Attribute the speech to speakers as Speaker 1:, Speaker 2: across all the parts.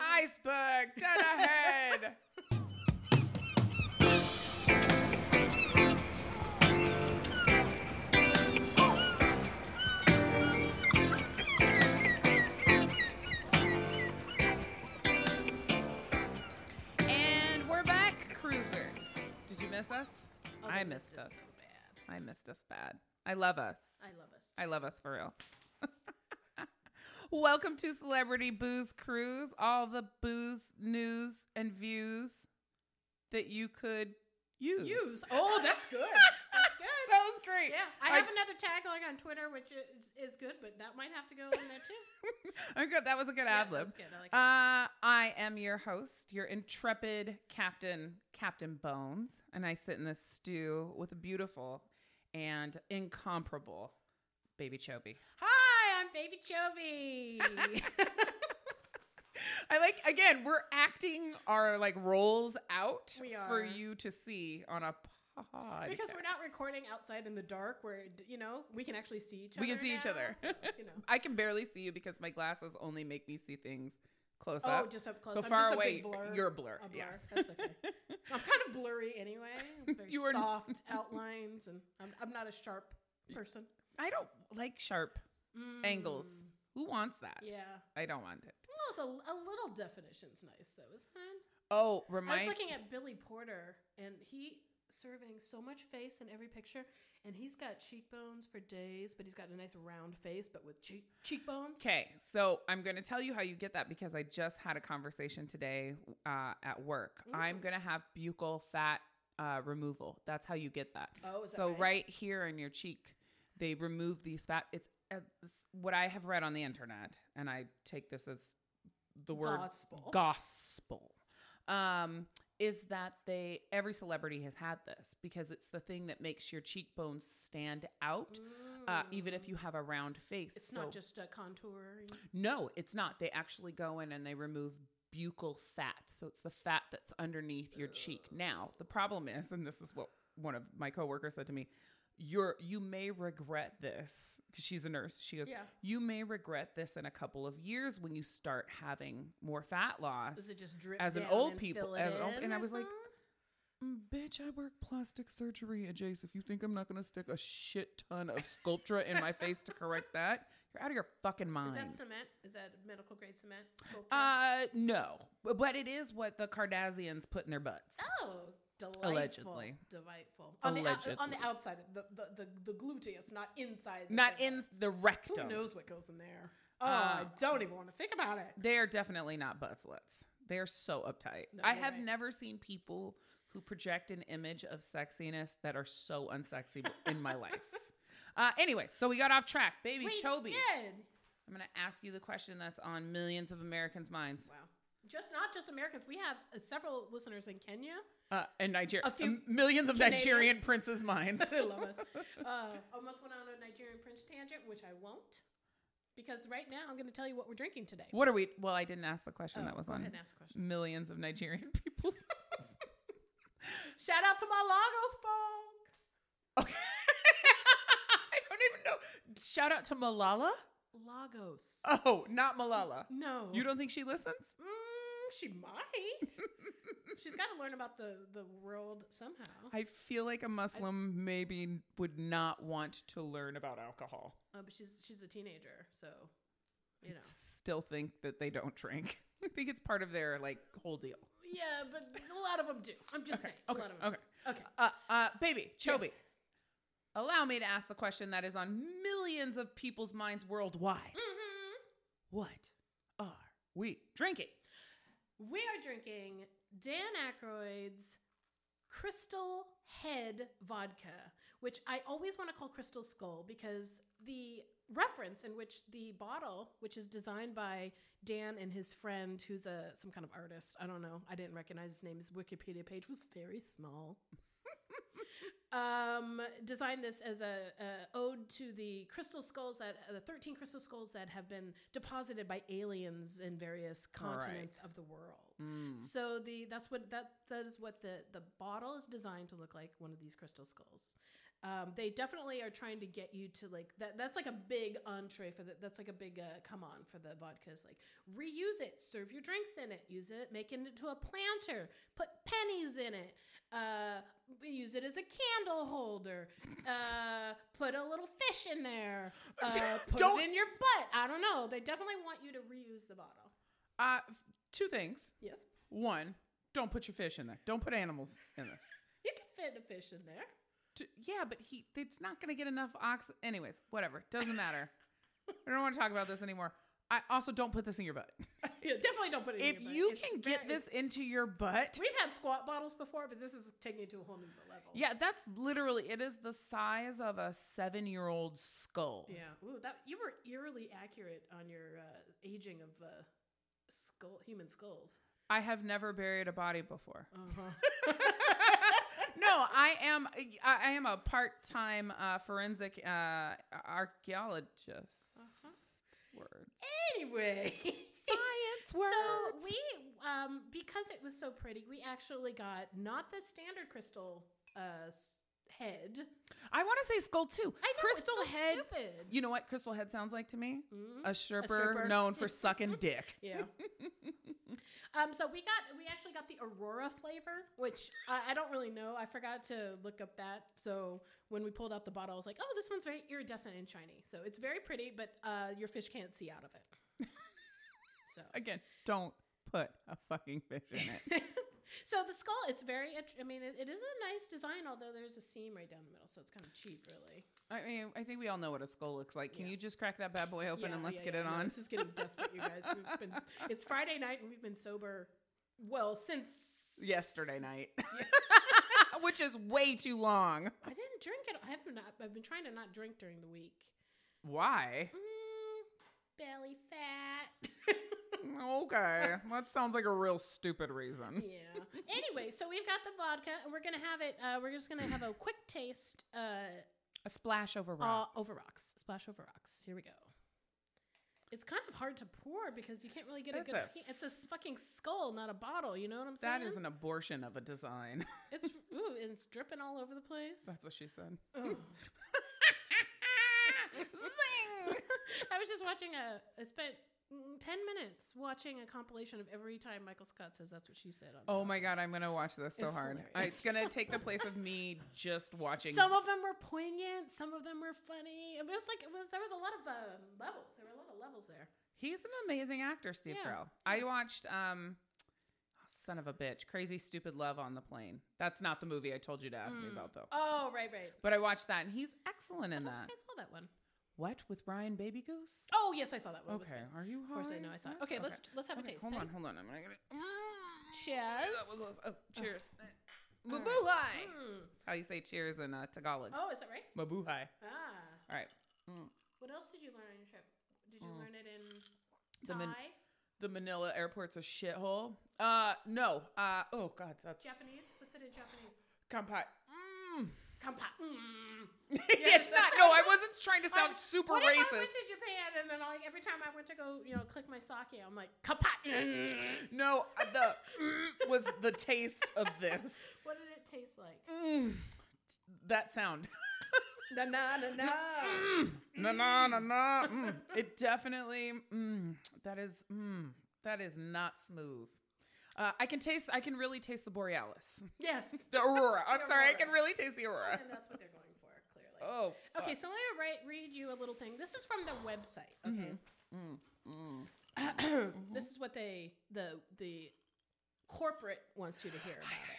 Speaker 1: iceberg. Turn ahead. and we're back, cruisers. Did you miss us? I Oh, missed us.
Speaker 2: So bad.
Speaker 1: I missed us bad. I love us.
Speaker 2: I love us.
Speaker 1: I love us for real. Welcome to Celebrity Booze Cruise. All the booze news and views that you could use.
Speaker 2: Use. Oh, that's good. that's good.
Speaker 1: That was great.
Speaker 2: Yeah, I have another tagline on Twitter, which is, is good, but that might have to go in there too.
Speaker 1: I'm good. That was a good
Speaker 2: Yeah,
Speaker 1: ad lib.
Speaker 2: that's good. I like it.
Speaker 1: uh, I am your host, your intrepid captain, Captain Bones, and I sit in this stew with a beautiful and incomparable baby Chobi.
Speaker 2: Hi, I'm Baby Chovy.
Speaker 1: I like again, we're acting our like roles out
Speaker 2: We
Speaker 1: for
Speaker 2: are.
Speaker 1: you to see on a pod.
Speaker 2: because we're not recording outside in the dark, where you know we can actually see each other.
Speaker 1: We can see each
Speaker 2: now,
Speaker 1: other.
Speaker 2: so, you know.
Speaker 1: I can barely see you because my glasses only make me see things close
Speaker 2: Oh,
Speaker 1: up.
Speaker 2: just up close.
Speaker 1: So
Speaker 2: I'm
Speaker 1: far
Speaker 2: just
Speaker 1: away,
Speaker 2: A big blur.
Speaker 1: you're a blur.
Speaker 2: A blur.
Speaker 1: Yeah.
Speaker 2: That's okay. I'm kind of blurry anyway. Very
Speaker 1: You are-
Speaker 2: soft outlines, and I'm, I'm not a sharp person. Mm.
Speaker 1: I don't like sharp angles. Who wants that?
Speaker 2: Yeah.
Speaker 1: I don't want it.
Speaker 2: Well, it's a, a little definition's nice though, isn't it?
Speaker 1: Oh,
Speaker 2: I was
Speaker 1: remind
Speaker 2: looking at Billy Porter, and he serving so much face in every picture, and he's got cheekbones for days, but he's got a nice round face, but with cheek cheekbones.
Speaker 1: Okay, so I'm going to tell you how you get that because I just had a conversation today uh, at work.
Speaker 2: Mm.
Speaker 1: I'm going to have buccal fat uh, removal. That's how you get that.
Speaker 2: Oh, is that
Speaker 1: so
Speaker 2: right?
Speaker 1: here in your cheek, they remove these fat. It's, uh, it's what I have read on the internet, and I take this as the word
Speaker 2: Gospel.
Speaker 1: gospel um, is that they every celebrity has had this because it's the thing that makes your cheekbones stand out, uh, even if you have a round face.
Speaker 2: Mm. It's not just a contouring.
Speaker 1: No, it's not. They actually go in and they remove buccal fat. So it's the fat that's underneath your cheek. Now, the problem is, and this is what one of my coworkers said to me, you're you may regret this because she's a nurse. She goes,
Speaker 2: Yeah.
Speaker 1: You may regret this in a couple of years when you start having more fat loss.
Speaker 2: Does it just drip
Speaker 1: as an
Speaker 2: down
Speaker 1: old
Speaker 2: and
Speaker 1: people
Speaker 2: fill it
Speaker 1: as an old,
Speaker 2: in
Speaker 1: and I
Speaker 2: or
Speaker 1: was like,
Speaker 2: something?
Speaker 1: "Mm, bitch, I work plastic surgery and Jace, if you think I'm not gonna stick a shit ton of Sculptra in my face to correct that, you're out of your fucking
Speaker 2: Is
Speaker 1: mind.
Speaker 2: that cement? Is that medical grade cement? Sculpture?
Speaker 1: Uh, no, but but it is what the Kardashians put in their butts.
Speaker 2: oh, delightful.
Speaker 1: allegedly.
Speaker 2: Delightful. On, The,
Speaker 1: Allegedly.
Speaker 2: out- on the outside, the, the, the, the gluteus, not inside. The
Speaker 1: Not
Speaker 2: vagina.
Speaker 1: in the Ah.
Speaker 2: Who
Speaker 1: rectum.
Speaker 2: knows what goes in there? Oh, I don't even want to think about it.
Speaker 1: They are definitely not buttlets. They are so uptight. I
Speaker 2: you're
Speaker 1: have
Speaker 2: right.
Speaker 1: never seen people who project an image of sexiness that are so unsexy in my life. Uh, anyway, so we got off track, baby
Speaker 2: We
Speaker 1: Chobi.
Speaker 2: did.
Speaker 1: I'm gonna ask you the question that's on millions of Americans' minds.
Speaker 2: Wow. Just not just Americans. We have uh, several listeners in Kenya.
Speaker 1: Uh, and Nigeria,
Speaker 2: few
Speaker 1: millions of
Speaker 2: Canadians.
Speaker 1: Nigerian princes' minds.
Speaker 2: They love us. Uh, almost went on a Nigerian prince tangent, which I won't, because right now I'm going to tell you what we're drinking today. Oh,
Speaker 1: What are we? Well, I didn't ask the question. that was
Speaker 2: go
Speaker 1: on
Speaker 2: ahead and ask the question.
Speaker 1: millions of Nigerian people's minds.
Speaker 2: Shout out to my Lagos folk.
Speaker 1: Okay. I don't even know. Shout out to Malala.
Speaker 2: Lagos.
Speaker 1: Oh, not Malala.
Speaker 2: no.
Speaker 1: You don't think she listens?
Speaker 2: Mm, she might. She's got to learn about the the world somehow.
Speaker 1: I feel like a Muslim maybe would not want to learn about alcohol.
Speaker 2: Uh, but she's she's a teenager, so you know.
Speaker 1: Still think that they don't drink. I think it's part of their like whole deal.
Speaker 2: Yeah, but a lot of them do. I'm just saying. a lot of 'em
Speaker 1: Okay.
Speaker 2: do. Okay.
Speaker 1: Uh, uh, baby, Chobi,
Speaker 2: Yes.
Speaker 1: allow me to ask the question that is on millions of people's minds worldwide.
Speaker 2: Mm-hmm.
Speaker 1: What are we drinking?
Speaker 2: We are drinking Dan Aykroyd's Crystal Head Vodka, which I always want to call Crystal Skull because the reference in which the bottle, which is designed by Dan and his friend, who's a some kind of artist, I don't know, I didn't recognize his name. His Wikipedia page was very small. um, designed this as a, a ode to the crystal skulls that the thirteen crystal skulls that have been deposited by aliens in various continents of the world.
Speaker 1: Mm.
Speaker 2: So the that's what that that is what the the bottle is designed to look like one of these crystal skulls. Um, they definitely are trying to get you to like that. That's like a big entree for the. That's like a big uh, come on for the vodkas. Like reuse it, serve your drinks in it, use it, make it into a planter, put pennies in it, uh, use it as a candle holder, uh, put a little fish in there, uh, put
Speaker 1: Don't-
Speaker 2: it in your butt. I don't know. They definitely want you to reuse the bottle.
Speaker 1: Uh, f- two things.
Speaker 2: Yes,
Speaker 1: One, don't put your fish in there. Don't put animals in this.
Speaker 2: you can fit a fish in there.
Speaker 1: T- yeah, but he it's not going to get enough ox. Anyways, whatever. Doesn't matter. I don't want to talk about this anymore. I also don't put this in your butt.
Speaker 2: Yeah, definitely don't put it.
Speaker 1: If
Speaker 2: in your butt.
Speaker 1: you
Speaker 2: It's
Speaker 1: can
Speaker 2: very-
Speaker 1: get this
Speaker 2: it's-
Speaker 1: into your butt,
Speaker 2: We've had squat bottles before, but this is taking it to a whole new level.
Speaker 1: yeah, that's literally it is the size of a seven year old skull.
Speaker 2: Yeah. Ooh, that you were eerily accurate on your uh, aging of uh, skull human skulls.
Speaker 1: I have never buried a body before.
Speaker 2: Uh-huh.
Speaker 1: No, I am I I am a part time uh, forensic uh, archaeologist.
Speaker 2: Uh-huh.
Speaker 1: Word.
Speaker 2: anyway.
Speaker 1: Science
Speaker 2: So
Speaker 1: words.
Speaker 2: we, um, because it was so pretty, we actually got not the standard crystal uh, s- head.
Speaker 1: I want to say skull too.
Speaker 2: I know
Speaker 1: crystal
Speaker 2: it's so
Speaker 1: head.
Speaker 2: Stupid.
Speaker 1: You know what crystal head sounds like to me?
Speaker 2: Mhm.
Speaker 1: A stripper,
Speaker 2: stripper.
Speaker 1: known for sucking dick.
Speaker 2: Yeah. um, so we got we actually got the Aurora flavor, which I, I don't really know. I forgot to look up that. So when we pulled out the bottle, I was like, "Oh, this one's very iridescent and shiny." So it's very pretty, but uh, your fish can't see out of it. so
Speaker 1: Again, don't put a fucking fish in it.
Speaker 2: so the skull, it's very. int- I mean, it, it is a nice design, although there's a seam right down the middle, so it's kind of cheap, really.
Speaker 1: I mean, I think we all know what a skull looks like. Can
Speaker 2: Yeah.
Speaker 1: you just crack that bad boy open
Speaker 2: Yeah,
Speaker 1: and let's
Speaker 2: yeah,
Speaker 1: get
Speaker 2: yeah.
Speaker 1: it
Speaker 2: No,
Speaker 1: on?
Speaker 2: This is getting desperate, you guys. We've been, it's Friday night, and we've been sober. Well, since
Speaker 1: Yesterday night, which is way too long.
Speaker 2: I didn't drink it. I have not. I've been trying to not drink during the week.
Speaker 1: Why?
Speaker 2: Mm, belly fat.
Speaker 1: Okay, that sounds like a real stupid reason.
Speaker 2: yeah. Anyway, so we've got the vodka, and we're gonna have it. Uh, we're just gonna have a quick taste. Uh,
Speaker 1: A splash over
Speaker 2: uh,
Speaker 1: rocks.
Speaker 2: over rocks. Splash over rocks. Here we go. It's kind of hard to pour because you can't really get a
Speaker 1: That's
Speaker 2: good.
Speaker 1: a
Speaker 2: he- it's a s- fucking skull, not a bottle. You know what I'm saying?
Speaker 1: That is an abortion of a design.
Speaker 2: It's ooh, and it's dripping all over the place.
Speaker 1: That's what she said.
Speaker 2: Ugh.
Speaker 1: Zing!
Speaker 2: I was just watching a. I spent mm, ten minutes watching a compilation of every time Michael Scott says that's what she said. On
Speaker 1: Oh my god, I'm gonna watch this so
Speaker 2: It's
Speaker 1: hard. I-
Speaker 2: hilarious.
Speaker 1: It's gonna take the place of me just watching.
Speaker 2: Some of them were poignant. Some of them were funny. It was like it was. There was a lot of um, levels. There were a lot of levels there.
Speaker 1: He's an amazing actor, Steve
Speaker 2: Yeah.
Speaker 1: Carell. I watched, um, son of a bitch, Crazy Stupid Love on the Plane. That's not the movie I told you to ask me
Speaker 2: Mm.
Speaker 1: about though.
Speaker 2: Oh right, right.
Speaker 1: But I watched that, and he's excellent in
Speaker 2: I don't
Speaker 1: that.
Speaker 2: think I saw that one.
Speaker 1: What with Brian Baby Goose?
Speaker 2: Oh yes, I saw that one. It was
Speaker 1: okay,
Speaker 2: good.
Speaker 1: are you
Speaker 2: Of
Speaker 1: high?
Speaker 2: course I know I saw it. Okay, let's let's have
Speaker 1: Okay,
Speaker 2: a taste.
Speaker 1: Hold
Speaker 2: Hey.
Speaker 1: on, hold on. I'm gonna get it.
Speaker 2: Cheers.
Speaker 1: That was close. Oh, cheers.
Speaker 2: All right.
Speaker 1: Mabuhay.
Speaker 2: Mm.
Speaker 1: That's how you say cheers in uh, Tagalog.
Speaker 2: Oh, is that right?
Speaker 1: Mabuhay.
Speaker 2: Ah.
Speaker 1: All right.
Speaker 2: What else did you learn on your trip? Did you
Speaker 1: Mm.
Speaker 2: learn it in
Speaker 1: The
Speaker 2: Thai,
Speaker 1: min- The Manila airport's a shithole. Uh, no. Uh, oh God, that's
Speaker 2: Japanese? What's it in Japanese?
Speaker 1: kampai. Mm.
Speaker 2: Kampa. Mm.
Speaker 1: it's not.
Speaker 2: that's-
Speaker 1: No, I wasn't trying to
Speaker 2: I-
Speaker 1: sound super
Speaker 2: what If I
Speaker 1: racist.
Speaker 2: went to Japan and then like every time I went to go, you know, click my sake, I'm like kampa. Mm.
Speaker 1: No, uh, the mm was the taste of this.
Speaker 2: What did it taste like?
Speaker 1: Mm. That sound.
Speaker 2: Na na na na.
Speaker 1: Na na na na. Mm. It definitely. Mm, that is. Mm, that is not smooth. Uh, I can taste. I can really taste the borealis,
Speaker 2: Yes.
Speaker 1: the aurora. I'm
Speaker 2: The
Speaker 1: sorry. I
Speaker 2: aurora.
Speaker 1: can really taste the aurora.
Speaker 2: and that's what they're going for, clearly.
Speaker 1: Oh. fuck.
Speaker 2: Okay, so let me write, read you a little thing. This is from the website. Okay,
Speaker 1: Mm, mm. Mm-hmm.
Speaker 2: this is what they the the corporate wants you to hear about it.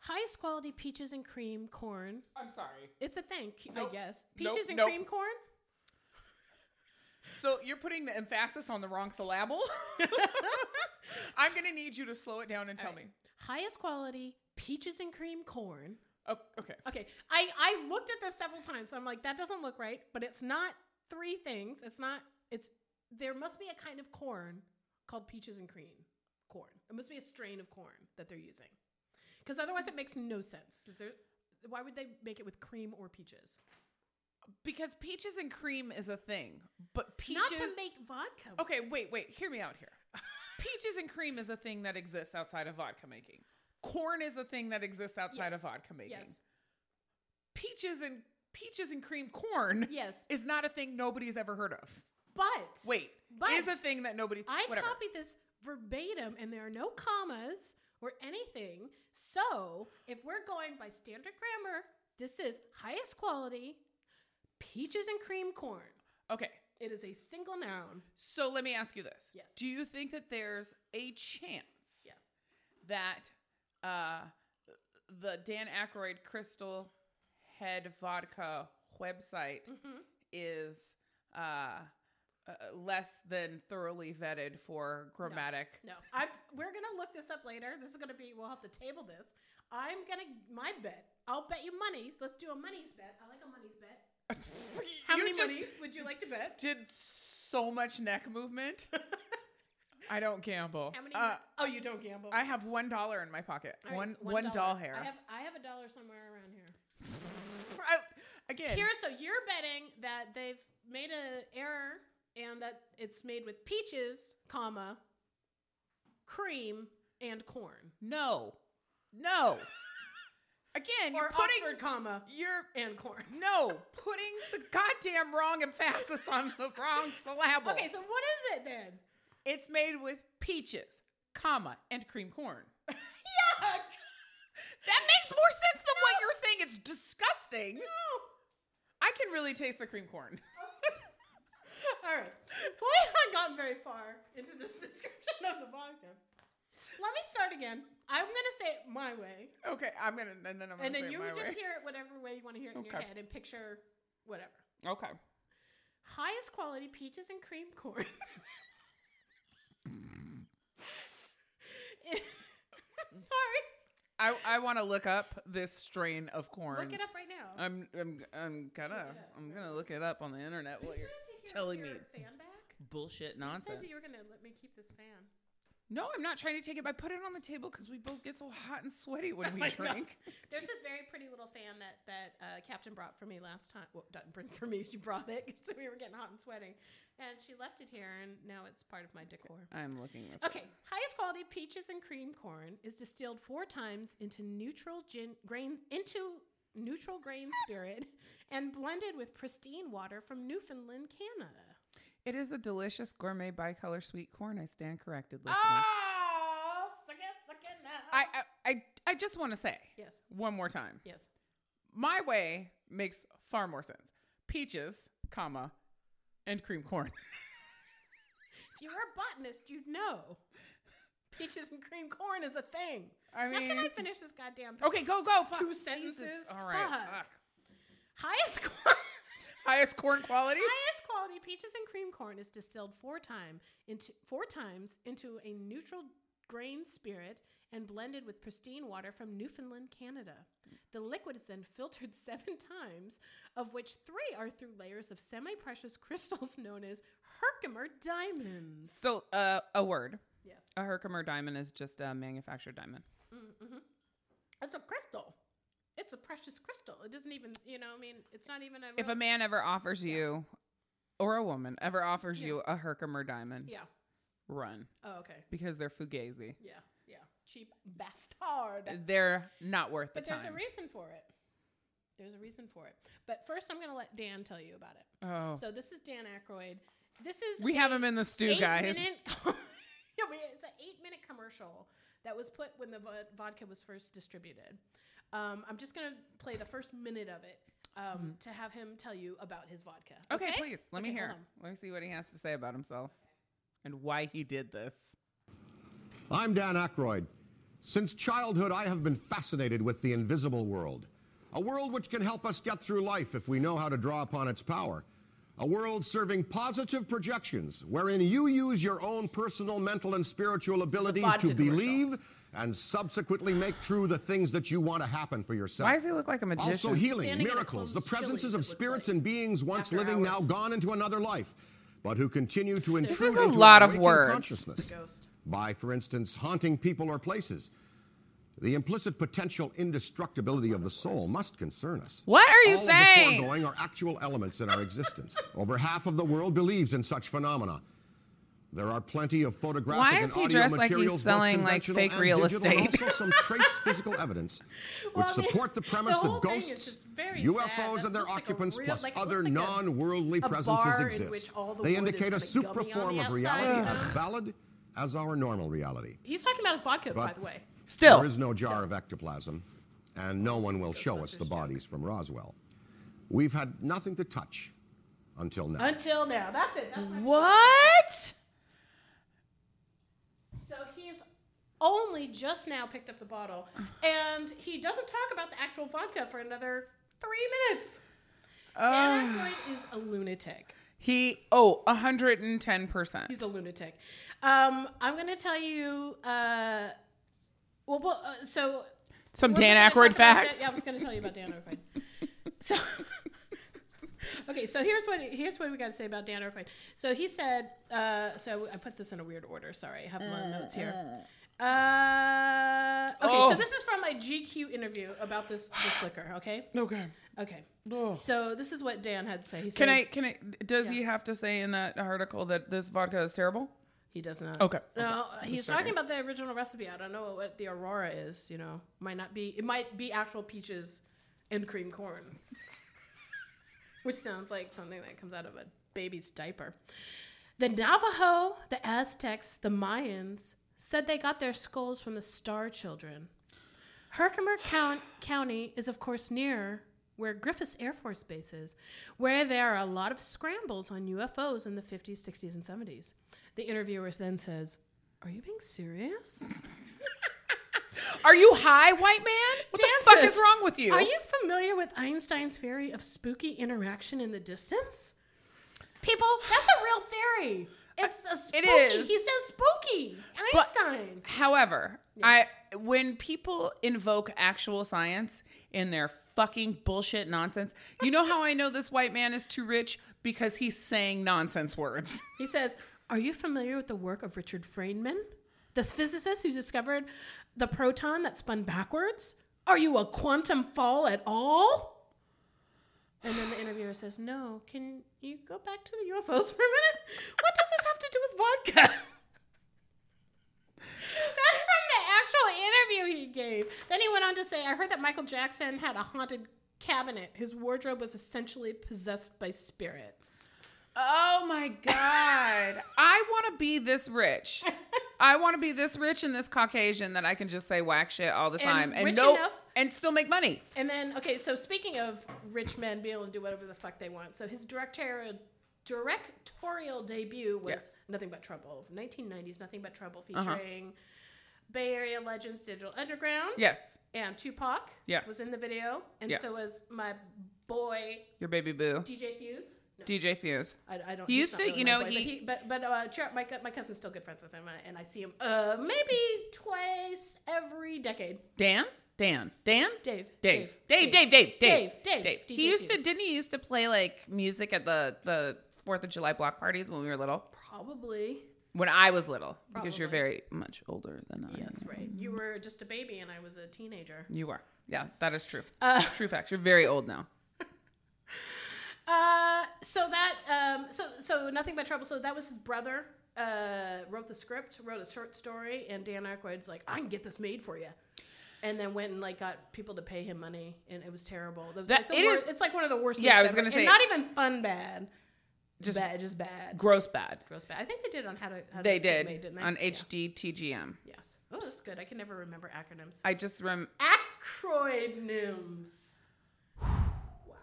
Speaker 2: Highest quality peaches and cream corn.
Speaker 1: I'm sorry.
Speaker 2: It's a thing, c-
Speaker 1: Nope.
Speaker 2: I guess.
Speaker 1: Nope,
Speaker 2: Peaches and
Speaker 1: nope.
Speaker 2: cream corn.
Speaker 1: So you're putting the emphasis on the wrong syllable. I'm gonna need you to slow it down and tell
Speaker 2: Alright.
Speaker 1: me.
Speaker 2: Highest quality peaches and cream corn.
Speaker 1: Oh, okay.
Speaker 2: Okay, I I looked at this several times. I'm like, that doesn't look right, but it's not three things. It's not. It's there must be a kind of corn called peaches and cream corn. It must be a strain of corn that they're using, because otherwise it makes no sense. Is there? Why would they make it with cream or peaches?
Speaker 1: Because peaches and cream is a thing, but peaches.
Speaker 2: Not to make vodka. with-
Speaker 1: okay, wait, wait. Hear me out here. peaches and cream is a thing that exists outside of vodka making. Corn is a thing that exists outside of
Speaker 2: Yes.
Speaker 1: vodka making.
Speaker 2: Yes.
Speaker 1: peaches and peaches and cream corn
Speaker 2: Yes.
Speaker 1: is not a thing nobody's ever heard of.
Speaker 2: But
Speaker 1: Wait,
Speaker 2: But-
Speaker 1: is a thing that nobody.
Speaker 2: I
Speaker 1: whatever.
Speaker 2: copied this verbatim and there are no commas or anything. So if we're going by standard grammar, this is highest quality peaches and cream corn.
Speaker 1: Okay,
Speaker 2: It is a single noun.
Speaker 1: so let me ask you this:
Speaker 2: Yes.
Speaker 1: Do you think that there's a chance
Speaker 2: Yeah.
Speaker 1: that uh, the Dan Aykroyd Crystal Head Vodka website
Speaker 2: Mm-hmm.
Speaker 1: is uh, uh, less than thoroughly vetted for grammatic?
Speaker 2: No, I we're gonna look this up later. This is gonna be we'll have to table this. I'm gonna my bet. I'll bet you money. So let's do a money's bet. I like a money's bet. How
Speaker 1: You
Speaker 2: many
Speaker 1: just
Speaker 2: monies would you like to bet?
Speaker 1: Did so much neck movement. I don't gamble.
Speaker 2: How many?
Speaker 1: Uh,
Speaker 2: oh, you don't gamble.
Speaker 1: I have one dollar in my pocket.
Speaker 2: All right,
Speaker 1: One
Speaker 2: it's
Speaker 1: one doll
Speaker 2: dollar.
Speaker 1: hair.
Speaker 2: I have I have a dollar somewhere around here.
Speaker 1: I- again,
Speaker 2: Here, so you're betting that they've made an error and that it's made with peaches, comma, cream, and corn.
Speaker 1: no, no. Again,
Speaker 2: or
Speaker 1: you're putting
Speaker 2: Oxford, comma,
Speaker 1: you're
Speaker 2: and corn.
Speaker 1: no putting the goddamn wrong emphasis on the wrong syllable.
Speaker 2: Okay, so what is it then?
Speaker 1: it's made with peaches, comma, and cream corn.
Speaker 2: Yuck!
Speaker 1: That makes more sense than what you're saying. It's disgusting.
Speaker 2: No.
Speaker 1: I can really taste the cream corn.
Speaker 2: All right. Well, we haven't gotten very far into this description of the vodka. Let me start again. I'm going to say it my way.
Speaker 1: Okay, I'm gonna and then I'm gonna
Speaker 2: And
Speaker 1: say
Speaker 2: then
Speaker 1: it
Speaker 2: you
Speaker 1: my
Speaker 2: would
Speaker 1: way.
Speaker 2: just hear it whatever way you want to hear it in your
Speaker 1: Okay.
Speaker 2: head and picture whatever.
Speaker 1: Okay.
Speaker 2: highest quality peaches and cream corn. Sorry.
Speaker 1: I, I want to look up this strain of corn.
Speaker 2: Look it up right now.
Speaker 1: I'm I'm I'm gonna
Speaker 2: Look it up.
Speaker 1: I'm gonna look it up on the internet. What
Speaker 2: Are you
Speaker 1: you're
Speaker 2: trying to take
Speaker 1: telling
Speaker 2: your
Speaker 1: me.
Speaker 2: Fan back?
Speaker 1: bullshit
Speaker 2: I said
Speaker 1: nonsense.
Speaker 2: you were gonna let me keep this fan.
Speaker 1: No, I'm not trying to take it. But I put it on the table because we both get so hot and sweaty when we
Speaker 2: I know.
Speaker 1: drink.
Speaker 2: There's this very pretty little fan that that uh, Captain brought for me last time. Well, doesn't bring for me. She brought it, so we were getting hot and sweating, and she left it here, and now it's part of my decor.
Speaker 1: I'm looking this.
Speaker 2: Okay, highest quality peaches and cream corn is distilled four times into neutral gin, grain into neutral grain spirit and blended with pristine water from Newfoundland, Canada.
Speaker 1: It is a delicious gourmet bicolor sweet corn. I stand corrected, listener.
Speaker 2: Ah! Oh, suck it, suck it now.
Speaker 1: I, I I I just want to say
Speaker 2: yes,
Speaker 1: one more time.
Speaker 2: yes.
Speaker 1: My way makes far more sense. Peaches, comma, and cream corn.
Speaker 2: If you were a botanist, you'd know peaches and cream corn is a thing.
Speaker 1: I
Speaker 2: Now
Speaker 1: mean,
Speaker 2: can I Oh. finish this goddamn?
Speaker 1: okay, go go. Fuck.
Speaker 2: Two
Speaker 1: Jesus.
Speaker 2: sentences.
Speaker 1: All right.
Speaker 2: Fuck.
Speaker 1: fuck.
Speaker 2: Highest quality.
Speaker 1: Highest corn quality.
Speaker 2: highest quality peaches and cream corn is distilled four time into four times into a neutral grain spirit and blended with pristine water from Newfoundland, Canada. The liquid is then filtered seven times, of which three are through layers of semi-precious crystals known as Herkimer diamonds.
Speaker 1: So, uh, a word.
Speaker 2: yes,
Speaker 1: A Herkimer diamond is just a manufactured diamond.
Speaker 2: mm-hmm. it's a crystal. It's a precious crystal. It doesn't even, you know, I mean, it's not even a.
Speaker 1: If
Speaker 2: real-
Speaker 1: a man ever offers you, or a woman ever offers
Speaker 2: Yeah.
Speaker 1: you a Herkimer diamond,
Speaker 2: yeah.
Speaker 1: run
Speaker 2: Oh, okay.
Speaker 1: because they're fugazi.
Speaker 2: Yeah. Yeah. Cheap bastard.
Speaker 1: They're not worth
Speaker 2: But
Speaker 1: the time.
Speaker 2: there's a reason for it. There's a reason for it. But first, I'm going to let Dan tell you about it.
Speaker 1: oh,
Speaker 2: So this is Dan Aykroyd. This is
Speaker 1: we have him in the stew,
Speaker 2: eight
Speaker 1: guys.
Speaker 2: Minute, yeah, but it's an eight minute commercial that was put when the vo- vodka was first distributed. Um, I'm just going to play the first minute of it um, to have him tell you about his vodka.
Speaker 1: Mm-hmm. Okay, please let me
Speaker 2: Okay,
Speaker 1: hear.
Speaker 2: hold
Speaker 1: him. Let me see what he has to say about himself and why he did this.
Speaker 3: I'm Dan Aykroyd. Since childhood, I have been fascinated with the invisible world. A world which can help us get through life if we know how to draw upon its power. A world serving positive projections wherein you use your own personal mental and spiritual abilities
Speaker 1: vodka
Speaker 3: to
Speaker 1: commercial.
Speaker 3: believe and subsequently make true the things that you want to happen for yourself.
Speaker 1: Why does he look like a magician?
Speaker 3: Also, healing,
Speaker 2: Standing in a
Speaker 3: miracles, the
Speaker 2: closed
Speaker 3: presences
Speaker 2: Chili's,
Speaker 3: of
Speaker 2: it looks
Speaker 3: spirits
Speaker 2: like.
Speaker 3: and beings once
Speaker 1: After
Speaker 3: living now
Speaker 1: hours.
Speaker 3: gone into another life, but who continue to intrude
Speaker 1: is a
Speaker 3: into
Speaker 1: lot
Speaker 3: our
Speaker 1: of
Speaker 3: waking
Speaker 1: words.
Speaker 3: consciousness
Speaker 2: Ghost.
Speaker 3: by, for instance, haunting people or places. The implicit potential indestructibility of the soul must concern us.
Speaker 1: What are you
Speaker 3: All Of the
Speaker 1: saying?
Speaker 3: foregoing are actual elements in our existence. Over half of the world believes in such phenomena. There are plenty of photographic
Speaker 1: Why
Speaker 3: and
Speaker 1: is he
Speaker 3: audio
Speaker 1: dressed like he's
Speaker 3: materials, both
Speaker 1: selling, like,
Speaker 3: conventional
Speaker 1: fake
Speaker 3: and
Speaker 1: real
Speaker 3: digital, and
Speaker 1: estate?
Speaker 3: also some trace physical evidence which
Speaker 2: Well, I mean,
Speaker 3: support the premise
Speaker 2: the whole
Speaker 3: that
Speaker 2: thing is
Speaker 3: ghosts,
Speaker 2: just very sad.
Speaker 3: UFOs,
Speaker 2: That
Speaker 3: and their
Speaker 2: looks like a
Speaker 3: occupants,
Speaker 2: real-
Speaker 3: plus
Speaker 2: like, it looks
Speaker 3: other
Speaker 2: like a-
Speaker 3: non-worldly
Speaker 2: a
Speaker 3: presences
Speaker 2: bar in
Speaker 3: exist.
Speaker 2: which all the
Speaker 3: they
Speaker 2: wood is
Speaker 3: indicate a
Speaker 2: kinda
Speaker 3: super
Speaker 2: gummy on
Speaker 3: form
Speaker 2: the
Speaker 3: of
Speaker 2: outside,
Speaker 3: reality
Speaker 2: you
Speaker 3: as valid as our normal reality.
Speaker 2: He's talking about his vodka, by
Speaker 3: But-
Speaker 2: the way.
Speaker 1: Still,
Speaker 3: There is no jar of ectoplasm, and no one will show us the bodies from Roswell. We've had nothing to touch until now.
Speaker 2: Until now, that's it. That's my-
Speaker 1: what?
Speaker 2: so he's only just now picked up the bottle, and he doesn't talk about the actual vodka for another three minutes. Dan Aykroyd is a lunatic.
Speaker 1: He oh, hundred and ten percent.
Speaker 2: He's a lunatic. Um, I'm gonna tell you. Uh, well, well uh, so
Speaker 1: Some
Speaker 2: we're
Speaker 1: Dan
Speaker 2: gonna
Speaker 1: Aykroyd
Speaker 2: talk about Dan-
Speaker 1: facts.
Speaker 2: yeah, I was gonna tell you about Dan Aykroyd. so, okay, so here's what here's what we got to say about Dan Aykroyd. So he said. Uh, so I put this in a weird order. Sorry, I have my notes here. Uh, okay,
Speaker 1: Mm, Oh.
Speaker 2: so this is from my GQ interview about this this liquor. Okay,
Speaker 1: Okay.
Speaker 2: okay. So this is what Dan had to say. He
Speaker 1: Oh. Can
Speaker 2: said,
Speaker 1: I? Can I? Does he have to say in that article that this vodka is terrible?
Speaker 2: He does not.
Speaker 1: Okay,
Speaker 2: No, he's talking
Speaker 1: checking.
Speaker 2: about the original recipe. I don't know what the Aurora is. You know, might not be. It might be actual peaches and cream corn, which sounds like something that comes out of a baby's diaper. The Navajo, the Aztecs, the Mayans said they got their skulls from the Star Children. Herkimer Count- County is, of course, near where Griffiths Air Force Base is, where there are a lot of scrambles on UFOs in the 50s, 60s, and 70s. The interviewer then says, Are you being serious?
Speaker 1: Are you high, white man? What the fuck
Speaker 2: Dances.
Speaker 1: is wrong with you?
Speaker 2: Are you familiar with Einstein's theory of spooky interaction in the distance? People, that's a real theory. It's a spooky.
Speaker 1: It is.
Speaker 2: He says spooky.
Speaker 1: But-
Speaker 2: Einstein.
Speaker 1: However, I when people invoke actual science in their fucking bullshit nonsense, you know how I know this white man is too rich because he's saying nonsense words.
Speaker 2: He says, Are you familiar with the work of Richard Feynman? The physicist who discovered the proton that spun backwards? Are you a quantum fall at all? And then the interviewer says, No, can you go back to the UFOs for a minute? What does this have to do with vodka? That's from the actual interview he gave. Then he went on to say, I heard that Michael Jackson had a haunted cabinet. His wardrobe was essentially possessed by spirits.
Speaker 1: Oh my god. I want to be this rich. I want to be this rich and this Caucasian that I can just say whack shit all the
Speaker 2: And
Speaker 1: time and
Speaker 2: rich
Speaker 1: no
Speaker 2: enough-
Speaker 1: and still make money.
Speaker 2: And then, okay, so speaking of rich men being able to do whatever the fuck they want, so his directorial directorial debut was
Speaker 1: Yes. Uh-huh.
Speaker 2: Nothing But Trouble, 1990s, Nothing But Trouble, featuring Bay Area legends Digital Underground.
Speaker 1: Yes.
Speaker 2: And Tupac
Speaker 1: Yes.
Speaker 2: was in the video. And
Speaker 1: Yes.
Speaker 2: so was my boy,
Speaker 1: Your baby boo.
Speaker 2: DJ Fuse. No,
Speaker 1: DJ Fuse.
Speaker 2: I, I don't.
Speaker 1: He
Speaker 2: he's
Speaker 1: used
Speaker 2: not
Speaker 1: to-
Speaker 2: really
Speaker 1: you
Speaker 2: my
Speaker 1: know,
Speaker 2: boy,
Speaker 1: he-
Speaker 2: But he, but, but uh, Cher- my co- my cousin's still good friends with him, and I see him uh, maybe twice every decade.
Speaker 1: Dan? Dan. Dan?
Speaker 2: Dave.
Speaker 1: Dave. Dave, Dave, Dave, Dave,
Speaker 2: Dave, Dave,
Speaker 1: He
Speaker 2: DJ
Speaker 1: used to
Speaker 2: Fuse.
Speaker 1: didn't he used to play like music at the the 4th of July block parties when we were little?
Speaker 2: Probably.
Speaker 1: When I was little because you're
Speaker 2: Probably.
Speaker 1: very much older than I
Speaker 2: That's
Speaker 1: am.
Speaker 2: right. You were just a baby and I was a teenager.
Speaker 1: You are. Yes, that is true.
Speaker 2: Uh,
Speaker 1: true facts. You're very old now.
Speaker 2: Uh, so that um, so so nothing but trouble. So that was his brother. Uh, wrote the script, wrote a short story, and Dan Aykroyd's like, I can get this made for you. And then went and like got people to pay him money, and it was terrible. That was,
Speaker 1: That-
Speaker 2: like, the
Speaker 1: it
Speaker 2: worst-
Speaker 1: is-
Speaker 2: it's like one of the worst.
Speaker 1: Yeah, I
Speaker 2: movies
Speaker 1: was gonna
Speaker 2: ever.
Speaker 1: say-
Speaker 2: and not even fun bad,
Speaker 1: Just-
Speaker 2: just bad, just bad,
Speaker 1: Gross bad.
Speaker 2: gross bad. I think they did on how to how to
Speaker 1: They
Speaker 2: Get
Speaker 1: did
Speaker 2: made, didn't they?
Speaker 1: on
Speaker 2: Yeah.
Speaker 1: HDTGM.
Speaker 2: Yes, oh, that's good. I can never remember acronyms.
Speaker 1: I just rem.
Speaker 2: Acronyms. wow.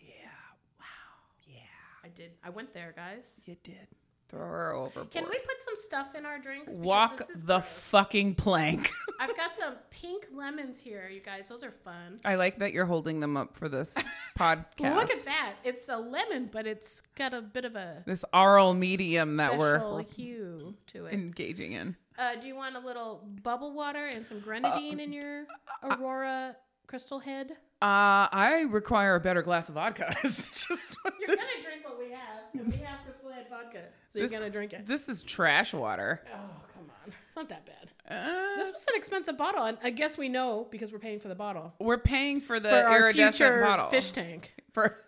Speaker 1: Yeah,
Speaker 2: I did. I went there, guys.
Speaker 1: you did. Throw her overboard.
Speaker 2: Can we put some stuff in our drinks? Because
Speaker 1: walk
Speaker 2: this is
Speaker 1: the
Speaker 2: gross.
Speaker 1: fucking plank?
Speaker 2: I've got some pink lemons here, you guys. Those are fun.
Speaker 1: I like that you're holding them up for this podcast.
Speaker 2: Look at that. It's a lemon, but it's got a bit of a
Speaker 1: This oral medium that we're
Speaker 2: special hue to it.
Speaker 1: engaging in.
Speaker 2: Uh, do you want a little bubble water and some grenadine in your Aurora crystal head?
Speaker 1: Uh, I require a better glass of vodka. It's just what this,
Speaker 2: You're gonna drink what we have, and we have crystal head vodka, so
Speaker 1: This-
Speaker 2: you're gonna drink it.
Speaker 1: this is trash water.
Speaker 2: oh, come on. It's not that bad.
Speaker 1: Uh,
Speaker 2: This was an expensive bottle, and I guess we know because we're paying for the bottle.
Speaker 1: we're paying for the
Speaker 2: for our
Speaker 1: iridescent
Speaker 2: future
Speaker 1: bottle.
Speaker 2: fish tank.
Speaker 1: for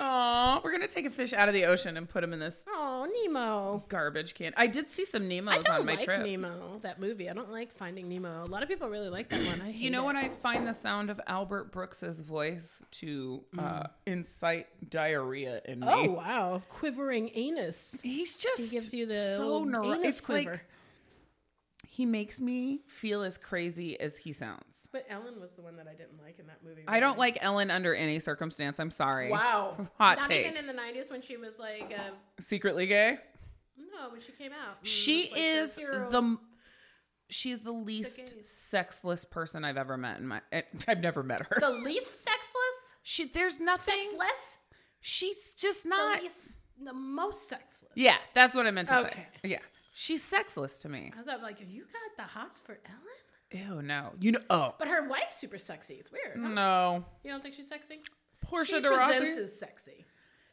Speaker 1: Aw, we're gonna take a fish out of the ocean and put him in this
Speaker 2: Oh, Nemo. garbage
Speaker 1: can. I did see some Nemo's
Speaker 2: I don't
Speaker 1: on my
Speaker 2: like
Speaker 1: trip.
Speaker 2: Nemo. That movie. I don't like Finding Nemo. A lot of people really like that one. I
Speaker 1: You know when I find the sound of Albert Brooks's voice to uh, incite diarrhea in me.
Speaker 2: Mm. Oh wow, quivering anus.
Speaker 1: He's just
Speaker 2: He gives you the
Speaker 1: so
Speaker 2: old
Speaker 1: neuro-
Speaker 2: anus
Speaker 1: It's
Speaker 2: quiver.
Speaker 1: like he makes me feel as crazy as he sounds.
Speaker 2: but Ellen was the one that I didn't like in that movie.
Speaker 1: I don't like Ellen under any circumstance. I'm sorry.
Speaker 2: Wow.
Speaker 1: Hot
Speaker 2: Not
Speaker 1: take.
Speaker 2: even in the '90s when she was like, uh,
Speaker 1: Secretly gay.
Speaker 2: no, when she came out. and
Speaker 1: She
Speaker 2: was, like, the
Speaker 1: is
Speaker 2: hero.
Speaker 1: the m- she's the least
Speaker 2: gays.
Speaker 1: sexless person I've ever met in my eh, I've never met her.
Speaker 2: the least sexless,
Speaker 1: she there's nothing.
Speaker 2: sexless,
Speaker 1: She's just
Speaker 2: the
Speaker 1: not
Speaker 2: least, the most sexless.
Speaker 1: Yeah, that's what I meant to
Speaker 2: Okay.
Speaker 1: say. Yeah. She's sexless to me.
Speaker 2: I was like, you got the hots for Ellen, Uh,
Speaker 1: Ew, no. You know oh.
Speaker 2: but her wife's super sexy. It's weird.
Speaker 1: Mm.
Speaker 2: huh?
Speaker 1: No.
Speaker 2: You don't think she's sexy?
Speaker 1: Portia
Speaker 2: she
Speaker 1: de Rossi?
Speaker 2: presents as sexy.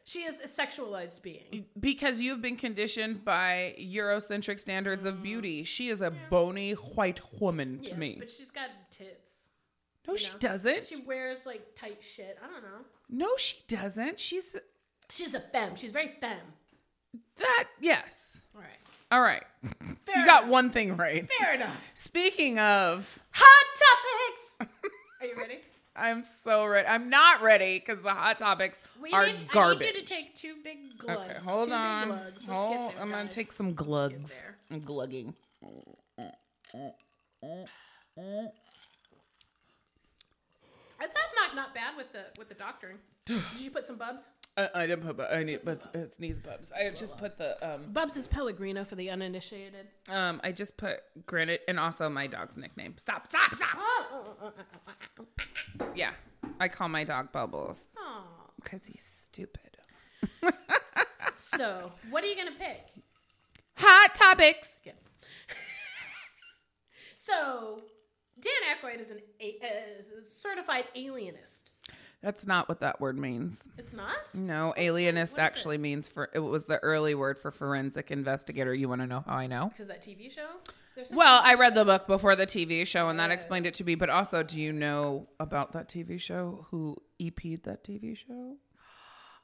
Speaker 2: She is a sexualized being.
Speaker 1: Because you've been conditioned by Eurocentric standards of beauty. She is a bony white woman to
Speaker 2: Mm. Yes,
Speaker 1: me.
Speaker 2: but she's got tits.
Speaker 1: no, she
Speaker 2: know.
Speaker 1: doesn't.
Speaker 2: She wears like tight shit. I don't know.
Speaker 1: no, she doesn't. She's
Speaker 2: She's a femme. She's very femme.
Speaker 1: that yes.
Speaker 2: All right.
Speaker 1: All right.
Speaker 2: Fair
Speaker 1: You got
Speaker 2: enough.
Speaker 1: one thing right.
Speaker 2: Fair enough.
Speaker 1: Speaking of,
Speaker 2: Hot topics. Are you ready?
Speaker 1: I'm so ready. I'm not ready because the hot topics
Speaker 2: We
Speaker 1: are
Speaker 2: need,
Speaker 1: garbage.
Speaker 2: I need you to take two big glugs.
Speaker 1: okay, hold
Speaker 2: two
Speaker 1: on.
Speaker 2: Big glugs. Let's get
Speaker 1: Hold-
Speaker 2: there,
Speaker 1: I'm gonna
Speaker 2: guys.
Speaker 1: take some glugs.
Speaker 2: there.
Speaker 1: I'm glugging.
Speaker 2: That's not not bad with the with the doctoring. Did you put some bubs?
Speaker 1: I, I didn't put. bu- I need. But it's knees bubs. I just put the um
Speaker 2: Bubs is Pellegrino for the uninitiated.
Speaker 1: um. I just put granite and also my dog's nickname. Stop! Stop! Stop!
Speaker 2: Oh, oh, oh, oh, oh, oh, oh.
Speaker 1: Yeah, I call my dog Bubbles
Speaker 2: Aw.
Speaker 1: because he's stupid.
Speaker 2: So, what are you gonna pick?
Speaker 1: Hot topics.
Speaker 2: Good. so, Dan Aykroyd is an a, uh, is a certified alienist.
Speaker 1: That's not what that word means.
Speaker 2: It's not.
Speaker 1: No, alienist
Speaker 2: it?
Speaker 1: actually means for it was the early word for forensic investigator. You want to know how I know?
Speaker 2: Because that TV show? There's some-
Speaker 1: Well, I read the book before the TV show, and that explained it to me. But also, do you know about that TV show? Who EP'd that TV show?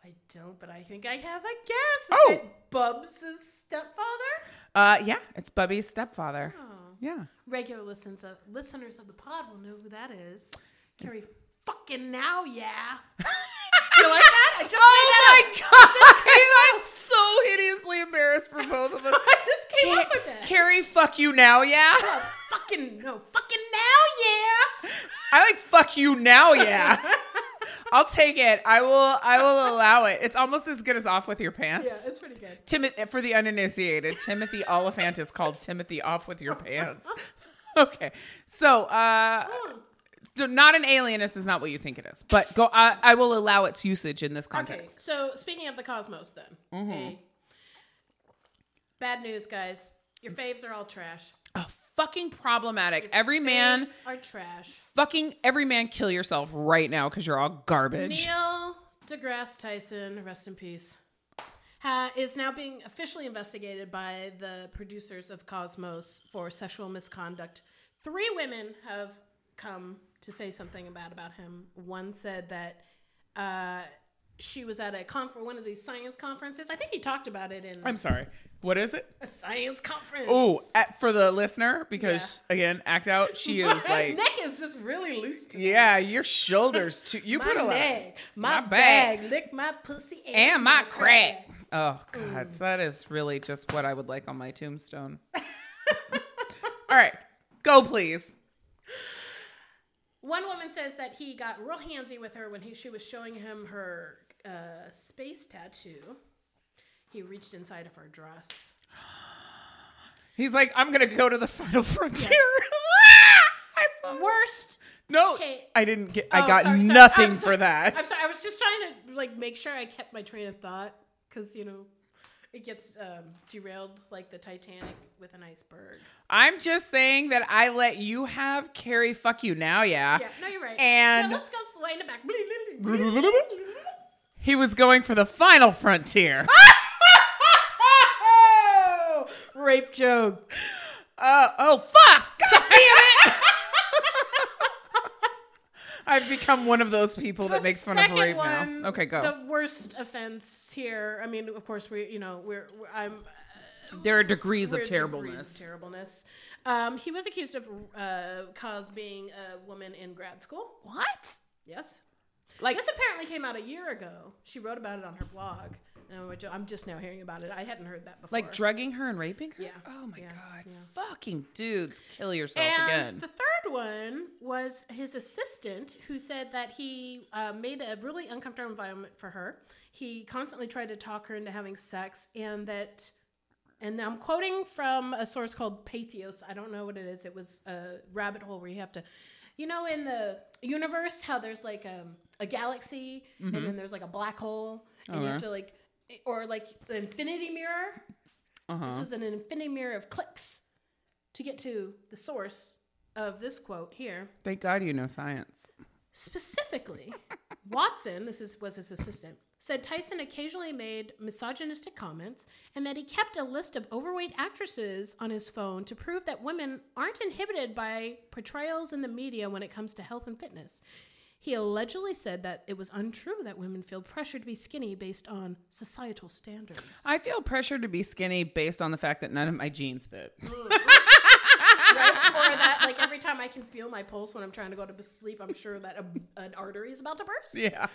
Speaker 2: I don't, but I think I have a guess. Is
Speaker 1: Oh!
Speaker 2: it Bubs' stepfather?
Speaker 1: Uh, yeah, it's Bubby's stepfather. Yeah,
Speaker 2: Regular listens of, listeners of the pod will know who that is. Carrie fucking now, yeah. you like that? I just
Speaker 1: Oh
Speaker 2: made that up.
Speaker 1: I'm so hideously embarrassed for both of us.
Speaker 2: I just came up with that.
Speaker 1: Carrie, fuck you now, yeah.
Speaker 2: Oh, fucking no, fucking now, yeah.
Speaker 1: I like fuck you now, yeah. I'll take it. I will. I will allow it. It's almost as good as off with your pants.
Speaker 2: Yeah, it's pretty good.
Speaker 1: Timothy, for the uninitiated, Timothy Oliphant is called Timothy Off with Your Pants. Okay, so uh,
Speaker 2: Hmm.
Speaker 1: so not an alienist is not what you think it is, but go. I, I will allow its usage in this
Speaker 2: Okay,
Speaker 1: context. Mm-hmm.
Speaker 2: so speaking of the cosmos, then. okay. Bad news, guys. Your faves are all trash.
Speaker 1: Oh, fucking problematic. Every man,
Speaker 2: Faves are trash.
Speaker 1: fucking every man, kill yourself right now because you're all garbage.
Speaker 2: Neil deGrasse Tyson, rest in peace, ha, is now being officially investigated by the producers of Cosmos for sexual misconduct. Three women have come to say something about about him. One said that uh, she was at a confer, one of these science conferences. I think he talked about it in
Speaker 1: I'm sorry. What is it?
Speaker 2: a science conference.
Speaker 1: Oh, at- for the listener, because again, act out. She
Speaker 2: my
Speaker 1: is like,
Speaker 2: neck is just really loose. To
Speaker 1: yeah, your shoulders too. You put a
Speaker 2: my
Speaker 1: lot.
Speaker 2: neck, my,
Speaker 1: my
Speaker 2: bag, lick my pussy, and,
Speaker 1: and my crack. Oh God, so that is really just what I would like on my tombstone. All right, go please.
Speaker 2: One woman says that he got real handsy with her when he, she was showing him her uh, space tattoo. He reached inside of her dress.
Speaker 1: He's like, I'm gonna go to the final frontier. Ah, I fo-
Speaker 2: Worst.
Speaker 1: no,
Speaker 2: Okay.
Speaker 1: I didn't get. I
Speaker 2: Oh,
Speaker 1: got
Speaker 2: sorry, sorry.
Speaker 1: nothing
Speaker 2: I'm
Speaker 1: for
Speaker 2: sorry.
Speaker 1: that.
Speaker 2: I'm sorry. I was just trying to like make sure I kept my train of thought because you know it gets um, derailed like the Titanic with an iceberg.
Speaker 1: I'm just saying that I let you have Carrie. Fuck you now, yeah.
Speaker 2: Yeah. No, you're right.
Speaker 1: And-
Speaker 2: yeah, let's go slide it back.
Speaker 1: He was going for the final frontier.
Speaker 2: Ah! Rape joke.
Speaker 1: oh, Uh, oh fuck! God damn it! I've become one of those people that
Speaker 2: The
Speaker 1: makes fun of
Speaker 2: second
Speaker 1: rape
Speaker 2: one,
Speaker 1: now. Okay, go.
Speaker 2: The worst offense here. I mean, of course, we you know we're, we're I'm
Speaker 1: there are degrees of
Speaker 2: we're
Speaker 1: terribleness.
Speaker 2: degrees of terribleness. Um, he was accused of uh, cause being a woman in grad school.
Speaker 1: what?
Speaker 2: Yes,
Speaker 1: Like
Speaker 2: this apparently came out a year ago. She wrote about it on her blog, and I'm ju- I'm just now hearing about it. I hadn't heard that before.
Speaker 1: like drugging her and raping her?
Speaker 2: Yeah,
Speaker 1: Oh my
Speaker 2: yeah,
Speaker 1: god.
Speaker 2: yeah.
Speaker 1: Fucking dudes, kill yourself
Speaker 2: And
Speaker 1: again.
Speaker 2: the third one was his assistant, who said that he uh, made a really uncomfortable environment for her. He constantly tried to talk her into having sex, and that, and I'm quoting from a source called Pathos. I don't know what it is. It was a rabbit hole where you have to, you know, in the universe, how there's like um, a, a galaxy,
Speaker 1: Mm-hmm.
Speaker 2: and then there's like a black hole, and you have
Speaker 1: Okay.
Speaker 2: to like, or like the infinity mirror. This
Speaker 1: uh-huh.
Speaker 2: was an infinity mirror of clicks to get to the source of this quote here.
Speaker 1: Thank God you know science.
Speaker 2: Specifically, Watson, this is, was his assistant, said Tyson occasionally made misogynistic comments and that he kept a list of overweight actresses on his phone to prove that women aren't inhibited by portrayals in the media when it comes to health and fitness. He allegedly said that it was untrue that women feel pressure to be skinny based on societal standards.
Speaker 1: I feel pressure to be skinny based on the fact that none of my jeans fit.
Speaker 2: right? Or that like every time I can feel my pulse when I'm trying to go to sleep, I'm sure that a, an artery is about to burst.
Speaker 1: yeah.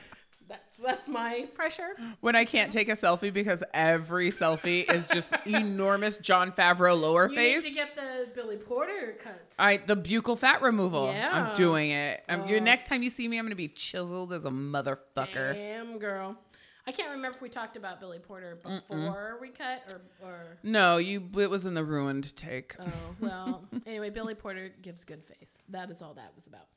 Speaker 2: That's that's my pressure.
Speaker 1: When I can't take a selfie because every selfie is just enormous John Favreau lower
Speaker 2: You
Speaker 1: face.
Speaker 2: need to get the Billy Porter cuts.
Speaker 1: I the buccal fat removal.
Speaker 2: Yeah. Oh.
Speaker 1: I'm doing it. I'm, you- next time you see me, I'm gonna be chiseled as a motherfucker.
Speaker 2: Damn girl. I can't remember if we talked about Billy Porter before we cut or or
Speaker 1: No, you. It was in the ruined take.
Speaker 2: oh well. anyway, Billy Porter gives good face. That is all that was about.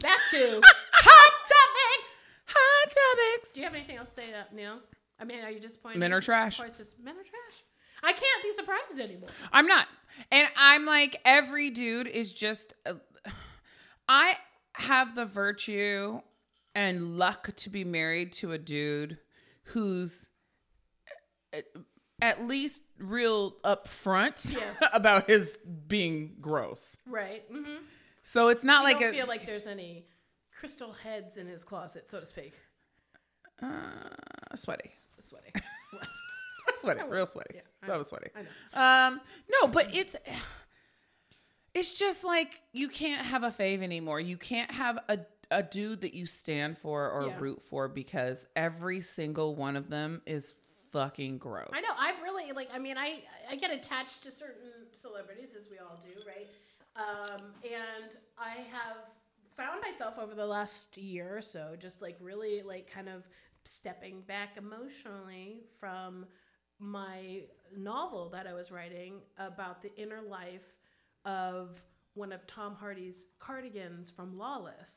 Speaker 2: Back to hot topics.
Speaker 1: Hot topics.
Speaker 2: Do you have anything else to say that Neil? I mean, are you disappointed?
Speaker 1: Men are trash.
Speaker 2: Of course, it's men are trash. I can't be surprised anymore.
Speaker 1: I'm not, and I'm like every dude is just. uh, I have the virtue and luck to be married to a dude who's uh, at least real upfront
Speaker 2: Yes.
Speaker 1: about his being gross.
Speaker 2: Right. Mm-hmm.
Speaker 1: So it's not
Speaker 2: I
Speaker 1: like
Speaker 2: don't
Speaker 1: it's-
Speaker 2: feel like there's any crystal heads in his closet, so to speak.
Speaker 1: uh, sweaty.
Speaker 2: Sweaty.
Speaker 1: sweaty, real sweaty. that was sweaty.
Speaker 2: I
Speaker 1: Um, no, but it's it's just like you can't have a fave anymore. You can't have a a dude that you stand for or
Speaker 2: Yeah.
Speaker 1: root for because every single one of them is fucking gross.
Speaker 2: I know. I've really like. I mean, I I get attached to certain celebrities, as we all do, right? Um, and I have found myself over the last year or so, just like really like kind of stepping back emotionally from my novel that I was writing about the inner life of one of Tom Hardy's cardigans from Lawless.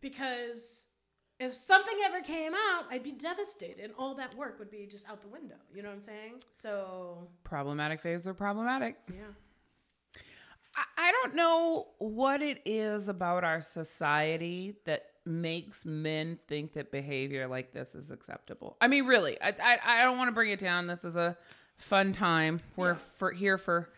Speaker 2: because if something ever came out, I'd be devastated. and All that work would be just out the window. You know what I'm saying? So,
Speaker 1: problematic faves are problematic.
Speaker 2: yeah.
Speaker 1: I- I don't know what it is about our society that makes men think that behavior like this is acceptable. I mean, really, I I, I don't want to bring it down. This is a fun time. We're for here for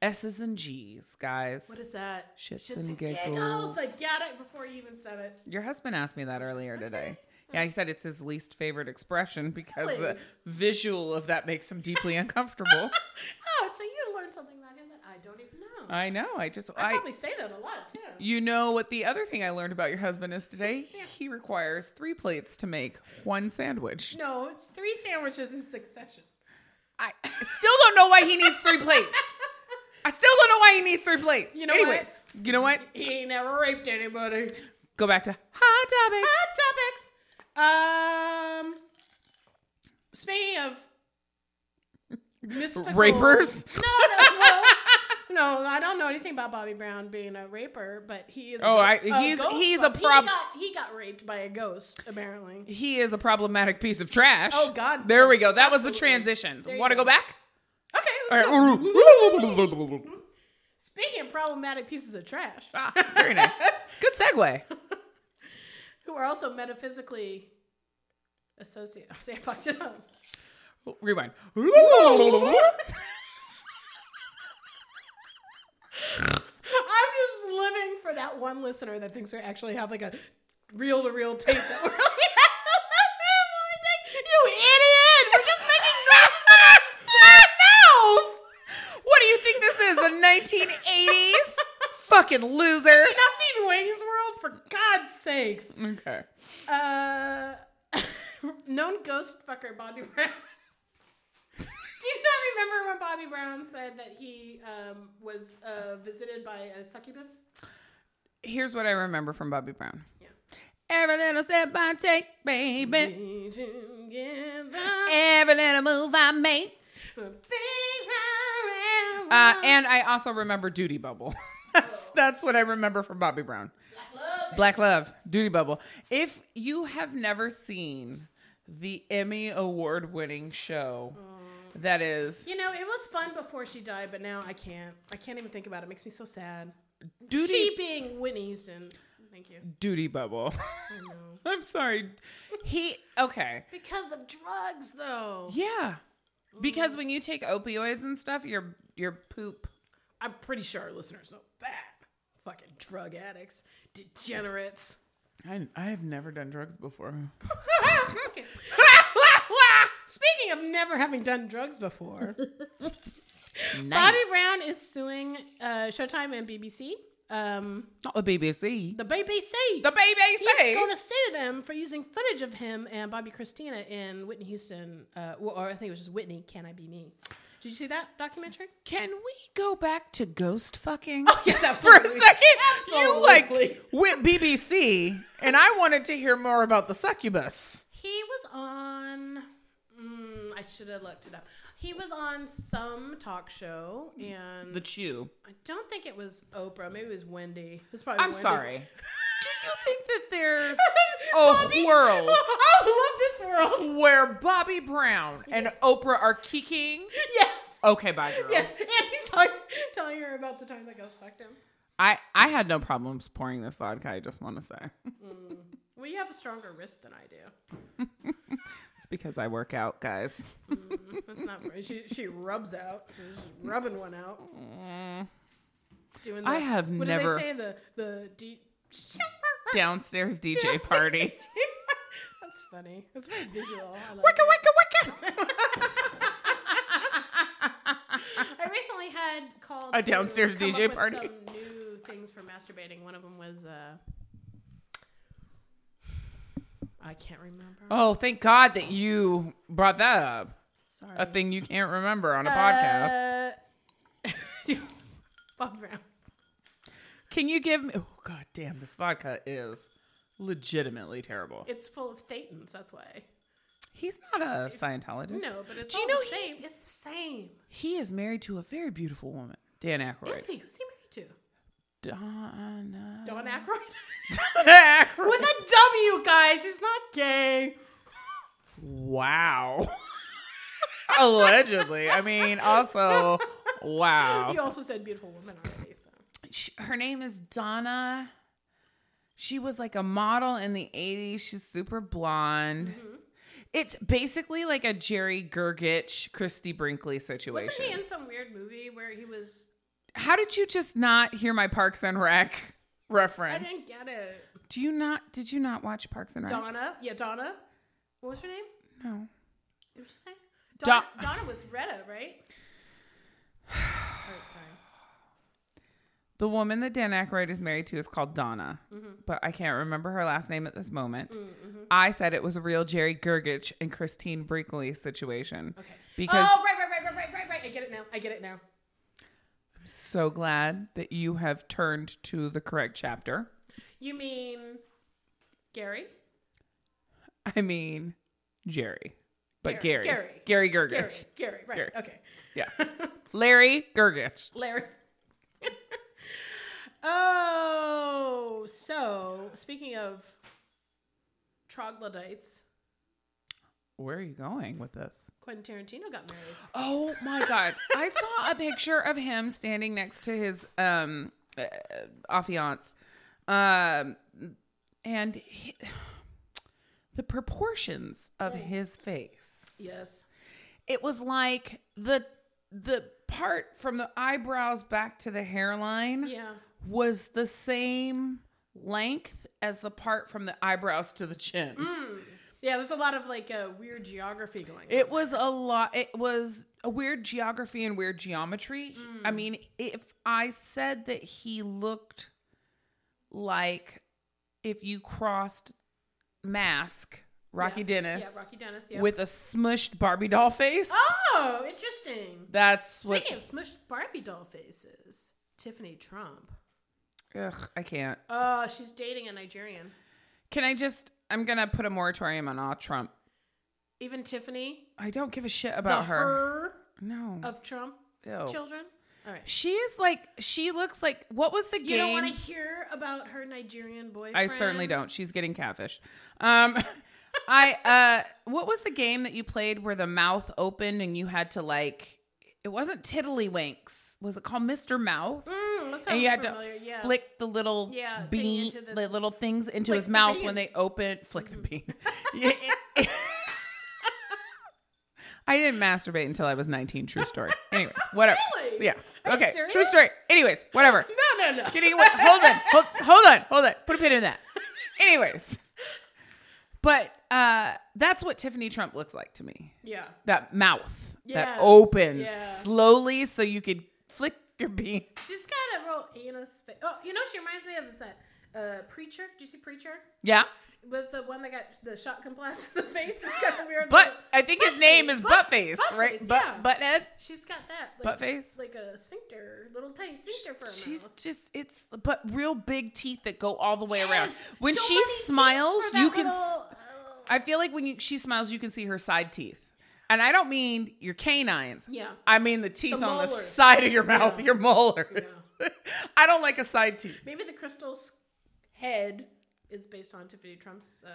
Speaker 1: S's and G's, guys.
Speaker 2: What is that?
Speaker 1: Shits and giggles.
Speaker 2: I got it before you even said it.
Speaker 1: Your husband asked me that earlier today. Yeah, he said it's his least favorite expression because the
Speaker 2: Really?
Speaker 1: visual of that makes him deeply uncomfortable.
Speaker 2: Oh, so you learned something about him that I don't even know.
Speaker 1: I know. I just
Speaker 2: I,
Speaker 1: I,
Speaker 2: probably say that a lot too.
Speaker 1: You know what the other thing I learned about your husband is today? He requires three plates to make one sandwich.
Speaker 2: no, it's three sandwiches in succession.
Speaker 1: I still don't know why he needs three plates. I still don't know why he needs three plates.
Speaker 2: You know what?
Speaker 1: Anyways, you know what?
Speaker 2: He ain't never raped anybody.
Speaker 1: Go back to hot topics.
Speaker 2: Hot topics. Um, speaking of mystical
Speaker 1: Rapers?
Speaker 2: No, no, no. No, I don't know anything about Bobby Brown being a raper, but he is. a
Speaker 1: Oh,
Speaker 2: go-
Speaker 1: I-
Speaker 2: a
Speaker 1: he's-
Speaker 2: ghost
Speaker 1: he's a
Speaker 2: pup.
Speaker 1: prob-
Speaker 2: He got, he got raped by a ghost, apparently.
Speaker 1: He is a problematic piece of trash.
Speaker 2: Oh, God,
Speaker 1: There we
Speaker 2: yes,
Speaker 1: go. That was the
Speaker 2: absolutely.
Speaker 1: transition.
Speaker 2: There you
Speaker 1: Want to
Speaker 2: go.
Speaker 1: go back?
Speaker 2: Okay,
Speaker 1: All
Speaker 2: let's
Speaker 1: right.
Speaker 2: go. Speaking of problematic pieces of trash,
Speaker 1: Ah, Very nice. Good segue.
Speaker 2: who are also metaphysically associated. I say I fucked it up.
Speaker 1: Rewind.
Speaker 2: I'm just living for that that one listener that thinks we actually have like a reel to reel tape that we're You idiot! We're just making noises with our our mouth!
Speaker 1: What do you think this is? The 1980s? Fucking loser.
Speaker 2: You're not seeing Wayne's World? For God's sakes.
Speaker 1: Okay.
Speaker 2: Uh, known ghost fucker Bobby Brown. Do you not remember when Bobby Brown said that he um, was uh, visited by a succubus?
Speaker 1: Here's what I remember from Bobby Brown.
Speaker 2: Yeah.
Speaker 1: Every little step I take, baby.
Speaker 2: Together,
Speaker 1: Every little move I make.
Speaker 2: we'll be
Speaker 1: Uh,
Speaker 2: around.
Speaker 1: and I also remember Duty Bubble. that's, that's what I remember from Bobby Brown.
Speaker 2: Love
Speaker 1: Black Love, Duty Bubble. If you have never seen the Emmy award winning show that is
Speaker 2: You know, it was fun before she died, but now I can't. I can't even think about it. It makes me so sad.
Speaker 1: Duty
Speaker 2: She being Whitney Houston. Thank you.
Speaker 1: Duty Bubble. I'm sorry. He okay.
Speaker 2: Because of drugs, though.
Speaker 1: Yeah. Because when you take opioids and stuff, your your poop.
Speaker 2: I'm pretty sure our listeners know that. Fucking drug addicts, degenerates.
Speaker 1: I I have never done drugs before.
Speaker 2: Okay. Speaking of never having done drugs before, Bobby Brown is suing uh, Showtime and BBC. Um,
Speaker 1: not the BBC.
Speaker 2: the BBC.
Speaker 1: The
Speaker 2: He's
Speaker 1: BBC.
Speaker 2: going to sue them for using footage of him and Bobby Christina in Whitney Houston, uh, or or I think it was just Whitney. Can I be me? Did you see that documentary?
Speaker 1: Can we go back to ghost fucking?
Speaker 2: yes,
Speaker 1: For a second, you like
Speaker 2: Oh, Absolutely.
Speaker 1: went BBC, and I wanted to hear more about the succubus.
Speaker 2: He was on. Mm, I should have looked it up. He was on some talk show, and
Speaker 1: Chew.
Speaker 2: I don't think it was Oprah. Maybe it was Wendy. It was probably.
Speaker 1: I'm
Speaker 2: Wendy.
Speaker 1: sorry. Do you think that there's
Speaker 2: Bobby-
Speaker 1: a world
Speaker 2: I love this world.
Speaker 1: where Bobby Brown and Oprah are kicking?
Speaker 2: Yes.
Speaker 1: Okay, bye, girl.
Speaker 2: Yes, and he's talking, telling her about the time that ghost fucked him.
Speaker 1: I, I had no problems pouring this vodka, I just want to say.
Speaker 2: Well, you have a stronger wrist than I do.
Speaker 1: It's because I work out, guys.
Speaker 2: That's not right. She she rubs out. She's just rubbing one out.
Speaker 1: Mm.
Speaker 2: Doing. The,
Speaker 1: I have
Speaker 2: what
Speaker 1: never-
Speaker 2: do they say? The the de-
Speaker 1: Downstairs DJ party.
Speaker 2: That's funny. That's very visual. I love
Speaker 1: Wicka, wicka,
Speaker 2: it.
Speaker 1: wicka.
Speaker 2: I recently had called
Speaker 1: A
Speaker 2: to
Speaker 1: downstairs
Speaker 2: come
Speaker 1: DJ
Speaker 2: up with
Speaker 1: party.
Speaker 2: Some new things for masturbating. One of them was uh, I can't remember.
Speaker 1: Oh, thank God that you brought that up.
Speaker 2: Sorry.
Speaker 1: A thing you can't remember
Speaker 2: Uh,
Speaker 1: on a podcast.
Speaker 2: podcast. Bob Brown.
Speaker 1: Can you give me? Oh god damn, this vodka is legitimately terrible.
Speaker 2: It's full of thetans. That's why.
Speaker 1: He's not a Scientologist.
Speaker 2: No, but it's
Speaker 1: Do you
Speaker 2: all
Speaker 1: know
Speaker 2: the same. It's the same.
Speaker 1: he, he is married to a very beautiful woman, Dan Aykroyd.
Speaker 2: Is he? Who's he married to?
Speaker 1: Donna
Speaker 2: Don Aykroyd.
Speaker 1: Aykroyd.
Speaker 2: With a W, guys. He's not gay.
Speaker 1: Wow. Allegedly, I mean, also, wow.
Speaker 2: You also said beautiful woman already. So.
Speaker 1: Sh her name is Donna. She was like a model in the 80s. She's super blonde. It's basically like a Jerry Gergich, Christy Brinkley situation.
Speaker 2: Wasn't he in some weird movie where he was?
Speaker 1: How did you just not hear my Parks and Rec
Speaker 2: I
Speaker 1: reference?
Speaker 2: didn't get it.
Speaker 1: Do you not? Did you not watch Parks and Rec?
Speaker 2: Donna. Yeah, Donna. What was her name?
Speaker 1: No.
Speaker 2: What was she saying? Donna,
Speaker 1: Don-
Speaker 2: Donna was Retta, right? Alright, sorry.
Speaker 1: The woman that Dan Aykroyd is married to is called Donna, but I can't remember her last name at this moment. I said it was a real Jerry Gergich and Christine Brinkley situation. Okay. Because
Speaker 2: oh, right, right, right, right, right, right, right. I get it now. I get it now.
Speaker 1: so glad that you have turned to the correct chapter.
Speaker 2: You mean Gary?
Speaker 1: I mean, Jerry, but
Speaker 2: Gary-
Speaker 1: Gary. Gary, Gergich.
Speaker 2: Gary, Gary, right.
Speaker 1: Gary.
Speaker 2: Okay.
Speaker 1: Yeah. Larry Gergich.
Speaker 2: Larry. oh, so speaking of troglodytes,
Speaker 1: Where are you going with this?
Speaker 2: Quentin Tarantino got married.
Speaker 1: Oh my God. I saw a picture of him standing next to his um, uh, affianced. Um, and he, the proportions of his face.
Speaker 2: Yes.
Speaker 1: It was like the the part from the eyebrows back to the hairline
Speaker 2: Yeah.
Speaker 1: was the same length as the part from the eyebrows to the chin.
Speaker 2: Yeah, there's a lot of like uh, weird geography going on.
Speaker 1: It was a lot. It was a weird geography and weird geometry.
Speaker 2: Mm.
Speaker 1: I mean, if I said that he looked like if you crossed Mask, Rocky
Speaker 2: Yeah.
Speaker 1: Dennis,
Speaker 2: Yeah, Rocky Dennis. Yeah.
Speaker 1: with a smushed Barbie doll face,
Speaker 2: oh, interesting.
Speaker 1: that's what.
Speaker 2: Speaking of smushed Barbie doll faces, Tiffany Trump.
Speaker 1: Ugh, I can't.
Speaker 2: Oh, she's dating a Nigerian.
Speaker 1: Can I just? I'm gonna put a moratorium on all Trump.
Speaker 2: Even Tiffany,
Speaker 1: I don't give a shit
Speaker 2: the
Speaker 1: about her.
Speaker 2: her
Speaker 1: No.
Speaker 2: of Trump
Speaker 1: Ew.
Speaker 2: children. All right.
Speaker 1: She is like. She looks like. What was the game?
Speaker 2: You don't want to hear about her Nigerian boyfriend.
Speaker 1: I certainly don't. She's getting catfish. Um, I uh, what was the game that you played where the mouth opened and you had to like? It wasn't Tiddlywinks. Was it called Mr. Mouth?
Speaker 2: Mm, that sounds
Speaker 1: and you had
Speaker 2: familiar.
Speaker 1: to
Speaker 2: yeah.
Speaker 1: flick the little
Speaker 2: Yeah, thing
Speaker 1: bean,
Speaker 2: into the-
Speaker 1: the, little things into
Speaker 2: Flick
Speaker 1: his
Speaker 2: the
Speaker 1: mouth
Speaker 2: bean. Mm-hmm.
Speaker 1: when they open. Flick the bean. Yeah, it- I didn't masturbate until I was 19. True story. Anyways, whatever.
Speaker 2: Really?
Speaker 1: Yeah.
Speaker 2: Are you
Speaker 1: okay. True
Speaker 2: serious?
Speaker 1: story. Anyways, whatever.
Speaker 2: No, no, no.
Speaker 1: Getting away. Hold on. Hold, hold on. Hold on. Put a pin in that. Anyways. But uh, that's what Tiffany Trump looks like to me.
Speaker 2: Yeah.
Speaker 1: That mouth
Speaker 2: Yes.
Speaker 1: that opens
Speaker 2: Yeah.
Speaker 1: slowly so you could flick your bean.
Speaker 2: She's got a real anus. Fa- oh, you know, she reminds me of is that uh, preacher. Do you see preacher?
Speaker 1: Yeah.
Speaker 2: With the one that got the shotgun blast in the face. It's got the weird.
Speaker 1: But
Speaker 2: little-
Speaker 1: I think his
Speaker 2: Buttface.
Speaker 1: name is
Speaker 2: Butt-
Speaker 1: Buttface, right?
Speaker 2: Buttface,
Speaker 1: Butt
Speaker 2: yeah.
Speaker 1: Butthead.
Speaker 2: she's got that. Like,
Speaker 1: Buttface?
Speaker 2: Like a sphincter, little tiny sphincter for a
Speaker 1: She's
Speaker 2: mouth.
Speaker 1: just it's but real big teeth that go all the way around.
Speaker 2: Yes!
Speaker 1: When
Speaker 2: So
Speaker 1: she
Speaker 2: many teeth
Speaker 1: smiles,
Speaker 2: for that
Speaker 1: you can s-
Speaker 2: little- uh,
Speaker 1: I feel like when you, she smiles, you can see her side teeth. And I don't mean your canines.
Speaker 2: Yeah.
Speaker 1: I mean the teeth
Speaker 2: The
Speaker 1: on the
Speaker 2: molars.
Speaker 1: side of your mouth, your molars. I don't like a side teeth.
Speaker 2: Maybe the crystal's head is based on Tiffany Trump's uh,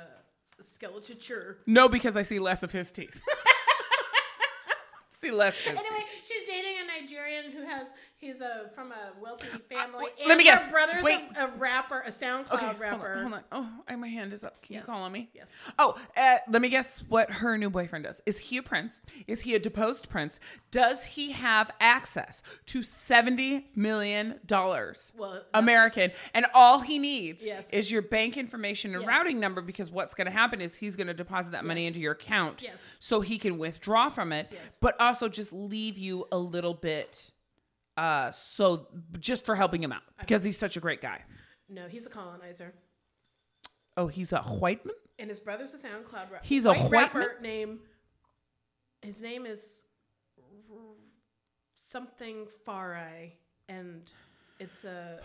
Speaker 2: skeleture.
Speaker 1: No, because I see less of his teeth. see less of his
Speaker 2: Anyway,
Speaker 1: teeth.
Speaker 2: she's dating a Nigerian who has he's a from a wealthy family.
Speaker 1: wait,
Speaker 2: and
Speaker 1: let me
Speaker 2: her
Speaker 1: guess.
Speaker 2: Brother's
Speaker 1: Wait.
Speaker 2: A, a rapper, a SoundCloud
Speaker 1: Okay, hold
Speaker 2: uh, rapper.
Speaker 1: on, hold on. Oh, I, my hand is up. Can
Speaker 2: Yes.
Speaker 1: you call on me?
Speaker 2: Yes.
Speaker 1: Oh, uh, let me guess what her new boyfriend does. Is he a prince? Is he a deposed prince? Does he have access to $70 million
Speaker 2: Well, that's-
Speaker 1: American? And all he needs
Speaker 2: Yes.
Speaker 1: is your bank information and
Speaker 2: Yes.
Speaker 1: routing number because what's going to happen is he's going to deposit that money
Speaker 2: Yes.
Speaker 1: into your account
Speaker 2: Yes.
Speaker 1: so he can withdraw from it,
Speaker 2: Yes.
Speaker 1: but also just leave you a little bit. Uh, so just for helping him out because he's such a great guy.
Speaker 2: No, he's a colonizer,
Speaker 1: Oh, he's a white man?
Speaker 2: and his brother's a SoundCloud rapper.
Speaker 1: He's a white
Speaker 2: rapper name. His name is something Farai, and it's a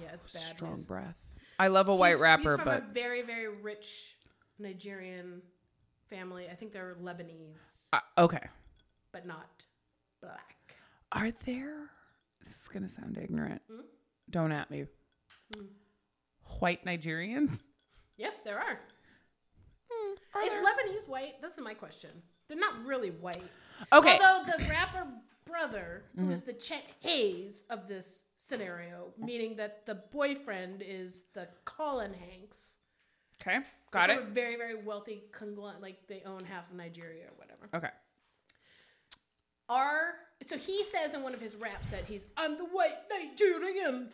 Speaker 2: yeah, it's bad.
Speaker 1: Strong
Speaker 2: news.
Speaker 1: breath. I love a white
Speaker 2: He's-
Speaker 1: rapper,
Speaker 2: he's from
Speaker 1: but
Speaker 2: a very very rich Nigerian family. I think they're Lebanese,
Speaker 1: Uh, okay.
Speaker 2: but not black.
Speaker 1: Are there? This is gonna sound ignorant.
Speaker 2: Hmm?
Speaker 1: Don't at me. White Nigerians.
Speaker 2: Yes, there are.
Speaker 1: Are
Speaker 2: Is
Speaker 1: there?
Speaker 2: Lebanese white? This is my question. They're not really white.
Speaker 1: okay. Mm-hmm.
Speaker 2: Although the rapper brother, who is the Chet Hayes of this scenario, meaning that the boyfriend is the Colin Hanks.
Speaker 1: okay. Got
Speaker 2: They're
Speaker 1: it.
Speaker 2: from a Very, very wealthy conglomerate. Like they own half of Nigeria or whatever.
Speaker 1: Okay.
Speaker 2: Are so he says in one of his raps that he's I'm the white Nigerian.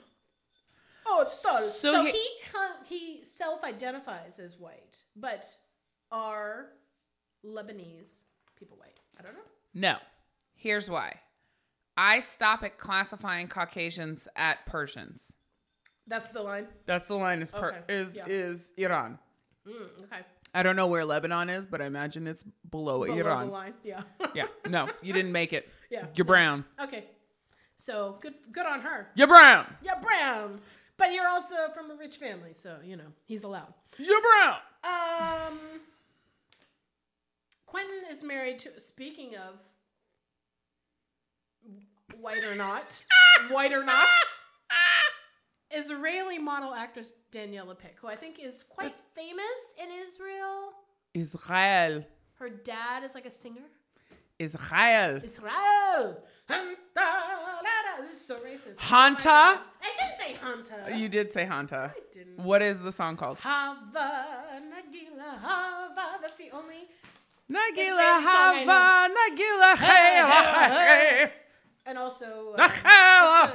Speaker 2: Oh, so,
Speaker 1: So
Speaker 2: so he
Speaker 1: he-
Speaker 2: he, con- he self-identifies as white, but are Lebanese people white? I don't know.
Speaker 1: No. Here's why. I stop at classifying Caucasians at Persians.
Speaker 2: That's the line.
Speaker 1: That's the line. Is per-
Speaker 2: Okay,
Speaker 1: is
Speaker 2: yeah.
Speaker 1: is Iran?
Speaker 2: Mm, okay.
Speaker 1: I don't know where Lebanon is, but I imagine it's below,
Speaker 2: Below
Speaker 1: Iran.
Speaker 2: the line. Yeah.
Speaker 1: Yeah. No, you didn't make it.
Speaker 2: Yeah.
Speaker 1: You're brown.
Speaker 2: Okay. So good good on her.
Speaker 1: You're brown.
Speaker 2: Yeah, Brown. But you're also from a rich family, so you know, he's allowed.
Speaker 1: You're brown.
Speaker 2: Um Quentin is married to speaking of white or not. white or not. Israeli model actress Daniela Pick, who I think is quite famous in Israel.
Speaker 1: Israel.
Speaker 2: Her dad is like a singer.
Speaker 1: Israel.
Speaker 2: Israel. Hanta, la, la. This is so racist.
Speaker 1: Hanta? Uh,
Speaker 2: I didn't say Hanta.
Speaker 1: You did say Hanta.
Speaker 2: I didn't.
Speaker 1: What is the song called?
Speaker 2: Hava, Nagila, Hava. That's the only.
Speaker 1: Nagila
Speaker 2: Israeli song I
Speaker 1: Hava, Nagila Hava.
Speaker 2: And also, uh, what's, the,
Speaker 1: Papa,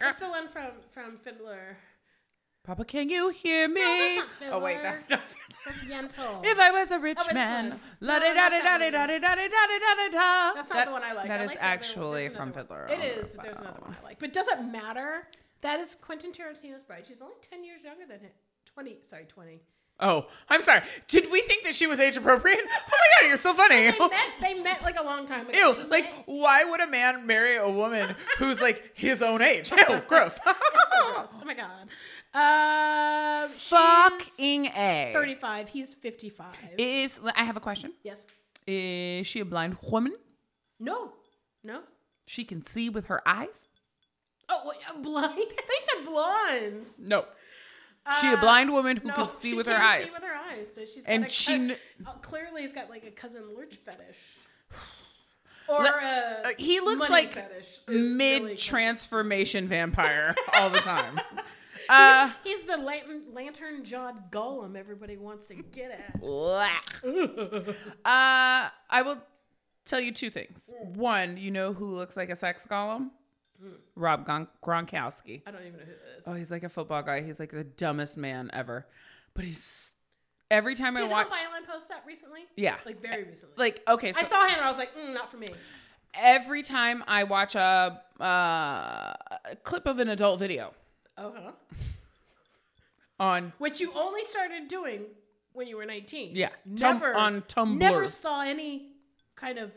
Speaker 2: what's the one from from Fiddler?
Speaker 1: can you hear me?
Speaker 2: that's not
Speaker 1: oh wait,
Speaker 2: Fiddler.
Speaker 1: that's not.
Speaker 2: That's Yentl.
Speaker 1: If I was a rich
Speaker 2: Oh, it's
Speaker 1: man,
Speaker 2: not-
Speaker 1: la
Speaker 2: no,
Speaker 1: da da
Speaker 2: not
Speaker 1: da da
Speaker 2: that
Speaker 1: da da
Speaker 2: one.
Speaker 1: da da da da da.
Speaker 2: That's not the one I like.
Speaker 1: That
Speaker 2: I
Speaker 1: is
Speaker 2: like the other one.
Speaker 1: actually
Speaker 2: There's
Speaker 1: from
Speaker 2: another
Speaker 1: Fiddler.
Speaker 2: one. It is, but there's another one I like. But it doesn't matter. That is Quentin Tarantino's bride. She's only ten years younger than him. Twenty, sorry, twenty.
Speaker 1: Oh, I'm sorry. Did we think that she was age appropriate? Oh my god, you're so funny.
Speaker 2: They met. They met like a long time ago.
Speaker 1: Ew,
Speaker 2: They
Speaker 1: like,
Speaker 2: met-
Speaker 1: why would a man marry a woman who's like his own age? Ew, gross.
Speaker 2: It's so gross. Oh my god. Um, she's
Speaker 1: Fucking A.
Speaker 2: Thirty-five. He's fifty-five.
Speaker 1: Is I have a question.
Speaker 2: yes.
Speaker 1: Is she a blind woman?
Speaker 2: No. No.
Speaker 1: She can see with her eyes?
Speaker 2: Oh, wait, uh, blind. they said blonde.
Speaker 1: No. She a
Speaker 2: Uh,
Speaker 1: blind woman who
Speaker 2: no,
Speaker 1: can see
Speaker 2: she
Speaker 1: with her
Speaker 2: can't
Speaker 1: eyes.
Speaker 2: See with her eyes. So she's
Speaker 1: And
Speaker 2: got a
Speaker 1: she
Speaker 2: cou-
Speaker 1: kn-
Speaker 2: uh, clearly has got like a cousin lurch fetish. Or
Speaker 1: Let-
Speaker 2: a
Speaker 1: Uh, he looks
Speaker 2: money
Speaker 1: like
Speaker 2: fetish is really
Speaker 1: Mid
Speaker 2: clear.
Speaker 1: transformation vampire all the time. uh,
Speaker 2: He's the lan- lantern jawed golem everybody wants to get at.
Speaker 1: blech. uh, I will tell you two things. One, you know who looks like a sex golem? Rob Gon- Gronkowski.
Speaker 2: I don't even know who that is.
Speaker 1: Oh, he's like a football guy. He's like the dumbest man ever. But he's every time I
Speaker 2: Did
Speaker 1: watch,
Speaker 2: Home Island post that recently?
Speaker 1: yeah,
Speaker 2: Like very recently.
Speaker 1: like okay, so
Speaker 2: I saw him and I was like, mm, not for me.
Speaker 1: every time I watch a, uh, a clip of an adult video Oh,
Speaker 2: Uh huh.
Speaker 1: on
Speaker 2: Which you only started doing when you were 19.
Speaker 1: yeah, tum-
Speaker 2: Never.
Speaker 1: on Tumblr,
Speaker 2: Never saw any kind of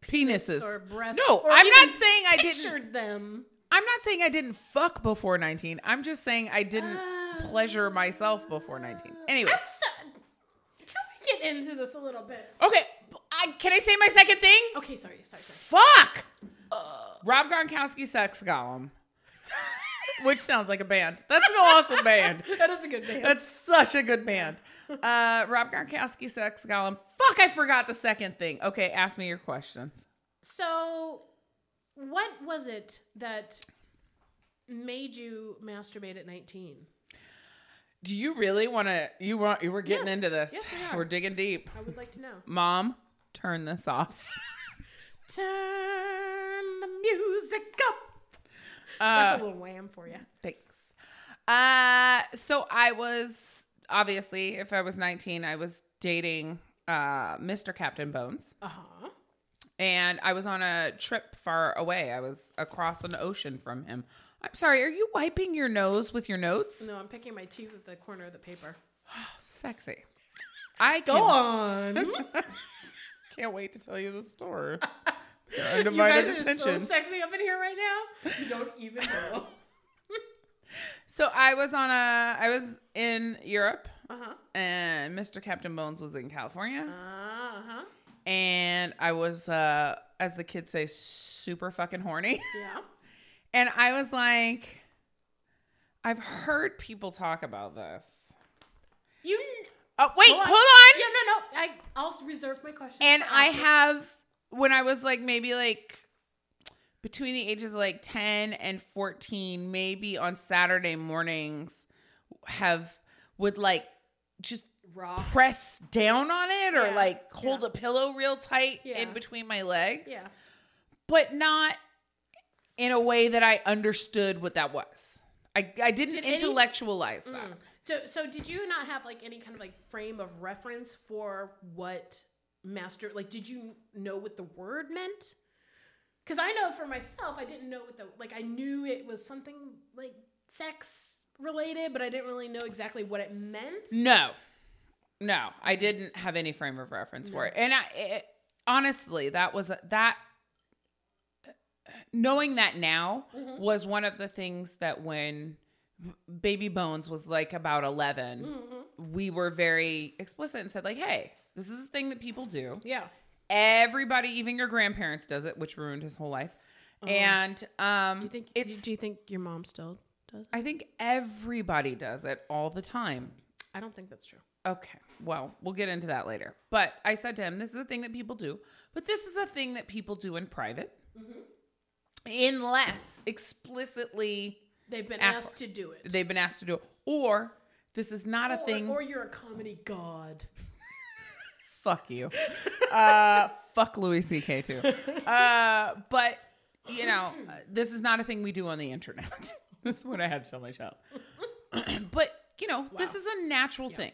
Speaker 1: penises
Speaker 2: or breasts.
Speaker 1: No,
Speaker 2: or
Speaker 1: I'm not
Speaker 2: even
Speaker 1: saying I didn't.
Speaker 2: pictured them.
Speaker 1: I'm not saying I didn't fuck before 19. I'm just saying I didn't
Speaker 2: Ah.
Speaker 1: pleasure myself before 19. Anyways,
Speaker 2: I'm so, can we get into this a little bit?
Speaker 1: okay. I, can I say my second thing?
Speaker 2: Okay, sorry, sorry, sorry.
Speaker 1: Fuck!
Speaker 2: Uh.
Speaker 1: Rob Gronkowski Sex Golem. Which sounds like a band. That's an awesome band.
Speaker 2: That is a good name.
Speaker 1: That's such a good band. Uh, Rob Gronkowski Sex Golem. Fuck, I forgot the second thing. Okay, ask me your questions.
Speaker 2: so, what was it that made you masturbate at 19?
Speaker 1: Do you really want to? You want? You were getting
Speaker 2: Yes.
Speaker 1: into this.
Speaker 2: Yes, we are.
Speaker 1: We're digging deep.
Speaker 2: I would like to know.
Speaker 1: Mom, turn this off.
Speaker 2: Turn the music up.
Speaker 1: Uh,
Speaker 2: That's a little wham for you.
Speaker 1: Thanks. Uh, so I was obviously, if I was 19, I was dating uh, Mr. Captain Bones,
Speaker 2: Uh huh.
Speaker 1: and I was on a trip far away. I was across an ocean from him. I'm sorry. Are you wiping your nose with your notes?
Speaker 2: No, I'm picking my teeth with the corner of the paper.
Speaker 1: Sexy. I can,
Speaker 2: on.
Speaker 1: can't wait to tell you the story. Your
Speaker 2: you guys
Speaker 1: Undivided
Speaker 2: are
Speaker 1: attention.
Speaker 2: so sexy up in here right now. You don't even know.
Speaker 1: so I was on a. I was in Europe,
Speaker 2: Uh huh.
Speaker 1: and Mr. Captain Bones was in California.
Speaker 2: Uh huh.
Speaker 1: Uh. and I was, uh, as the kids say, super fucking horny.
Speaker 2: Yeah.
Speaker 1: And I was like, I've heard people talk about this.
Speaker 2: You.
Speaker 1: Oh, wait, hold on.
Speaker 2: No, no, no. I, I'll reserve my question.
Speaker 1: And
Speaker 2: for
Speaker 1: I
Speaker 2: after.
Speaker 1: have, when I was like maybe like between the ages of like 10 and 14, maybe on Saturday mornings, have, would like just
Speaker 2: raw.
Speaker 1: press down on it or
Speaker 2: Yeah,
Speaker 1: like hold
Speaker 2: yeah.
Speaker 1: a pillow real tight
Speaker 2: Yeah.
Speaker 1: in between my legs.
Speaker 2: Yeah.
Speaker 1: but not in a way that I understood what that was. I, I didn't
Speaker 2: Did any-
Speaker 1: intellectualize that.
Speaker 2: Mm. So, so did you not have like any kind of like frame of reference for what master? Like, did you know what the word meant? Because I know for myself, I didn't know what the like. I knew it was something like sex related, but I didn't really know exactly what it meant.
Speaker 1: No, no, I didn't have any frame of reference for it. And I it, honestly, that was a, that knowing that now
Speaker 2: Mm-hmm.
Speaker 1: was one of the things that when baby bones was like about 11
Speaker 2: Mm-hmm.
Speaker 1: we were very explicit and said like hey this is a thing that people do
Speaker 2: Yeah.
Speaker 1: Everybody, even your grandparents, does it, which ruined his whole life. And um,
Speaker 2: Uh-huh. You think?
Speaker 1: it's.
Speaker 2: do you think your mom still does?
Speaker 1: I think everybody does it all the time.
Speaker 2: I don't think that's true.
Speaker 1: Okay, well, we'll get into that later. But I said to him, "This is a thing that people do, but this is a thing that people do in private, unless explicitly
Speaker 2: They've been
Speaker 1: Ask
Speaker 2: asked
Speaker 1: for
Speaker 2: to do it.
Speaker 1: they've been asked to do it, or this is not a
Speaker 2: or,
Speaker 1: thing."
Speaker 2: or you're a comedy god.
Speaker 1: fuck you. Uh, fuck Louis C.K. too. Uh, but you know, this is not a thing we do on the internet. That's what I had to tell my child. but you know, this is a natural thing.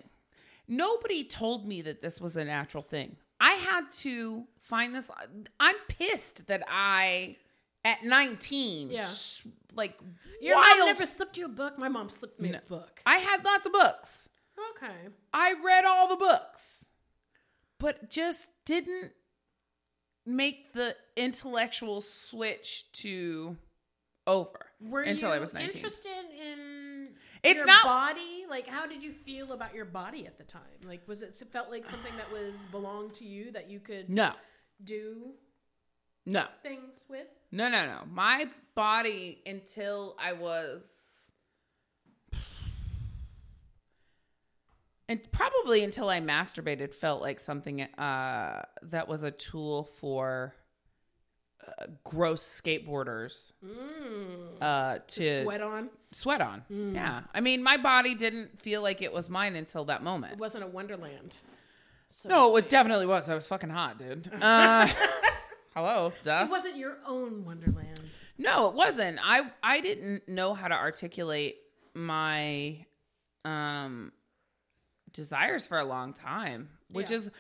Speaker 1: Nobody told me that this was a natural thing. I had to find this. I'm pissed that I, at 19,
Speaker 2: Yeah.
Speaker 1: s- like
Speaker 2: Your mom
Speaker 1: wild.
Speaker 2: never slipped you a book. My mom slipped me
Speaker 1: No.
Speaker 2: a book.
Speaker 1: I had lots of books.
Speaker 2: Okay.
Speaker 1: I read all the books, but just didn't make the intellectual switch to over
Speaker 2: Were
Speaker 1: until
Speaker 2: you
Speaker 1: I was 19.
Speaker 2: interested in
Speaker 1: It's
Speaker 2: your
Speaker 1: not-
Speaker 2: body? Like, how did you feel about your body at the time? Like, was it it felt like something that was belonged to you that you could
Speaker 1: No,
Speaker 2: do
Speaker 1: no,
Speaker 2: things with?
Speaker 1: no, no, no. My body until I was. And probably until I masturbated, felt like something uh, that was a tool for uh, gross skateboarders
Speaker 2: Mm.
Speaker 1: uh,
Speaker 2: To,
Speaker 1: to
Speaker 2: sweat Mm. on.
Speaker 1: sweat on. Yeah. I mean, my body didn't feel like it was mine until that
Speaker 2: It
Speaker 1: moment.
Speaker 2: wasn't a wonderland. So to
Speaker 1: No,
Speaker 2: speak.
Speaker 1: it definitely was. I was fucking hot, dude. Uh, hello, duh.
Speaker 2: it wasn't your own wonderland.
Speaker 1: No, it wasn't. I I didn't know how to articulate my um desires for a long time, which
Speaker 2: Yeah.
Speaker 1: is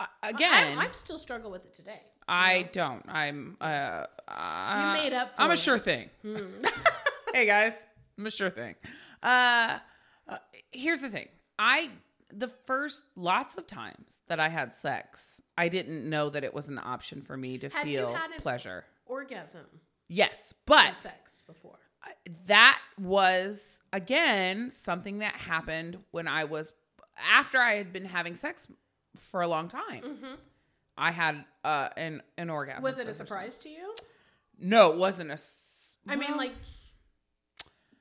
Speaker 1: uh, again.
Speaker 2: I, I still struggle with it today.
Speaker 1: I don't. I'm. Uh, uh,
Speaker 2: made up
Speaker 1: I'm
Speaker 2: for
Speaker 1: a
Speaker 2: it.
Speaker 1: sure thing.
Speaker 2: Hmm.
Speaker 1: hey guys, I'm a sure thing. Uh, uh, here's the thing. I the first lots of times that I had sex, I didn't know that it was an option for me to
Speaker 2: Had you
Speaker 1: feel
Speaker 2: had an-
Speaker 1: pleasure.
Speaker 2: Orgasm
Speaker 1: Yes, but
Speaker 2: and sex before.
Speaker 1: that was again something that happened when I was after I had been having sex for a long time. I had uh, an an orgasm.
Speaker 2: Mm-hmm. Was
Speaker 1: for
Speaker 2: it a
Speaker 1: the first
Speaker 2: surprise to you?
Speaker 1: no, it wasn't a. s-
Speaker 2: I mean,
Speaker 1: well,
Speaker 2: like,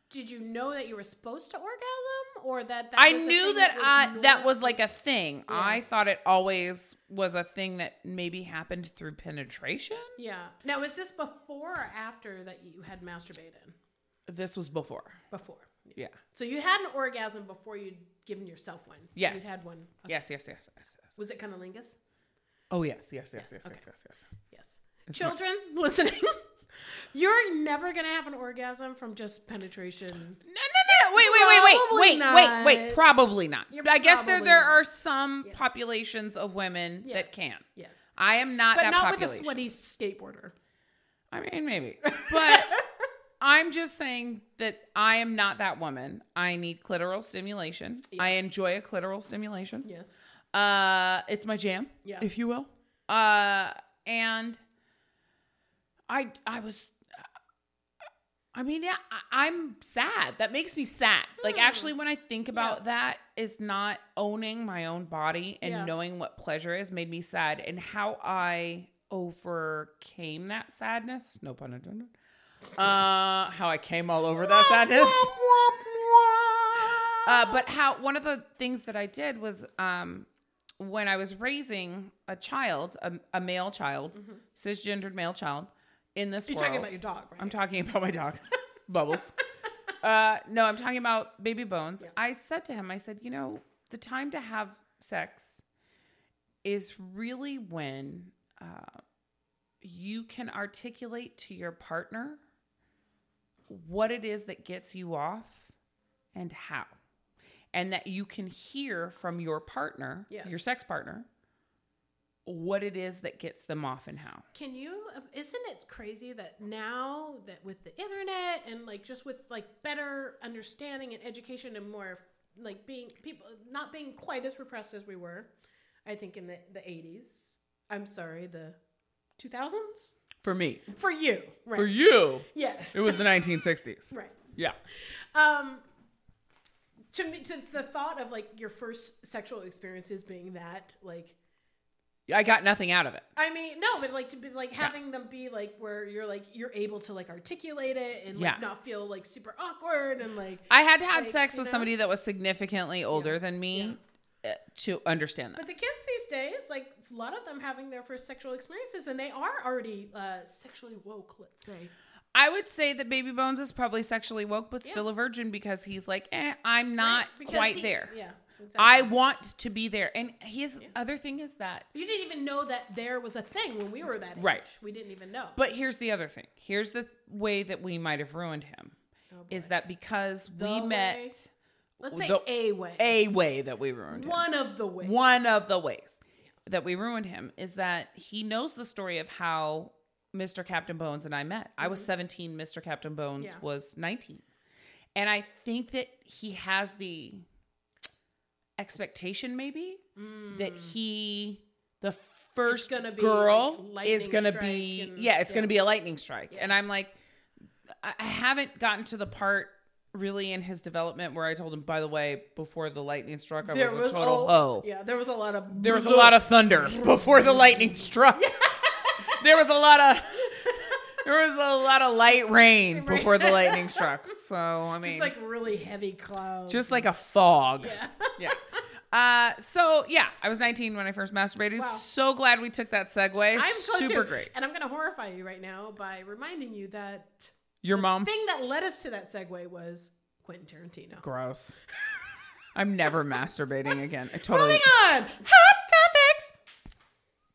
Speaker 2: did you know that you were supposed to orgasm, or that, that
Speaker 1: I
Speaker 2: was a
Speaker 1: knew
Speaker 2: thing
Speaker 1: that I
Speaker 2: was
Speaker 1: that
Speaker 2: norm-
Speaker 1: was like a thing. I thought it always was a thing that maybe happened through penetration.
Speaker 2: yeah. Now, is this before or after that you had masturbated?
Speaker 1: This was before.
Speaker 2: Before.
Speaker 1: Yeah.
Speaker 2: So you had an orgasm before you'd given yourself one.
Speaker 1: Yes.
Speaker 2: You'd had one. Okay.
Speaker 1: Yes, yes, yes, yes, yes.
Speaker 2: Was it cunnilingus?
Speaker 1: Oh yes, yes, yes, yes, yes,
Speaker 2: okay.
Speaker 1: yes, yes, yes.
Speaker 2: Yes. Children listening, you're never gonna have an orgasm from just penetration.
Speaker 1: No, no, no, no. Wait, wait, wait, wait, wait, wait, wait. Probably
Speaker 2: Probably not.
Speaker 1: not.
Speaker 2: You're
Speaker 1: I guess there
Speaker 2: probably
Speaker 1: there
Speaker 2: not.
Speaker 1: are some
Speaker 2: Yes.
Speaker 1: populations of women
Speaker 2: Yes.
Speaker 1: that can.
Speaker 2: Yes.
Speaker 1: I am not
Speaker 2: But
Speaker 1: that
Speaker 2: not
Speaker 1: population.
Speaker 2: with a sweaty skateboarder.
Speaker 1: I mean, maybe. But I'm just saying that I am not that woman. I need clitoral stimulation. I
Speaker 2: Yes.
Speaker 1: enjoy a clitoral stimulation.
Speaker 2: Yes.
Speaker 1: Uh, it's my jam,
Speaker 2: Yeah.
Speaker 1: if you will. Uh, and I, I was, I mean, yeah, I, I'm sad. That makes me sad. Like,
Speaker 2: Hmm.
Speaker 1: actually, when I think about that, is not owning my own body and
Speaker 2: Yeah.
Speaker 1: knowing what pleasure is made me sad, and how I overcame that sadness. No pun intended. Uh, how I came all over that sadness. Uh, but how one of the things that I did was um, when I was raising a child, a, a male child, cisgendered male child in this
Speaker 2: Mm-hmm. You're
Speaker 1: world.
Speaker 2: talking about your dog, right?
Speaker 1: I'm talking about my dog, Bubbles. Uh, no, I'm talking about baby Bones. I said to him, I said, you know, the time to have sex is really when uh, you can articulate to your partner what it is that gets you off and how. And that you can hear from your partner,
Speaker 2: Yes.
Speaker 1: your sex partner, what it is that gets them off and how.
Speaker 2: Can you? uh, Isn't it crazy that now that with the internet and like just with like better understanding and education and more like being people not being quite as repressed as we were, I think in the the eighties. I'm sorry, the two thousands
Speaker 1: For me,
Speaker 2: for you, right?
Speaker 1: for you,
Speaker 2: yes,
Speaker 1: it was the 1960s.
Speaker 2: right.
Speaker 1: Yeah.
Speaker 2: Um, to me, to the thought of like your first sexual experiences being that like
Speaker 1: I got nothing out of it.
Speaker 2: I mean, no, but like to be like having them be like where you're like you're able to like articulate it and like
Speaker 1: Yeah.
Speaker 2: not feel like super awkward and like.
Speaker 1: I had to have
Speaker 2: Like,
Speaker 1: sex
Speaker 2: you
Speaker 1: with
Speaker 2: know?
Speaker 1: somebody that was significantly older than me uh to understand that.
Speaker 2: But the kids these days, like it's a lot of them having their first sexual experiences, and they are already uh, sexually woke. Let's say.
Speaker 1: I would say that Baby Bones is probably sexually woke, but
Speaker 2: Yeah.
Speaker 1: still a virgin because he's like, eh, I'm not
Speaker 2: Because
Speaker 1: quite
Speaker 2: he-
Speaker 1: there.
Speaker 2: Yeah.
Speaker 1: I want to be there. And his other thing is that
Speaker 2: You didn't even know that there was a thing when we were that age.
Speaker 1: Right.
Speaker 2: We didn't even know.
Speaker 1: But here's the other thing. Here's the way that we might have ruined him is that because
Speaker 2: Oh, The
Speaker 1: we
Speaker 2: way?
Speaker 1: met
Speaker 2: Let's say
Speaker 1: the-
Speaker 2: a way.
Speaker 1: a way that we ruined him.
Speaker 2: one of the ways.
Speaker 1: One of the ways that we ruined him is that he knows the story of how Mr. Captain Bones and I met. I was 17, Mr. Captain Bones
Speaker 2: Mm-hmm. Yeah.
Speaker 1: was 19. And I think that he has the expectation maybe that he the first
Speaker 2: Mm. gonna be
Speaker 1: girl
Speaker 2: like
Speaker 1: is
Speaker 2: lightning
Speaker 1: going to
Speaker 2: strike
Speaker 1: be
Speaker 2: and-
Speaker 1: yeah, it's going
Speaker 2: yeah.
Speaker 1: to be a lightning strike. And I'm like I I haven't gotten to the part really in his development where I told him by the way before the lightning struck I
Speaker 2: There
Speaker 1: was,
Speaker 2: was
Speaker 1: a total
Speaker 2: all-
Speaker 1: hoe.
Speaker 2: Yeah, there was a lot of.
Speaker 1: There was a lot of thunder before the lightning struck. there was a lot of there was a lot of light rain before the lightning struck. So I mean,
Speaker 2: Just like really heavy clouds.
Speaker 1: a fog. Yeah. Uh, so yeah, I was 19 when I first masturbated.
Speaker 2: Wow.
Speaker 1: So glad we took that segue.
Speaker 2: I'm so
Speaker 1: super
Speaker 2: too.
Speaker 1: great.
Speaker 2: And I'm going to horrify you right now by reminding you that
Speaker 1: Your mom,
Speaker 2: thing that led us to that segue was Quentin Tarantino.
Speaker 1: gross. I'm never masturbating again. I totally.
Speaker 2: Moving on. Hot topics.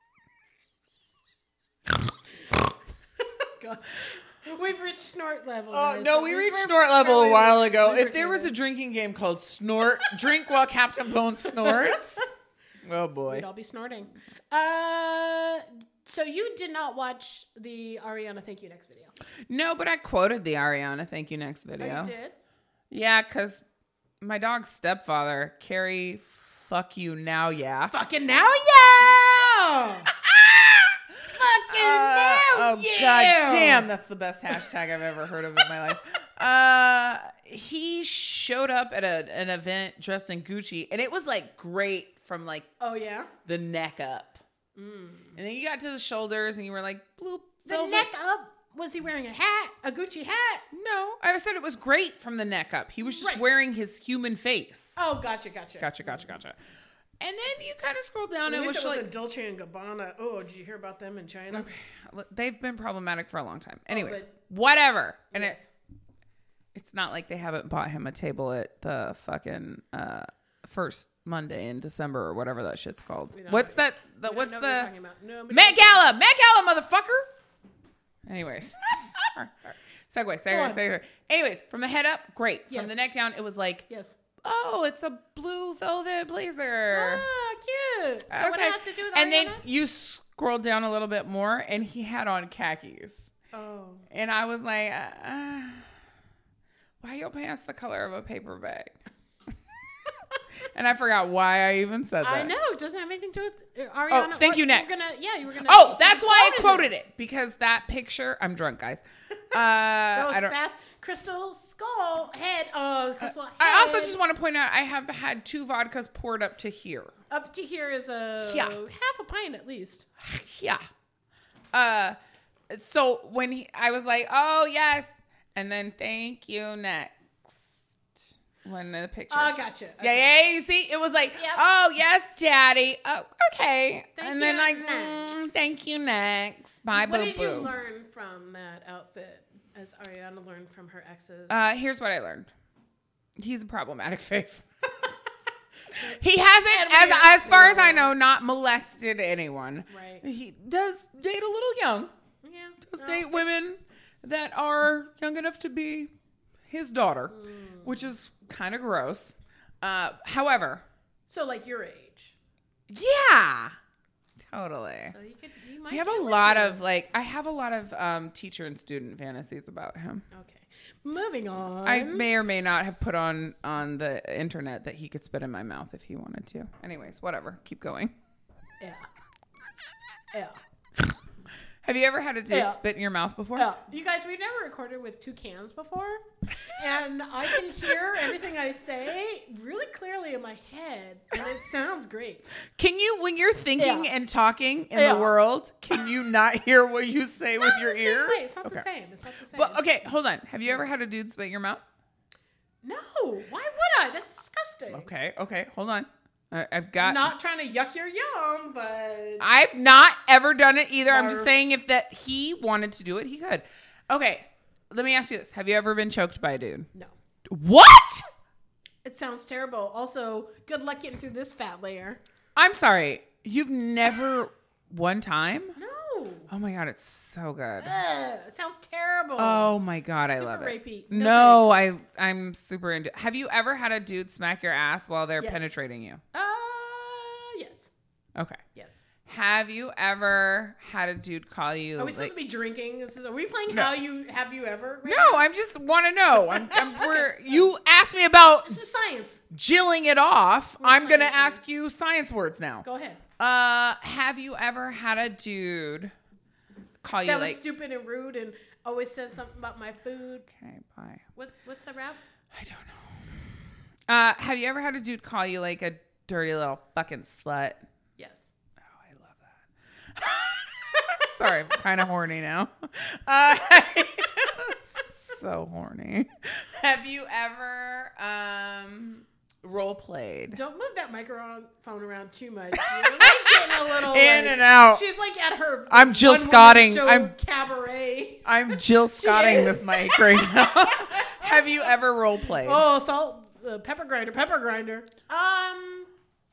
Speaker 2: God. We've reached snort level.
Speaker 1: Oh
Speaker 2: guys.
Speaker 1: no,
Speaker 2: We're-
Speaker 1: we
Speaker 2: we're
Speaker 1: reached snort level a
Speaker 2: fairly
Speaker 1: while ago. If
Speaker 2: lubricated.
Speaker 1: there was a drinking game called snort, drink while Captain Bone snorts. Oh boy.
Speaker 2: we'd all be snorting. Uh, so you did not watch the Ariana Thank You Next video.
Speaker 1: No, but I quoted the Ariana thank you next
Speaker 2: Oh,
Speaker 1: video.
Speaker 2: you did.
Speaker 1: Yeah, cuz my dog's stepfather, Carrie fuck you now, yeah.
Speaker 2: Fucking now, yeah. Fucking
Speaker 1: Uh,
Speaker 2: now,
Speaker 1: oh
Speaker 2: yeah.
Speaker 1: god damn, that's the best hashtag I've ever heard of in my life. Uh, he showed up at a, an event dressed in Gucci, and it was like great from like
Speaker 2: Oh yeah.
Speaker 1: the neck up. And then you got to the shoulders and you were like, bloop.
Speaker 2: Mm. The
Speaker 1: velvet.
Speaker 2: neck up. Was he wearing a hat? A Gucci hat?
Speaker 1: No, I said it was great from the neck up. He was just
Speaker 2: Right.
Speaker 1: wearing his human face.
Speaker 2: Oh, gotcha, gotcha.
Speaker 1: Gotcha, gotcha, gotcha. And then you kind of scroll down
Speaker 2: At
Speaker 1: and it
Speaker 2: least
Speaker 1: was,
Speaker 2: it was
Speaker 1: like,
Speaker 2: a Dolce and Gabbana. Oh, did you hear about them in China?
Speaker 1: they've been problematic for a long time. Anyways,
Speaker 2: but-
Speaker 1: whatever. And
Speaker 2: Oh, Yes.
Speaker 1: it, it's not like they haven't bought him a table at the fucking uh, first Monday in December or whatever that shit's called.
Speaker 2: don't
Speaker 1: What's
Speaker 2: know.
Speaker 1: that? The,
Speaker 2: I
Speaker 1: what's
Speaker 2: know
Speaker 1: the.
Speaker 2: what you're talking about. No, but
Speaker 1: Met Gala, Met Gala, motherfucker. Anyways, segue,
Speaker 2: Go on.
Speaker 1: segue, segue. Anyways, from the head up, great.
Speaker 2: Yes.
Speaker 1: From the neck down, it was like,
Speaker 2: Yes.
Speaker 1: oh, it's a blue velvet blazer.
Speaker 2: Ah, cute. So what
Speaker 1: Okay.
Speaker 2: had to do with
Speaker 1: And then
Speaker 2: Ariana?
Speaker 1: you scroll down a little bit more, and he had on khakis,
Speaker 2: oh,
Speaker 1: and I was like, uh, uh, why your pants the color of a paper bag? and I forgot why I even said that.
Speaker 2: I know. It doesn't have anything to do with uh, Ariana.
Speaker 1: thank
Speaker 2: What-
Speaker 1: you,
Speaker 2: were
Speaker 1: next.
Speaker 2: gonna- yeah, you were gonna.
Speaker 1: Oh,
Speaker 2: so
Speaker 1: that's
Speaker 2: you
Speaker 1: why I quoted it because that picture. I'm drunk, guys. Uh,
Speaker 2: That was
Speaker 1: I don't.
Speaker 2: fast. Crystal skull head. Oh, crystal head.
Speaker 1: I also just want to point out I have had two vodkas poured up to here.
Speaker 2: up to here is a
Speaker 1: Yeah.
Speaker 2: half a pint at least.
Speaker 1: Yeah. Uh, so when he, I was like, "Oh yes," and then thank you next. One of the pictures.
Speaker 2: Oh, gotcha.
Speaker 1: Yeah,
Speaker 2: Okay.
Speaker 1: yeah, you see, it was like,
Speaker 2: Yep.
Speaker 1: oh yes, Daddy. Oh, okay.
Speaker 2: Thank
Speaker 1: and then
Speaker 2: you,
Speaker 1: like,
Speaker 2: next.
Speaker 1: mm, thank you next. Bye,
Speaker 2: What
Speaker 1: boo
Speaker 2: did
Speaker 1: boo.
Speaker 2: you learn from that outfit? As Ariana learned from her exes.
Speaker 1: Uh, here's what I learned. He's a problematic face. he hasn't, as
Speaker 2: we're
Speaker 1: as far as I
Speaker 2: cool.
Speaker 1: know, not molested anyone.
Speaker 2: Right.
Speaker 1: He does date a little young.
Speaker 2: yeah.
Speaker 1: Does
Speaker 2: no.
Speaker 1: date women that are young enough to be his daughter,
Speaker 2: Mm.
Speaker 1: which is kind of gross. Uh, however,
Speaker 2: So like your age.
Speaker 1: yeah, totally.
Speaker 2: So you could. You might
Speaker 1: I have
Speaker 2: get
Speaker 1: a
Speaker 2: lucky.
Speaker 1: lot of like, I have a lot of um, teacher and student fantasies about him.
Speaker 2: Okay. Moving on.
Speaker 1: I may or may not have put on on the internet that he could spit in my mouth if he wanted to. Anyways, whatever. Keep going.
Speaker 2: Yeah. Yeah.
Speaker 1: Have you ever had a dude
Speaker 2: Yeah.
Speaker 1: spit in your mouth before?
Speaker 2: Yeah. You guys, we've never recorded with two cans before. And I can hear everything I say really clearly in my head. And it sounds great.
Speaker 1: Can you, when you're thinking
Speaker 2: Yeah.
Speaker 1: and talking in
Speaker 2: Yeah.
Speaker 1: the world, can you not hear what you say with your
Speaker 2: Not the same
Speaker 1: ears?
Speaker 2: way. It's not the
Speaker 1: Okay.
Speaker 2: same. It's not the same.
Speaker 1: But okay, hold on. Have you ever had a dude spit in your mouth?
Speaker 2: No. Why would I? That's disgusting.
Speaker 1: Okay, okay, hold on. I, I've got.
Speaker 2: I'm not trying to yuck your yum, but
Speaker 1: I've not ever done it either. I'm
Speaker 2: Barf.
Speaker 1: just saying if that he wanted to do it, he could. Okay, let me ask you this: Have you ever been choked by a dude?
Speaker 2: no.
Speaker 1: What?
Speaker 2: It sounds terrible. Also, good luck getting through this fat layer.
Speaker 1: I'm sorry. You've never one time?
Speaker 2: No.
Speaker 1: Oh my god, it's so good.
Speaker 2: Ugh, it sounds terrible.
Speaker 1: Oh my god, I love
Speaker 2: Super
Speaker 1: it.
Speaker 2: rapey.
Speaker 1: No,
Speaker 2: No
Speaker 1: I I'm super into. Have you ever had a dude smack your ass while they're
Speaker 2: Yes.
Speaker 1: penetrating you?
Speaker 2: Uh, yes.
Speaker 1: Okay.
Speaker 2: Yes.
Speaker 1: Have you ever had a dude call you?
Speaker 2: Are we
Speaker 1: like-
Speaker 2: supposed to be drinking? This is. Are we playing
Speaker 1: No.
Speaker 2: How You Have You Ever? right now?
Speaker 1: no, I'm just want to know. I'm, I'm we're, you asked me about
Speaker 2: This is science.
Speaker 1: jilling it off. I'm gonna
Speaker 2: science
Speaker 1: ask you science words now.
Speaker 2: Go ahead.
Speaker 1: Uh, have you ever had a dude call you
Speaker 2: That was
Speaker 1: like?
Speaker 2: stupid and rude, and always says something about my food.
Speaker 1: Okay, bye.
Speaker 2: What, what's a rap?
Speaker 1: I don't know. Uh, have you ever had a dude call you like a dirty little fucking slut?
Speaker 2: Yes.
Speaker 1: Oh, I love that. Sorry, I'm kind of horny now. Uh, so horny. Have you ever um, role played?
Speaker 2: Don't move that microphone around too much. You know, I'm getting a little
Speaker 1: In
Speaker 2: like-
Speaker 1: and out.
Speaker 2: She's like at her.
Speaker 1: I'm Jill
Speaker 2: one-woman
Speaker 1: Scotting.
Speaker 2: show
Speaker 1: I'm-
Speaker 2: cabaret.
Speaker 1: I'm Jill Scotting
Speaker 2: is.
Speaker 1: this mic right now. Have you ever role played?
Speaker 2: Oh, salt, uh, pepper grinder, pepper grinder. Um,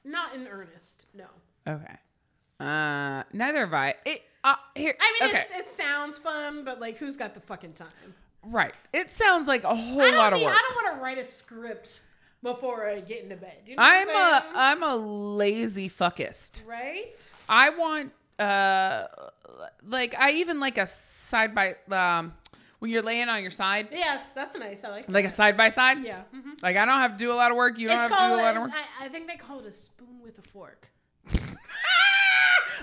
Speaker 2: not in earnest. No.
Speaker 1: Okay. Uh, neither have I. It, uh, here,
Speaker 2: I mean,
Speaker 1: okay.
Speaker 2: it's, it sounds fun, but like, who's got the fucking time?
Speaker 1: right. It sounds like a whole
Speaker 2: I don't
Speaker 1: lot of
Speaker 2: mean-
Speaker 1: work.
Speaker 2: I don't want to write a script before I get into bed. You know what
Speaker 1: I'm
Speaker 2: I'm,
Speaker 1: a
Speaker 2: saying?
Speaker 1: I'm a lazy fuckist.
Speaker 2: right?
Speaker 1: I want uh like I even like a side by um when you're laying on your side
Speaker 2: Yes, that's nice. I like. That.
Speaker 1: like a side by side. Mm-hmm.
Speaker 2: Yeah. hmm
Speaker 1: Like I don't have to do a lot of work. You don't have
Speaker 2: It's
Speaker 1: to do
Speaker 2: called.
Speaker 1: a lot of
Speaker 2: A,
Speaker 1: work.
Speaker 2: I, I think they call it a spoon with a fork.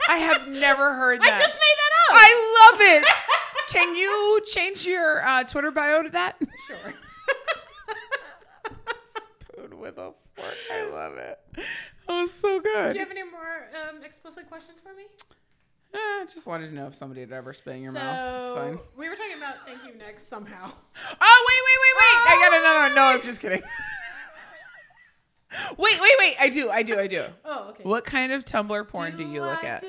Speaker 1: I have never heard that.
Speaker 2: I just made that up.
Speaker 1: I love it. Can you change your uh, Twitter bio to that?
Speaker 2: sure.
Speaker 1: Spoon with a fork. I love it. That was so good.
Speaker 2: Do you have any more um, explicit questions for me?
Speaker 1: Eh, I just wanted to know if somebody had ever spit in your mouth. It's fine.
Speaker 2: we were talking about thank you next somehow.
Speaker 1: Oh wait, wait, wait, wait! I got another one. No, I'm just kidding. wait, wait, wait! I do, I do, I do.
Speaker 2: Oh, okay.
Speaker 1: What kind of Tumblr porn do, you look
Speaker 2: I
Speaker 1: at?
Speaker 2: do?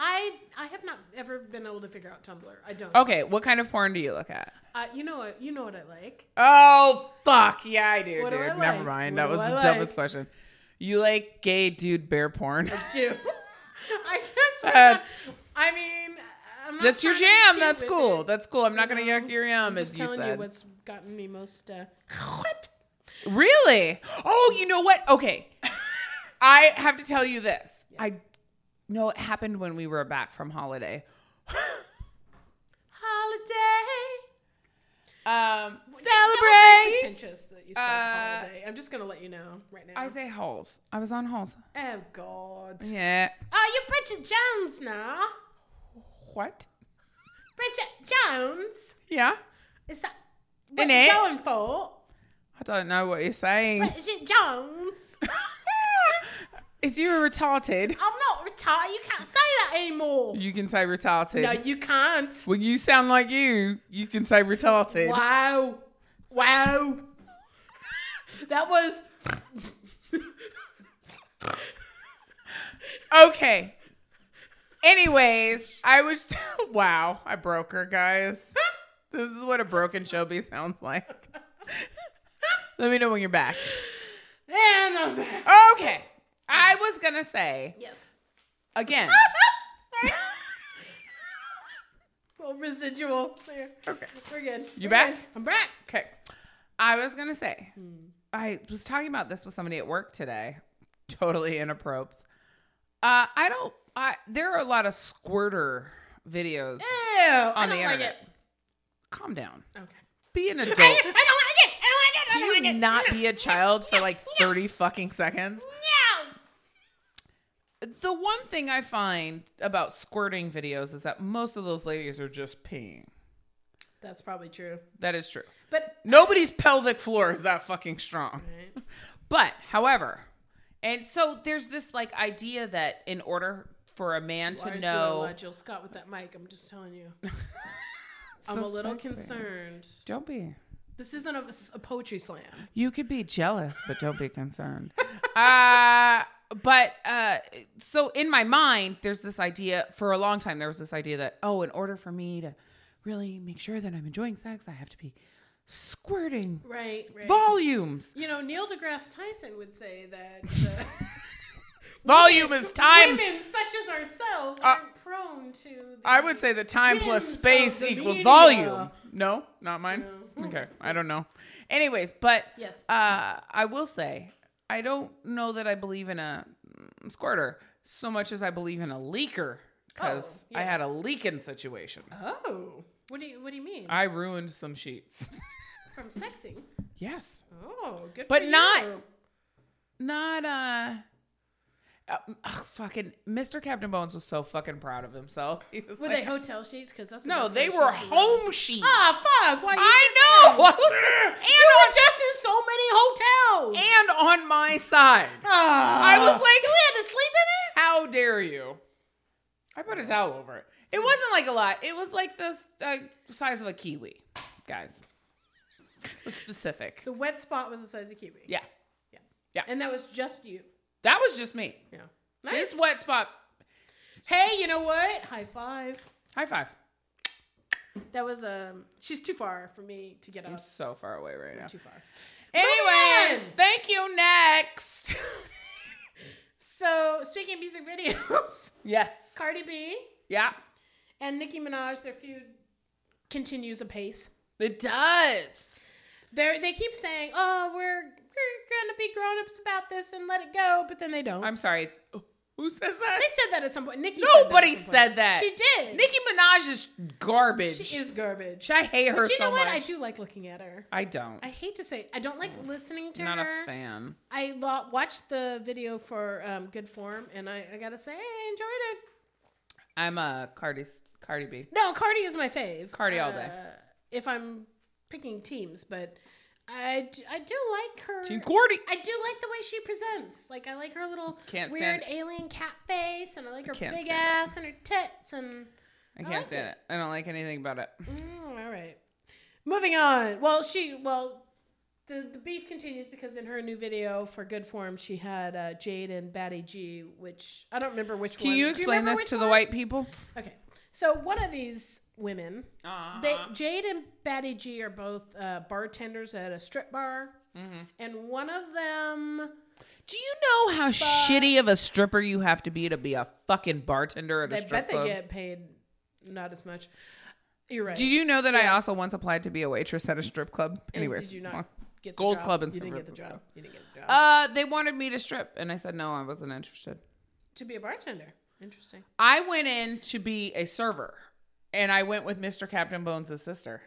Speaker 2: I I have not ever been able to figure out Tumblr. I don't.
Speaker 1: Okay, what kind of porn do you look at?
Speaker 2: Uh, you know what? You know what I like.
Speaker 1: Oh fuck, yeah, I do,
Speaker 2: What do
Speaker 1: dude.
Speaker 2: I
Speaker 1: Never
Speaker 2: like?
Speaker 1: mind.
Speaker 2: What
Speaker 1: that
Speaker 2: do
Speaker 1: was
Speaker 2: I
Speaker 1: the
Speaker 2: like?
Speaker 1: dumbest question. You like gay dude bear porn?
Speaker 2: I do. I guess we're
Speaker 1: That's-
Speaker 2: not- I mean, I'm not
Speaker 1: That's your
Speaker 2: trying to be
Speaker 1: jam.
Speaker 2: cute
Speaker 1: That's
Speaker 2: with
Speaker 1: cool.
Speaker 2: it.
Speaker 1: That's cool. I'm not gonna
Speaker 2: know,
Speaker 1: yuck your yum,
Speaker 2: I'm
Speaker 1: as
Speaker 2: just
Speaker 1: you
Speaker 2: telling you
Speaker 1: said.
Speaker 2: what's gotten me most. Uh,
Speaker 1: Really? Oh, you know what? Okay. I have to tell you this. I know it happened when we were back from holiday.
Speaker 2: holiday.
Speaker 1: Um,
Speaker 2: That was very
Speaker 1: celebrate.
Speaker 2: Pretentious that you said
Speaker 1: Uh,
Speaker 2: holiday. I'm just gonna let you know right now.
Speaker 1: I say halls. I was on halls.
Speaker 2: oh God.
Speaker 1: Yeah.
Speaker 2: Oh, you're Bridget Jones now.
Speaker 1: What?
Speaker 2: Bridget Jones.
Speaker 1: Yeah.
Speaker 2: Is that what
Speaker 1: Isn't
Speaker 2: you're
Speaker 1: it?
Speaker 2: going for?
Speaker 1: I don't know what you're saying.
Speaker 2: Bridget Jones.
Speaker 1: Is you retarded?
Speaker 2: I'm not retarded. You can't say that anymore.
Speaker 1: You can say retarded.
Speaker 2: No, you can't.
Speaker 1: When you sound like you, you can say retarded.
Speaker 2: Wow. Wow. That was.
Speaker 1: Okay. Anyways, I was. wow, I broke her, guys. this is what a broken Shelby sounds like. Let me know when you're back.
Speaker 2: And I'm back.
Speaker 1: Okay. I was gonna say
Speaker 2: Yes.
Speaker 1: again.
Speaker 2: Well, residual. There.
Speaker 1: Okay.
Speaker 2: We're good.
Speaker 1: You
Speaker 2: We're
Speaker 1: back?
Speaker 2: good. I'm back.
Speaker 1: Okay. I was going to say, I was talking about this with somebody at work today. Totally inappropriate. Uh, I don't, I, there are a lot of squirter videos.
Speaker 2: Ew. I
Speaker 1: On the
Speaker 2: don't like
Speaker 1: internet.
Speaker 2: it.
Speaker 1: Calm down.
Speaker 2: Okay.
Speaker 1: Be an
Speaker 2: I, I don't
Speaker 1: adult.
Speaker 2: like it. I don't like it. I don't
Speaker 1: Can
Speaker 2: like
Speaker 1: you
Speaker 2: it.
Speaker 1: not be a child for like
Speaker 2: no.
Speaker 1: 30 fucking seconds?
Speaker 2: No.
Speaker 1: The one thing I find about squirting videos is that most of those ladies are just peeing.
Speaker 2: That's probably true.
Speaker 1: That is true.
Speaker 2: But
Speaker 1: Nobody's pelvic floor is that fucking strong.
Speaker 2: Right.
Speaker 1: But, however, and so there's this like idea that in order for a man
Speaker 2: I
Speaker 1: to
Speaker 2: do a
Speaker 1: know,
Speaker 2: lot, Jill Scott with that mic. I'm just telling you. I'm a little concerned.
Speaker 1: don't be.
Speaker 2: This isn't a, a poetry slam.
Speaker 1: You could be jealous, but don't be concerned. uh, but uh, so in my mind, there's this idea for a long time. There was this idea that oh, in order for me to really make sure that I'm enjoying sex, I have to be squirting,
Speaker 2: Right, right.
Speaker 1: volumes.
Speaker 2: you know, Neil deGrasse Tyson would say that uh,
Speaker 1: Volume is time.
Speaker 2: women such as ourselves
Speaker 1: Uh,
Speaker 2: aren't prone to. The,
Speaker 1: I would say the time plus
Speaker 2: Winds of
Speaker 1: space
Speaker 2: the
Speaker 1: equals
Speaker 2: media.
Speaker 1: volume. No, not mine. Okay, I don't know. Anyways, but
Speaker 2: Yes.
Speaker 1: uh, I will say I don't know that I believe in a mm, squirter so much as I believe in a leaker because
Speaker 2: Oh,
Speaker 1: I
Speaker 2: yeah.
Speaker 1: had a leaking situation.
Speaker 2: Oh, what do you what do you mean?
Speaker 1: I ruined some sheets.
Speaker 2: From sexing?
Speaker 1: yes,
Speaker 2: Oh, good.
Speaker 1: But
Speaker 2: for
Speaker 1: not-
Speaker 2: you.
Speaker 1: not uh. uh, ugh, fucking Mr. Captain Bones was so fucking proud of himself. He was
Speaker 2: were
Speaker 1: like,
Speaker 2: they hotel sheets? Because that's the
Speaker 1: no,
Speaker 2: best
Speaker 1: they
Speaker 2: kind
Speaker 1: were
Speaker 2: of sheets we have.
Speaker 1: home sheets.
Speaker 2: Ah, fuck! Why you
Speaker 1: I know. I was-
Speaker 2: were just in so many hotels.
Speaker 1: and on my side.
Speaker 2: Ah.
Speaker 1: I was like,
Speaker 2: we had to sleep in it.
Speaker 1: How dare you? I put a towel over it. It wasn't like a lot. It was like the uh, size of a kiwi, guys. It was specific.
Speaker 2: The wet spot was the size of kiwi.
Speaker 1: Yeah,
Speaker 2: and that was just you.
Speaker 1: that was just me.
Speaker 2: Yeah.
Speaker 1: This wet spot.
Speaker 2: Hey, you know what? High five.
Speaker 1: High five.
Speaker 2: That was um. She's too far for me to get
Speaker 1: I'm
Speaker 2: up.
Speaker 1: so far away right now.
Speaker 2: Too far.
Speaker 1: Anyways,
Speaker 2: on.
Speaker 1: thank you. Next.
Speaker 2: So speaking of music videos,
Speaker 1: yes.
Speaker 2: Cardi B
Speaker 1: Yeah,
Speaker 2: and Nicki Minaj, their feud continues apace.
Speaker 1: it does.
Speaker 2: They they keep saying, "Oh, we're we're gonna be grown ups about this and let it go," but then they don't.
Speaker 1: I'm sorry. Who says that?
Speaker 2: they said that at some point. Nicki. said that at
Speaker 1: Nobody
Speaker 2: some point.
Speaker 1: said that.
Speaker 2: She did.
Speaker 1: Nicki Minaj is garbage.
Speaker 2: She is garbage.
Speaker 1: I hate her
Speaker 2: But you
Speaker 1: so
Speaker 2: know what?
Speaker 1: much.
Speaker 2: I do like looking at her.
Speaker 1: I don't.
Speaker 2: I hate to say, I don't like listening to
Speaker 1: Not
Speaker 2: her.
Speaker 1: a fan.
Speaker 2: I lo- watched the video for um, Good Form, and I, I gotta say, I enjoyed it.
Speaker 1: I'm a Cardi Cardi B.
Speaker 2: No, Cardi is my fave. Uh,
Speaker 1: Cardi all day.
Speaker 2: If I'm picking teams, but I, d- I do like her.
Speaker 1: Team Cordy.
Speaker 2: I do like the way she presents. Like I like her little
Speaker 1: Can't stand
Speaker 2: weird alien cat face, and I like her
Speaker 1: can't
Speaker 2: big
Speaker 1: stand
Speaker 2: ass and her tits, and
Speaker 1: I can't
Speaker 2: like
Speaker 1: stand
Speaker 2: it.
Speaker 1: it. I don't like anything about it.
Speaker 2: Mm, all right. Moving on. Well, she well, the the beef continues because in her new video for Good Form, she had uh, Jade and Batty G, which I don't remember which
Speaker 1: Can
Speaker 2: one.
Speaker 1: you
Speaker 2: Do
Speaker 1: explain
Speaker 2: remember
Speaker 1: this
Speaker 2: which
Speaker 1: to the
Speaker 2: one?
Speaker 1: white people?
Speaker 2: Okay, so one of these women,
Speaker 1: Uh,
Speaker 2: ba- Jade and Batty G, are both uh, bartenders at a strip bar, and one of them.
Speaker 1: Do you know how shitty of a stripper you have to be to be a fucking bartender at a
Speaker 2: I
Speaker 1: strip
Speaker 2: bet they
Speaker 1: club?
Speaker 2: get paid not as much. You're right.
Speaker 1: Did you know that I also once applied to be a waitress at a strip club?
Speaker 2: And
Speaker 1: Anyways,
Speaker 2: did you
Speaker 1: fuck.
Speaker 2: not get the
Speaker 1: Gold
Speaker 2: job?
Speaker 1: Club in
Speaker 2: You
Speaker 1: San
Speaker 2: didn't get the
Speaker 1: Francisco.
Speaker 2: job. You didn't get the job.
Speaker 1: Uh, they wanted me to strip, and I said no, I wasn't interested.
Speaker 2: to be a bartender. Interesting.
Speaker 1: I went in to be a server, and I went with Mr. Captain Bones' sister.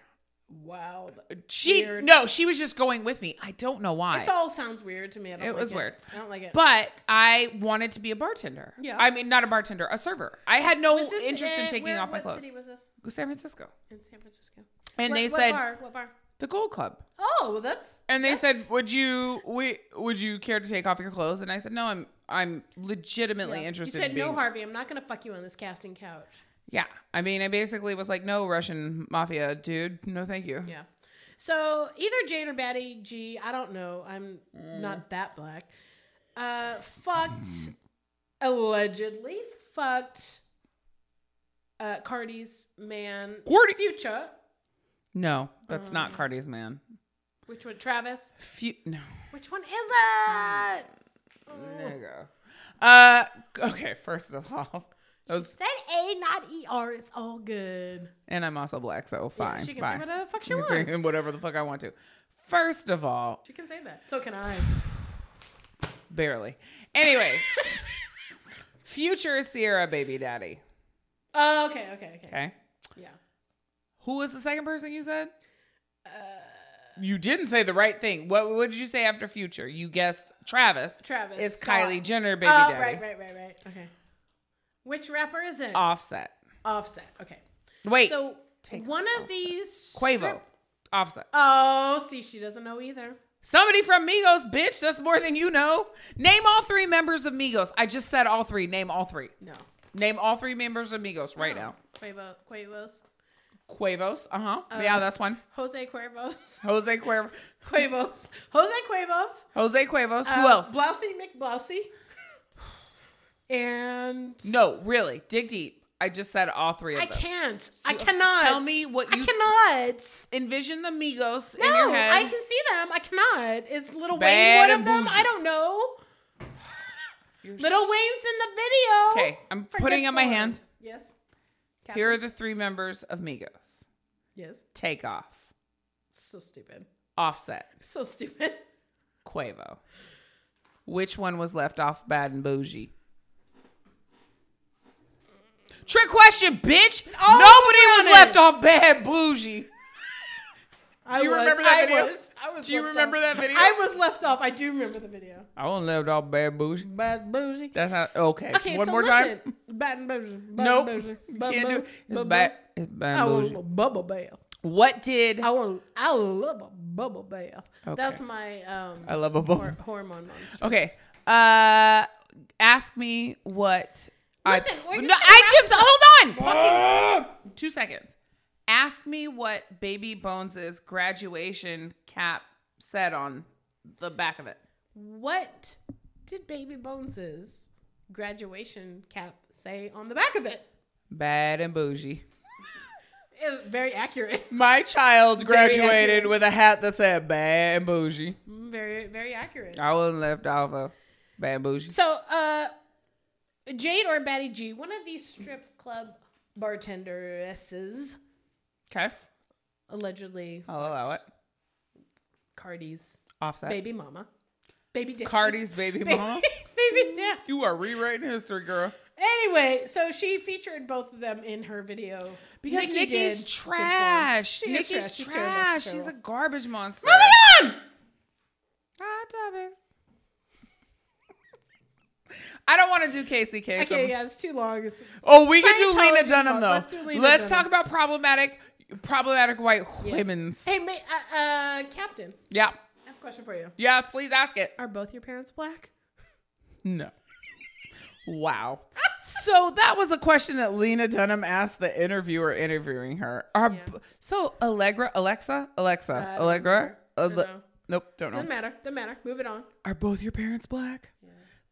Speaker 2: Wow.
Speaker 1: Uh, She
Speaker 2: Weird.
Speaker 1: no, she was just going with me. I don't know why.
Speaker 2: This all sounds weird to me. I don't
Speaker 1: It
Speaker 2: like
Speaker 1: was weird.
Speaker 2: I don't like it.
Speaker 1: But I wanted to be a bartender.
Speaker 2: Yeah.
Speaker 1: I mean, not a bartender, a server. I had no
Speaker 2: Was this
Speaker 1: interest in
Speaker 2: at-
Speaker 1: taking
Speaker 2: where-
Speaker 1: off my
Speaker 2: what
Speaker 1: clothes.
Speaker 2: city was this?
Speaker 1: San Francisco.
Speaker 2: In San Francisco.
Speaker 1: And
Speaker 2: What-
Speaker 1: they
Speaker 2: what
Speaker 1: said
Speaker 2: bar? What bar?
Speaker 1: the Gold Club.
Speaker 2: Oh, well, that's
Speaker 1: And they said, "Would you we, would you care to take off your clothes?" And I said, "No, I'm I'm legitimately
Speaker 2: yeah.
Speaker 1: interested."
Speaker 2: You said
Speaker 1: in being,
Speaker 2: no, Harvey. I'm not going to fuck you on this casting couch.
Speaker 1: Yeah. I mean, I basically was like, "No, Russian mafia, dude. No, thank you."
Speaker 2: Yeah. So either Jade or Batty G, I don't know. I'm not that black. Uh, fucked, allegedly fucked uh, Cardi's man,
Speaker 1: Gordy.
Speaker 2: Future,
Speaker 1: No, that's
Speaker 2: Mm.
Speaker 1: not Cardi's man.
Speaker 2: which one? Travis.
Speaker 1: Few, no.
Speaker 2: Which one is it?
Speaker 1: There you go. Uh, okay. First of all, those,
Speaker 2: Said A, not ER. It's all good.
Speaker 1: and I'm also black, so fine.
Speaker 2: she can
Speaker 1: bye.
Speaker 2: say whatever the fuck she
Speaker 1: I can
Speaker 2: wants.
Speaker 1: say whatever the fuck I want to. First of all,
Speaker 2: She can say that. So can I.
Speaker 1: barely. Anyways, future Sierra baby daddy.
Speaker 2: Oh, okay, okay, okay.
Speaker 1: Okay.
Speaker 2: Yeah.
Speaker 1: Who was the second person you said?
Speaker 2: Uh,
Speaker 1: you didn't say the right thing. What, what did you say after future? You guessed Travis.
Speaker 2: Travis
Speaker 1: is
Speaker 2: Scott.
Speaker 1: Kylie Jenner baby
Speaker 2: oh,
Speaker 1: daddy.
Speaker 2: right, right, right, right. Okay. Which rapper is it?
Speaker 1: Offset.
Speaker 2: Offset. Okay.
Speaker 1: Wait.
Speaker 2: so
Speaker 1: take
Speaker 2: one
Speaker 1: off
Speaker 2: of these
Speaker 1: Quavo.
Speaker 2: strip-
Speaker 1: Offset.
Speaker 2: oh, see, she doesn't know either.
Speaker 1: Somebody from Migos, bitch. That's more than you know. Name all three members of Migos. I just said all three. Name all three.
Speaker 2: No.
Speaker 1: Name all three members of Migos
Speaker 2: Oh.
Speaker 1: right now.
Speaker 2: Quavo, Quavos,
Speaker 1: Quavos. Uh-huh.
Speaker 2: Uh,
Speaker 1: yeah, that's one.
Speaker 2: Jose Cuervos,
Speaker 1: Jose Cuervo.
Speaker 2: Quavos, Jose Quavos.
Speaker 1: Jose Cuervos.
Speaker 2: uh,
Speaker 1: Who else?
Speaker 2: Blousy McBlousy. And
Speaker 1: no, really. Dig deep. I just said all three of
Speaker 2: I
Speaker 1: them.
Speaker 2: can't. I
Speaker 1: So-
Speaker 2: cannot.
Speaker 1: tell me what you-
Speaker 2: I cannot.
Speaker 1: Envision the Migos in
Speaker 2: No,
Speaker 1: your head.
Speaker 2: I can see them. I cannot. Is Little Wayne
Speaker 1: Bad
Speaker 2: one of
Speaker 1: and
Speaker 2: them?
Speaker 1: bougie.
Speaker 2: I don't know.
Speaker 1: You're
Speaker 2: Little
Speaker 1: s-
Speaker 2: Wayne's in the video.
Speaker 1: Okay, I'm putting up my
Speaker 2: Forgetful.
Speaker 1: hand.
Speaker 2: Yes.
Speaker 1: Here are the three members of Migos.
Speaker 2: yes.
Speaker 1: Take off.
Speaker 2: So stupid.
Speaker 1: Offset.
Speaker 2: So stupid.
Speaker 1: Quavo. Which one was left off bad and bougie? Trick question, bitch.
Speaker 2: Oh,
Speaker 1: Nobody was
Speaker 2: Browning.
Speaker 1: left off bad bougie.
Speaker 2: I
Speaker 1: you
Speaker 2: was,
Speaker 1: remember that
Speaker 2: I
Speaker 1: video?
Speaker 2: Was, I was
Speaker 1: Do you
Speaker 2: left
Speaker 1: remember
Speaker 2: off.
Speaker 1: that video?
Speaker 2: I was left off. I do remember the video.
Speaker 1: I wasn't left off bad bougie.
Speaker 2: Bad bougie.
Speaker 1: That's not okay.
Speaker 2: Okay,
Speaker 1: one
Speaker 2: so
Speaker 1: more
Speaker 2: listen.
Speaker 1: time.
Speaker 2: Bad and bougie. Bad
Speaker 1: Nope.
Speaker 2: And bougie, bad
Speaker 1: Can't do.
Speaker 2: and
Speaker 1: it.
Speaker 2: bougie,
Speaker 1: It's
Speaker 2: bad
Speaker 1: bad.
Speaker 2: bougie.
Speaker 1: It's bad
Speaker 2: I
Speaker 1: and
Speaker 2: want
Speaker 1: bougie.
Speaker 2: a bubble bath.
Speaker 1: What did
Speaker 2: I want. I love a bubble bath. That's
Speaker 1: Okay.
Speaker 2: my
Speaker 1: I
Speaker 2: um
Speaker 1: love a bubble?
Speaker 2: hor- hormone monster.
Speaker 1: Okay. Uh, ask me what.
Speaker 2: Listen,
Speaker 1: I,
Speaker 2: we're just
Speaker 1: no,
Speaker 2: gonna
Speaker 1: I
Speaker 2: wrap
Speaker 1: just hold on. Fucking- two seconds. Ask me what Baby Bones' graduation cap said on the back of it.
Speaker 2: What did Baby Bones' graduation cap say on the back of it?
Speaker 1: Bad and bougie.
Speaker 2: It was very accurate.
Speaker 1: My child graduated
Speaker 2: accurate.
Speaker 1: with a hat that said bad and bougie.
Speaker 2: Very, very accurate.
Speaker 1: I wasn't left off of bad and bougie.
Speaker 2: So, uh, Jade or Batty G, one of these strip club bartenderesses
Speaker 1: Okay.
Speaker 2: allegedly
Speaker 1: I'll allow it.
Speaker 2: Cardi's
Speaker 1: Offset.
Speaker 2: baby mama, baby daddy,
Speaker 1: Cardi's baby
Speaker 2: baby,
Speaker 1: mama.
Speaker 2: baby dad.
Speaker 1: You are rewriting history, girl.
Speaker 2: Anyway, so she featured both of them in her video
Speaker 1: Because
Speaker 2: Nikki
Speaker 1: Nikki's
Speaker 2: did.
Speaker 1: trash.
Speaker 2: She is
Speaker 1: Nikki's
Speaker 2: trash.
Speaker 1: trash. She's,
Speaker 2: She's terrible. She's
Speaker 1: a
Speaker 2: terrible.
Speaker 1: garbage monster.
Speaker 2: Moving on.
Speaker 1: Hot topics. I don't want to do Casey Kasem.
Speaker 2: Okay, yeah, it's too long. It's,
Speaker 1: Oh, we could do Lena
Speaker 2: Scientology
Speaker 1: Dunham
Speaker 2: laws.
Speaker 1: though. Let's,
Speaker 2: Let's do Lena Dunham.
Speaker 1: talk about problematic, problematic white women's.
Speaker 2: hey, ma- uh, uh, Captain,
Speaker 1: Yeah,
Speaker 2: I have a question for you.
Speaker 1: yeah. Please ask it.
Speaker 2: Are both your parents black?
Speaker 1: No. Wow. So that was a question that Lena Dunham asked the interviewer interviewing her. Are
Speaker 2: Yeah.
Speaker 1: b- so Allegra, Alexa, Alexa,
Speaker 2: I don't
Speaker 1: Allegra.
Speaker 2: remember.
Speaker 1: Ale-
Speaker 2: Don't know.
Speaker 1: Nope, Uh, don't know.
Speaker 2: Doesn't matter. Doesn't matter. Move it on.
Speaker 1: Are both your parents black?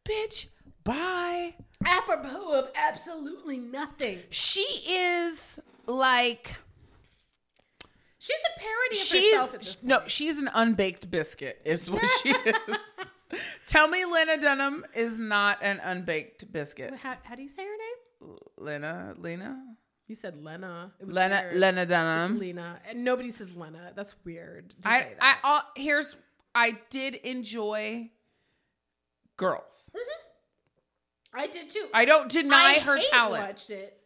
Speaker 1: Bitch, bye.
Speaker 2: Apropos of absolutely nothing.
Speaker 1: She is like
Speaker 2: She's a parody of herself at this
Speaker 1: she's
Speaker 2: point.
Speaker 1: no, she's an unbaked biscuit is what she is. Tell me Lena Dunham is not an unbaked biscuit.
Speaker 2: How, how do you say her name?
Speaker 1: Lena, Lena?
Speaker 2: You said Lena. It was
Speaker 1: Lena
Speaker 2: weird.
Speaker 1: Lena
Speaker 2: It's
Speaker 1: Dunham.
Speaker 2: Lena. And nobody says Lena. That's weird. To
Speaker 1: I
Speaker 2: say
Speaker 1: I
Speaker 2: that.
Speaker 1: all, here's I did enjoy girls.
Speaker 2: Mm-hmm. I, did too.
Speaker 1: I don't deny
Speaker 2: I
Speaker 1: her
Speaker 2: hate
Speaker 1: talent.
Speaker 2: watched it.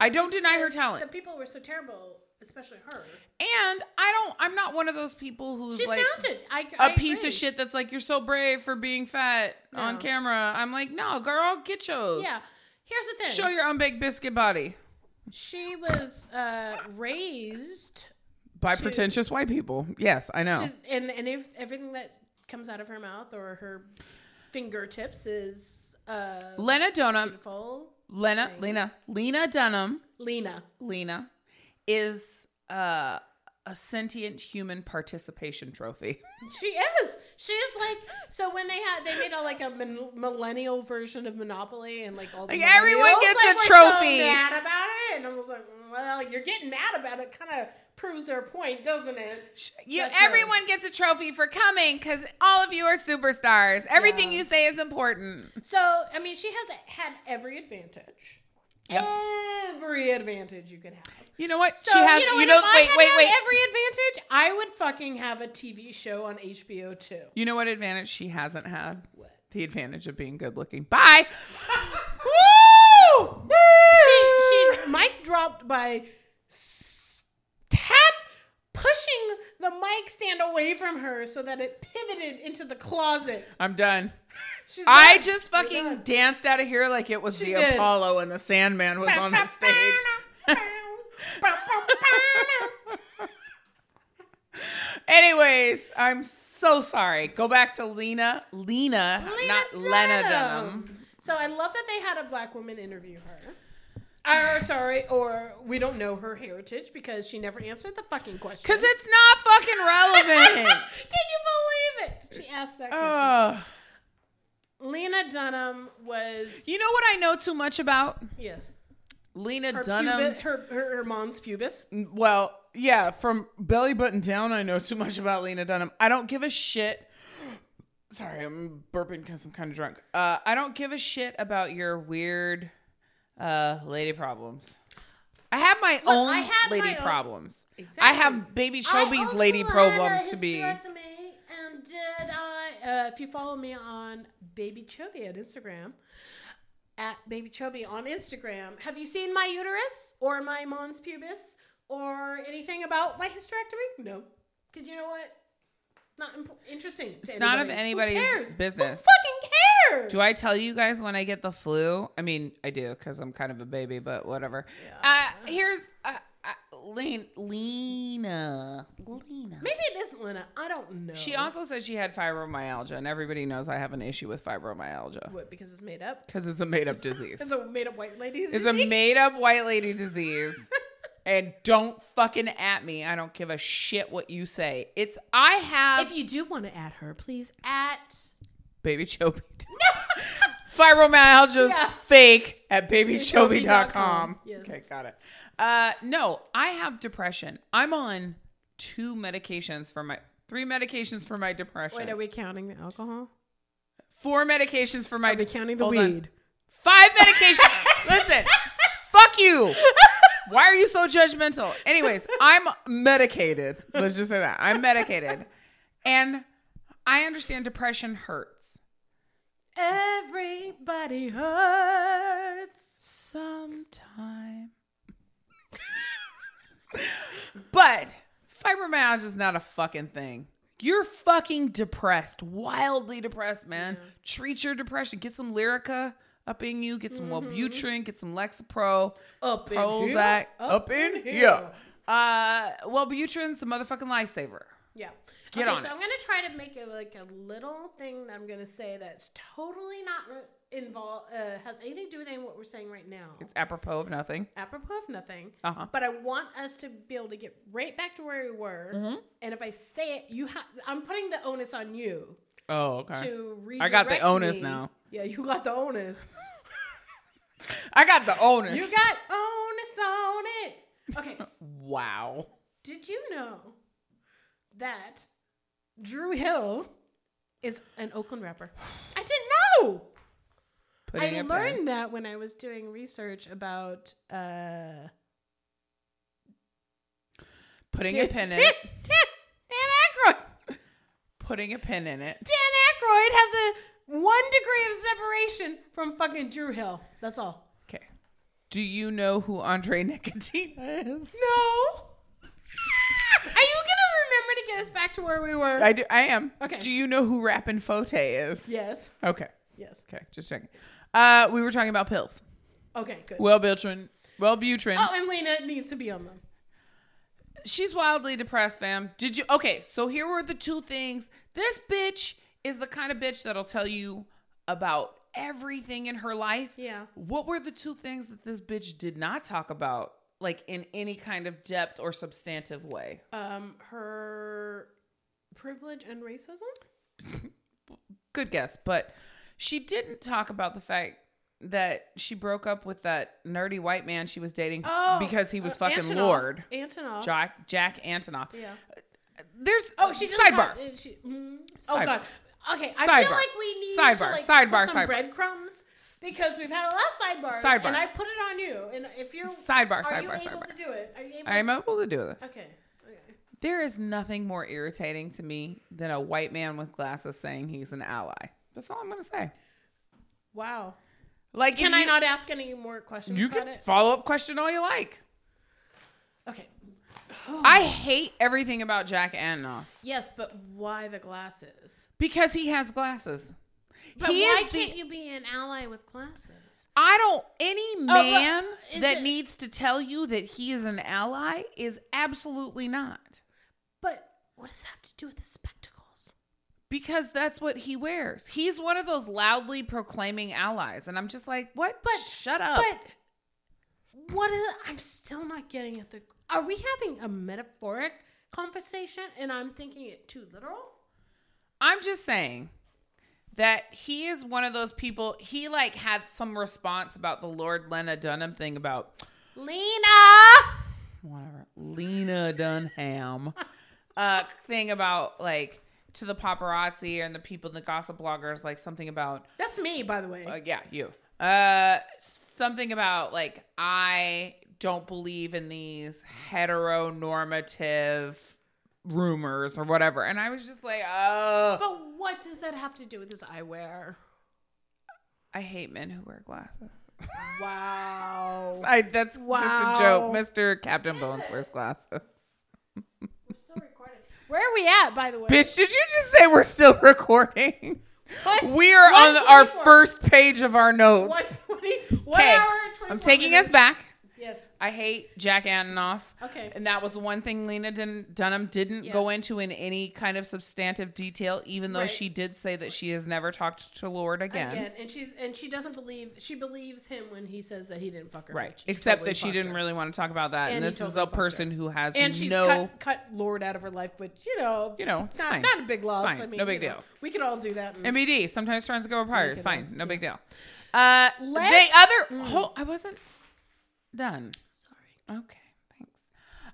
Speaker 1: I don't deny her
Speaker 2: It's-
Speaker 1: talent.
Speaker 2: The people were so terrible, especially her.
Speaker 1: And I don't I'm not one of those people who's
Speaker 2: She's
Speaker 1: like
Speaker 2: talented. I,
Speaker 1: a
Speaker 2: I
Speaker 1: piece
Speaker 2: agree.
Speaker 1: of shit that's like you're so brave for being fat on
Speaker 2: No.
Speaker 1: camera. I'm like, no, girl, get yours.
Speaker 2: Yeah. Here's the thing.
Speaker 1: Show your unbaked biscuit body
Speaker 2: She was uh, raised,
Speaker 1: by
Speaker 2: She-
Speaker 1: pretentious white people. Yes, I know.
Speaker 2: she's- and and if everything that comes out of her mouth or her fingertips is uh,
Speaker 1: Lena Dunham,
Speaker 2: beautiful,
Speaker 1: Lena,
Speaker 2: Right.
Speaker 1: Lena, Lena Dunham,
Speaker 2: Lena.
Speaker 1: Lena is uh, a sentient human participation trophy.
Speaker 2: She is. She is like so when they had they made a like a min- millennial version of Monopoly and like all the
Speaker 1: Like, everyone
Speaker 2: millennials,
Speaker 1: gets
Speaker 2: like,
Speaker 1: a
Speaker 2: were so
Speaker 1: trophy.
Speaker 2: mad about it, and I was like, well, you're getting mad about it. Kind of proves their point, doesn't it?
Speaker 1: Sh- You,
Speaker 2: That's her.
Speaker 1: everyone gets a trophy for coming because all of you are superstars. Everything
Speaker 2: Yeah.
Speaker 1: you say is important.
Speaker 2: So I mean, she has had every advantage. Every advantage you could have.
Speaker 1: You know what?
Speaker 2: So,
Speaker 1: she has.
Speaker 2: you know,
Speaker 1: You
Speaker 2: and
Speaker 1: know,
Speaker 2: if I
Speaker 1: wait,
Speaker 2: had
Speaker 1: wait,
Speaker 2: had
Speaker 1: wait.
Speaker 2: Every advantage, I would fucking have a TV show on HBO too.
Speaker 1: You know what advantage she hasn't had? The advantage of being good looking. Bye.
Speaker 2: Woo! she, she mic dropped by s- tap pushing the mic stand away from her so that it pivoted into the closet.
Speaker 1: I'm done.
Speaker 2: She's
Speaker 1: I
Speaker 2: like,
Speaker 1: just
Speaker 2: "You're
Speaker 1: fucking
Speaker 2: done."
Speaker 1: danced out of here like it was the
Speaker 2: did.
Speaker 1: Apollo and the Sandman was on the stage. Anyways, I'm so sorry. Go back to Lena. Lena, not Lena Dunham.
Speaker 2: So I love that they had a black woman interview her. Or sorry, or we don't know her heritage because she never answered the fucking question.
Speaker 1: Because it's not fucking relevant.
Speaker 2: Can you believe it? She asked that question.
Speaker 1: Ugh.
Speaker 2: Lena Dunham was
Speaker 1: you know what I know too much about?
Speaker 2: yes.
Speaker 1: Lena
Speaker 2: Her
Speaker 1: Dunham.
Speaker 2: pubis, her, her, her mom's pubis.
Speaker 4: Well, yeah, from Belly Button Down, I know too much about Lena Dunham. I don't give a shit. Sorry, I'm burping because I'm kind of drunk.
Speaker 1: Uh, I don't give a shit about your weird uh, lady problems. I have my own
Speaker 2: I have
Speaker 1: lady
Speaker 2: my own-
Speaker 1: problems. I
Speaker 2: Exactly.
Speaker 1: have baby Shelby's lady problems to be.
Speaker 2: And did I? Uh, if you follow me on Baby Chubby on Instagram, at Baby Chubby on Instagram, have you seen my uterus or my mons pubis or anything about my hysterectomy? No, because you know what? Not imp- interesting. to
Speaker 1: It's not of
Speaker 2: anybody. Who
Speaker 1: anybody's
Speaker 2: cares?
Speaker 1: business.
Speaker 2: Who fucking cares?
Speaker 1: Do I tell you guys when I get the flu? I mean, I do because I'm kind of a baby, but whatever. Uh, here's uh, uh, Lena. Lena. Lena.
Speaker 2: Maybe it isn't Lena. I don't know.
Speaker 1: She also said she had fibromyalgia, and everybody knows I have an issue with fibromyalgia
Speaker 2: what because it's made up.
Speaker 1: because it's a made up disease.
Speaker 2: It's a made up white lady.
Speaker 1: It's a made up white lady disease. and don't fucking at me. I don't give a shit what you say. It's I have
Speaker 2: if you do want to add her, please at
Speaker 1: baby Chobi. Fibromyalgia's
Speaker 2: Yeah.
Speaker 1: fake at babychobi.com.
Speaker 2: Yes.
Speaker 1: Okay, got it. Uh, no, I have depression. I'm on two medications for my three medications for my depression.
Speaker 2: Wait, are we counting the alcohol?
Speaker 1: Four medications for my
Speaker 2: Are we counting the
Speaker 1: Hold on.
Speaker 2: weed?
Speaker 1: Five medications. Listen, fuck you. Why are you so judgmental? Anyways, I'm medicated. Let's just say that. I'm medicated. And I understand depression hurts.
Speaker 2: Everybody hurts.
Speaker 1: Sometime. but fibromyalgia is not a fucking thing. You're fucking depressed, wildly depressed, man. Treat your depression. Get some Lyrica up in you. Get some Wellbutrin. Get some Lexapro.
Speaker 2: Mm-hmm. Up in
Speaker 1: Prozac.
Speaker 2: here,
Speaker 1: Up, in here. Uh, Wellbutrin's a motherfucking lifesaver.
Speaker 2: Yeah.
Speaker 1: Get
Speaker 2: okay,
Speaker 1: on
Speaker 2: so
Speaker 1: it.
Speaker 2: I'm gonna try to make it like a little thing that I'm gonna say that's totally not involved. Uh, has anything to do with any- what we're saying right now?
Speaker 1: It's apropos of nothing.
Speaker 2: apropos of nothing.
Speaker 1: Uh-huh.
Speaker 2: But I want us to be able to get right back to where we were.
Speaker 1: Mm-hmm.
Speaker 2: And if I say it, you have. I'm putting the onus on you
Speaker 1: Oh, okay.
Speaker 2: to read.
Speaker 1: I got the onus now.
Speaker 2: Yeah, you got the onus.
Speaker 1: I got the onus.
Speaker 2: You got onus on it. Okay.
Speaker 1: wow.
Speaker 2: Did you know that Drew Hill is an Oakland rapper? I didn't know.
Speaker 1: Putting
Speaker 2: I
Speaker 1: it there.
Speaker 2: learned that when I was doing research about uh
Speaker 1: Putting a
Speaker 2: Dan,
Speaker 1: pin in
Speaker 2: Dan-
Speaker 1: it.
Speaker 2: Dan- Dan Aykroyd.
Speaker 1: Putting a pin in it.
Speaker 2: Dan Aykroyd has a one degree of separation from fucking Drew Hill. That's all.
Speaker 1: Okay. Do you know who Andre Nicotina is?
Speaker 2: No. Are you gonna remember to get us back to where we were?
Speaker 1: I do. I am.
Speaker 2: Okay.
Speaker 1: Do you know who Rappin' Fote is?
Speaker 2: yes.
Speaker 1: Okay.
Speaker 2: Yes.
Speaker 1: Okay. Just checking. Uh, we were talking about pills.
Speaker 2: Okay. Good.
Speaker 1: Wellbutrin. Wellbutrin.
Speaker 2: Oh, and Lena needs to be on them.
Speaker 1: She's wildly depressed, fam. Did you? Okay. So here were the two things. This bitch is the kind of bitch that'll tell you about everything in her life.
Speaker 2: Yeah.
Speaker 1: What were the two things that this bitch did not talk about, like in any kind of depth or substantive way?
Speaker 2: um her privilege and racism
Speaker 1: good guess, but she didn't talk about the fact that she broke up with that nerdy white man she was dating f- because he was
Speaker 2: uh,
Speaker 1: fucking
Speaker 2: Antonov.
Speaker 1: Lord
Speaker 2: antonov
Speaker 1: Jack Jack Antonoff.
Speaker 2: yeah
Speaker 1: There's
Speaker 2: oh she didn't
Speaker 1: sidebar.
Speaker 2: talk- uh, she- mm. oh
Speaker 1: Sidebar.
Speaker 2: god okay i
Speaker 1: Sidebar.
Speaker 2: feel like we need to,
Speaker 1: Sidebar.
Speaker 2: like,
Speaker 1: Sidebar.
Speaker 2: put some
Speaker 1: Sidebar.
Speaker 2: breadcrumbs because we've had a lot of sidebars
Speaker 1: Sidebar.
Speaker 2: and i put it on you and if you're
Speaker 1: sidebar.
Speaker 2: are you
Speaker 1: Sidebar.
Speaker 2: able
Speaker 1: Sidebar.
Speaker 2: to do it are you able
Speaker 1: I am able to do this.
Speaker 2: to okay okay
Speaker 1: There is nothing more irritating to me than a white man with glasses saying he's an ally. That's all I'm gonna say.
Speaker 2: wow
Speaker 1: Like, if
Speaker 2: can i
Speaker 1: you-
Speaker 2: not ask any more questions
Speaker 1: You
Speaker 2: about
Speaker 1: can
Speaker 2: it
Speaker 1: follow up question all you like.
Speaker 2: okay Oh
Speaker 1: I hate everything about Jack Antonoff
Speaker 2: yes but why the glasses
Speaker 1: because he has glasses.
Speaker 2: but
Speaker 1: he
Speaker 2: why
Speaker 1: is the
Speaker 2: can't you be an ally with glasses
Speaker 1: I don't. Any
Speaker 2: Oh, well,
Speaker 1: man
Speaker 2: is
Speaker 1: that
Speaker 2: it-
Speaker 1: needs to tell you that he is an ally is absolutely not,
Speaker 2: but what does that have to do with the spectacles
Speaker 1: because that's what he wears. He's one of those loudly proclaiming allies, and I'm just like, what? But shut up.
Speaker 2: But what is? I'm still not getting at the. Are we having a metaphoric conversation, and I'm thinking it too literal?
Speaker 1: I'm just saying that he is one of those people. He like had some response about the Lord Lena Dunham thing about
Speaker 2: Lena!
Speaker 1: whatever Lena Dunham uh, thing about like to the paparazzi and the people, the gossip bloggers, like something about
Speaker 2: That's me, by the way.
Speaker 1: uh, yeah, you. Uh, something about like I don't believe in these heteronormative rumors or whatever, and I was just like, oh,
Speaker 2: but what does that have to do with his eyewear?
Speaker 1: I hate men who wear glasses.
Speaker 2: Wow.
Speaker 1: I that's just a joke.
Speaker 2: Wow.
Speaker 1: Mr. Captain Bones wears glasses.
Speaker 2: We're still recording. Where are we at, by the way?
Speaker 1: Bitch, did you just say we're still recording?
Speaker 2: What-
Speaker 1: We are on the- our
Speaker 2: 124.
Speaker 1: first page of our notes.
Speaker 2: 120 one
Speaker 1: Okay,
Speaker 2: hour and 24
Speaker 1: I'm taking
Speaker 2: minutes.
Speaker 1: us back.
Speaker 2: Yes.
Speaker 1: I hate Jack Antonoff.
Speaker 2: Okay.
Speaker 1: And that was the one thing Lena Dun- Dunham didn't go
Speaker 2: Yes.
Speaker 1: into in any kind of substantive detail, even though
Speaker 2: Right.
Speaker 1: she did say that she has never talked to Lord again.
Speaker 2: Again, and she's and she doesn't believe she believes him when he says that he didn't fuck her.
Speaker 1: Right.
Speaker 2: She
Speaker 1: Except
Speaker 2: totally
Speaker 1: that she
Speaker 2: fucked
Speaker 1: didn't
Speaker 2: her.
Speaker 1: really want to talk about that. And,
Speaker 2: And he
Speaker 1: this is
Speaker 2: totally
Speaker 1: a
Speaker 2: fucked her.
Speaker 1: person who has
Speaker 2: And she's
Speaker 1: no.
Speaker 2: cut, cut Lord out of her life, but you know,
Speaker 1: You know, it's
Speaker 2: not,
Speaker 1: fine.
Speaker 2: not a big loss.
Speaker 1: fine.
Speaker 2: I mean,
Speaker 1: No big
Speaker 2: you know,
Speaker 1: deal.
Speaker 2: We could all do that. and-
Speaker 1: MBD. E Sometimes friends go apart. It's
Speaker 2: Okay,
Speaker 1: fine. No big deal. Uh, the
Speaker 2: Let's- mm.
Speaker 1: other. Hold, I wasn't done.
Speaker 2: Sorry.
Speaker 1: Okay, thanks.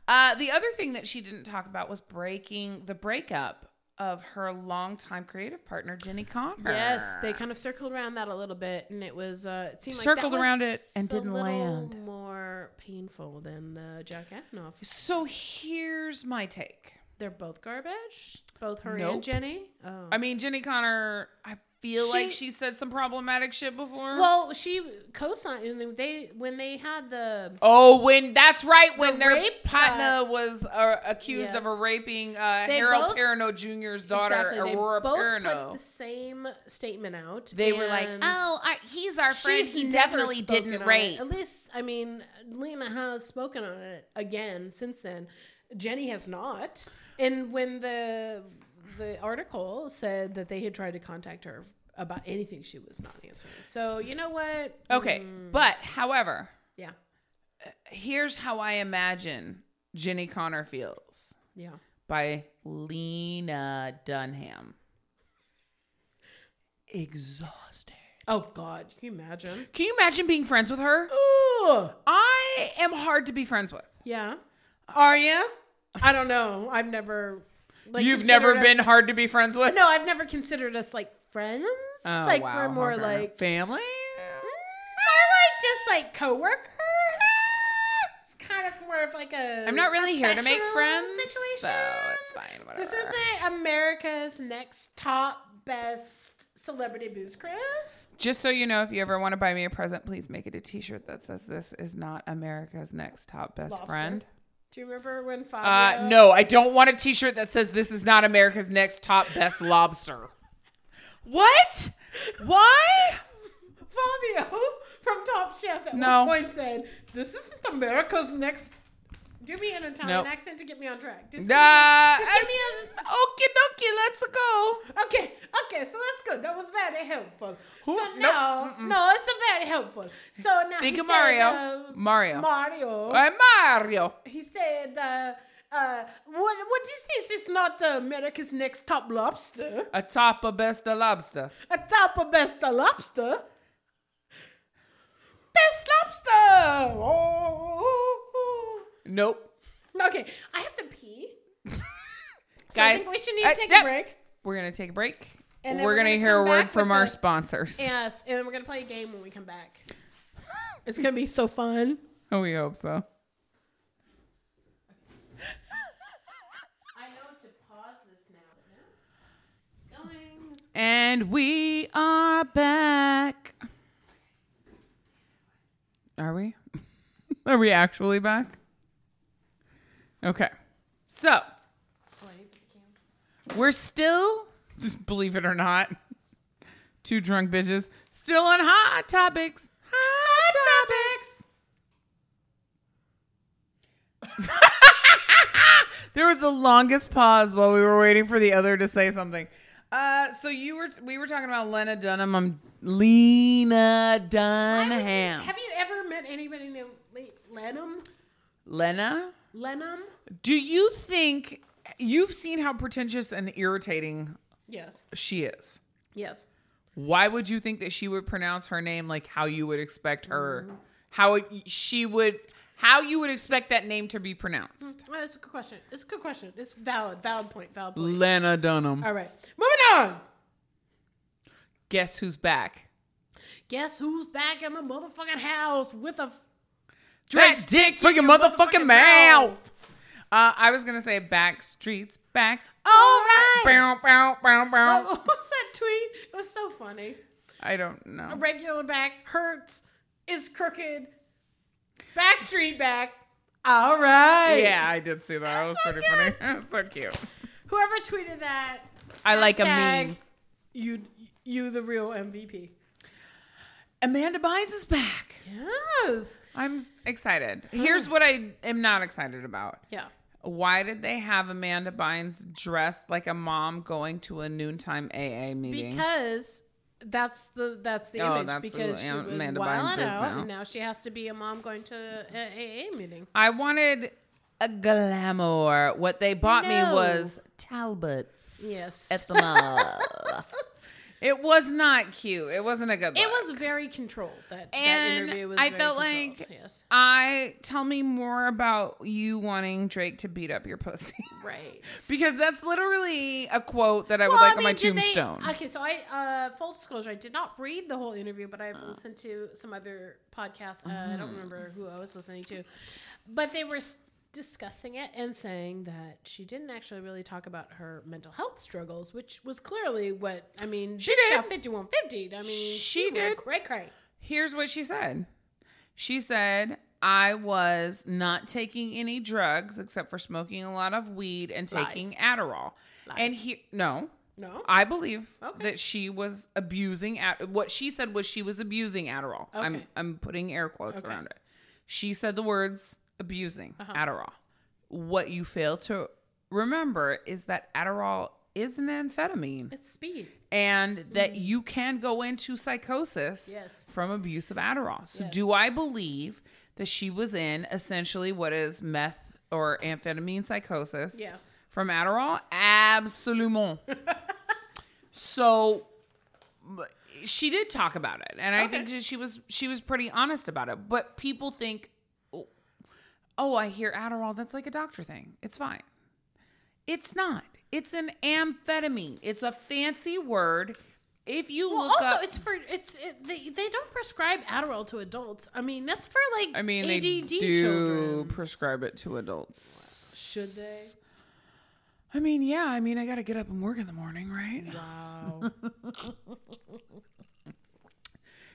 Speaker 1: Uh, the other thing that she didn't talk about was breaking the breakup of her longtime creative partner Jenny Connor.
Speaker 2: Yes, they kind of circled around that a little bit, and it was uh, it seemed like
Speaker 1: Circled
Speaker 2: that
Speaker 1: around
Speaker 2: was
Speaker 1: it and
Speaker 2: a
Speaker 1: didn't
Speaker 2: little
Speaker 1: land.
Speaker 2: More painful than uh, Jack Antonoff.
Speaker 1: So here's my take.
Speaker 2: They're both garbage. Both her
Speaker 1: Nope.
Speaker 2: and Jenny. Oh.
Speaker 1: I mean, Jenny Connor. I feel like
Speaker 2: She-
Speaker 1: she said some problematic shit before.
Speaker 2: well, she co-signed. and They when they had the
Speaker 1: Oh, when that's right, when
Speaker 2: The
Speaker 1: their
Speaker 2: rape,
Speaker 1: partner was uh, accused of
Speaker 2: Yes.
Speaker 1: a raping uh,
Speaker 2: They
Speaker 1: Harold
Speaker 2: both-
Speaker 1: Perrineau Jr.'s daughter,
Speaker 2: exactly, they
Speaker 1: Aurora
Speaker 2: both
Speaker 1: Perrineau.
Speaker 2: put the same statement out.
Speaker 1: they were like,
Speaker 2: and-
Speaker 1: "Oh, I, he's our friend.
Speaker 2: She's
Speaker 1: He
Speaker 2: never
Speaker 1: definitely
Speaker 2: spoken
Speaker 1: didn't
Speaker 2: on
Speaker 1: rape."
Speaker 2: It. Mm. At least, I mean, Lena has spoken on it again since then. Jenny has not. And when the the article said that they had tried to contact her about anything, she was not answering. So you know what?
Speaker 1: Okay, but however,
Speaker 2: Yeah,
Speaker 1: here's how I imagine Jenny Connor feels
Speaker 2: yeah.
Speaker 1: by Lena Dunham. Exhausted.
Speaker 2: Oh God, can you imagine?
Speaker 1: Can you imagine being friends with her? I am hard to be friends with.
Speaker 2: Yeah. Are you? I don't know. I've never. Like,
Speaker 1: You've never
Speaker 2: considered
Speaker 1: been hard to be friends with.
Speaker 2: Us, no, I've never considered us like friends.
Speaker 1: Oh,
Speaker 2: like
Speaker 1: wow,
Speaker 2: we're more
Speaker 1: okay.
Speaker 2: like
Speaker 1: family.
Speaker 2: I like just like coworkers. It's kind of more of like a.
Speaker 1: I'm not really here to make
Speaker 2: professional
Speaker 1: friends,
Speaker 2: Situation.
Speaker 1: so it's fine. Whatever.
Speaker 2: This isn't America's next top best celebrity booze cruise.
Speaker 1: Just so you know, if you ever want to buy me a present, please make it a T-shirt that says "This is not America's next top best
Speaker 2: Lobster.
Speaker 1: friend."
Speaker 2: Do you remember when
Speaker 1: Uh,
Speaker 2: Fabio?
Speaker 1: no, I don't want a T-shirt that says "This is not America's next top best lobster." What? Why?
Speaker 2: Fabio from Top Chef at
Speaker 1: No.
Speaker 2: one point said, "This isn't America's next." Do me an Italian
Speaker 1: Nope.
Speaker 2: accent to get me on track. Just give me
Speaker 1: Nah.
Speaker 2: a- just give me a-
Speaker 1: Okie dokie, let's go.
Speaker 2: Okay, okay, so that's good. That was very helpful.
Speaker 1: Who-
Speaker 2: So
Speaker 1: Nope,
Speaker 2: now, no, it's a very helpful. So now
Speaker 1: Think
Speaker 2: he
Speaker 1: of
Speaker 2: said,
Speaker 1: Mario.
Speaker 2: uh,
Speaker 1: Mario.
Speaker 2: Mario.
Speaker 1: Hey, Mario.
Speaker 2: He said, uh, uh, what, what is this? It's not uh, America's next top lobster.
Speaker 1: A top of best of lobster.
Speaker 2: A top of best lobster. Best lobster! Oh.
Speaker 1: Nope.
Speaker 2: Okay, I have to pee. So I
Speaker 1: Guys,
Speaker 2: think we should need
Speaker 1: uh,
Speaker 2: to take
Speaker 1: yep.
Speaker 2: a break.
Speaker 1: We're gonna take a break.
Speaker 2: And then
Speaker 1: we're,
Speaker 2: we're
Speaker 1: gonna,
Speaker 2: gonna
Speaker 1: hear a
Speaker 2: come
Speaker 1: word
Speaker 2: back
Speaker 1: from
Speaker 2: with
Speaker 1: our
Speaker 2: the-
Speaker 1: sponsors.
Speaker 2: Yes, and then we're gonna play a game when we come back. It's gonna be so fun.
Speaker 1: oh, we hope so.
Speaker 2: I know to pause this now. It's going.
Speaker 1: And we are back. Are we? are we actually back? Okay. So we're still, believe it or not, two drunk bitches still on hot topics. Hot, topics. there was the longest pause while we were waiting for the other to say something. Uh, so you were we were talking about Lena Dunham. I'm Lena Dunham.
Speaker 2: Have you ever met anybody named Le- Lenham?
Speaker 1: Lena,
Speaker 2: Lenham?
Speaker 1: do you think you've seen how pretentious and irritating
Speaker 2: Yes.
Speaker 1: she is?
Speaker 2: Yes.
Speaker 1: Why would you think that she would pronounce her name like how you would expect her?
Speaker 2: Mm-hmm.
Speaker 1: How it, she would, how you would expect that name to be pronounced?
Speaker 2: Well, that's a good question. It's a good question. It's valid. Valid point. Valid point.
Speaker 1: Lena Dunham.
Speaker 2: All right. Moving on.
Speaker 1: Guess who's back?
Speaker 2: Guess who's back in the motherfucking house with a
Speaker 1: That dick for your motherfucking mouth. Uh, I was gonna say back streets back.
Speaker 2: All Oh, right.
Speaker 1: Bow, bow, bow,
Speaker 2: Oh,
Speaker 1: bow.
Speaker 2: what was that tweet? It was so funny.
Speaker 1: I don't know.
Speaker 2: Regular back hurts, is crooked, backstreet back. All right.
Speaker 1: Yeah, I did see that. That was
Speaker 2: That's so
Speaker 1: pretty funny. That was so cute.
Speaker 2: Whoever tweeted that,
Speaker 1: I like a
Speaker 2: hashtag,
Speaker 1: meme.
Speaker 2: You, you the real MVP.
Speaker 1: Amanda Bynes is back.
Speaker 2: Yes.
Speaker 1: I'm s- excited. Here's what I am not excited about.
Speaker 2: Yeah.
Speaker 1: Why did they have Amanda Bynes dressed like a mom going to a noontime AA meeting?
Speaker 2: Because that's the that's the
Speaker 1: Oh,
Speaker 2: image
Speaker 1: that's who
Speaker 2: because she
Speaker 1: Am-
Speaker 2: was
Speaker 1: Amanda Bynes
Speaker 2: wild
Speaker 1: is
Speaker 2: out
Speaker 1: now.
Speaker 2: and now she has to be a mom going to a AA meeting.
Speaker 1: I wanted a glamour. What they bought me
Speaker 2: No.
Speaker 1: was Talbots
Speaker 2: Yes.
Speaker 1: at the mall. it was not cute. It wasn't a good look.
Speaker 2: It was very controlled. That,
Speaker 1: And
Speaker 2: that interview was
Speaker 1: I
Speaker 2: very
Speaker 1: felt
Speaker 2: controlled,
Speaker 1: like-
Speaker 2: yes,
Speaker 1: I tell me more about you wanting Drake to beat up your pussy.
Speaker 2: right.
Speaker 1: Because that's literally a quote that I would
Speaker 2: Well,
Speaker 1: like
Speaker 2: I
Speaker 1: on my
Speaker 2: mean, did they-
Speaker 1: tombstone.
Speaker 2: okay, so I uh, full disclosure, I did not read the whole interview, but
Speaker 1: Uh.
Speaker 2: I've listened to some other podcasts. Uh, I
Speaker 1: Mm-hmm.
Speaker 2: don't remember who I was listening to, but they were s- discussing it and saying that she didn't actually really talk about her mental health struggles, which was clearly what I mean. She
Speaker 1: did.
Speaker 2: got fifty one fifty. I mean,
Speaker 1: She
Speaker 2: went
Speaker 1: did.
Speaker 2: Cray cray.
Speaker 1: Here's what she said. She said, I was not taking any drugs except for smoking a lot of weed and taking Adderall. And he no,
Speaker 2: No.
Speaker 1: I believe
Speaker 2: Okay.
Speaker 1: that she was abusing Ad- what she said was she was abusing Adderall. I'm
Speaker 2: Okay.
Speaker 1: I'm putting air quotes around it. She said the words abusing
Speaker 2: Uh-huh.
Speaker 1: Adderall. What you fail to remember is that Adderall is an amphetamine
Speaker 2: It's speed.
Speaker 1: and that you can go into psychosis
Speaker 2: Mm-hmm. Yes.
Speaker 1: from abuse of Adderall. So, do I believe that she was in essentially what is meth or amphetamine psychosis
Speaker 2: Yes.
Speaker 1: from Adderall? Absolument. so, m- she did talk about it, and I think that she was she was pretty honest about it. But people think, oh, oh, I hear Adderall. That's like a doctor thing. It's fine. It's not. It's an amphetamine. It's a fancy word. If you
Speaker 2: Well,
Speaker 1: look
Speaker 2: also
Speaker 1: up,
Speaker 2: it's for it's it, they they don't prescribe Adderall to adults. I mean, that's for like
Speaker 1: I mean,
Speaker 2: ADD
Speaker 1: they do
Speaker 2: children.
Speaker 1: prescribe it to adults.
Speaker 2: Should they?
Speaker 1: I mean, yeah. I mean, I gotta get up and work in the morning, right?
Speaker 2: Wow.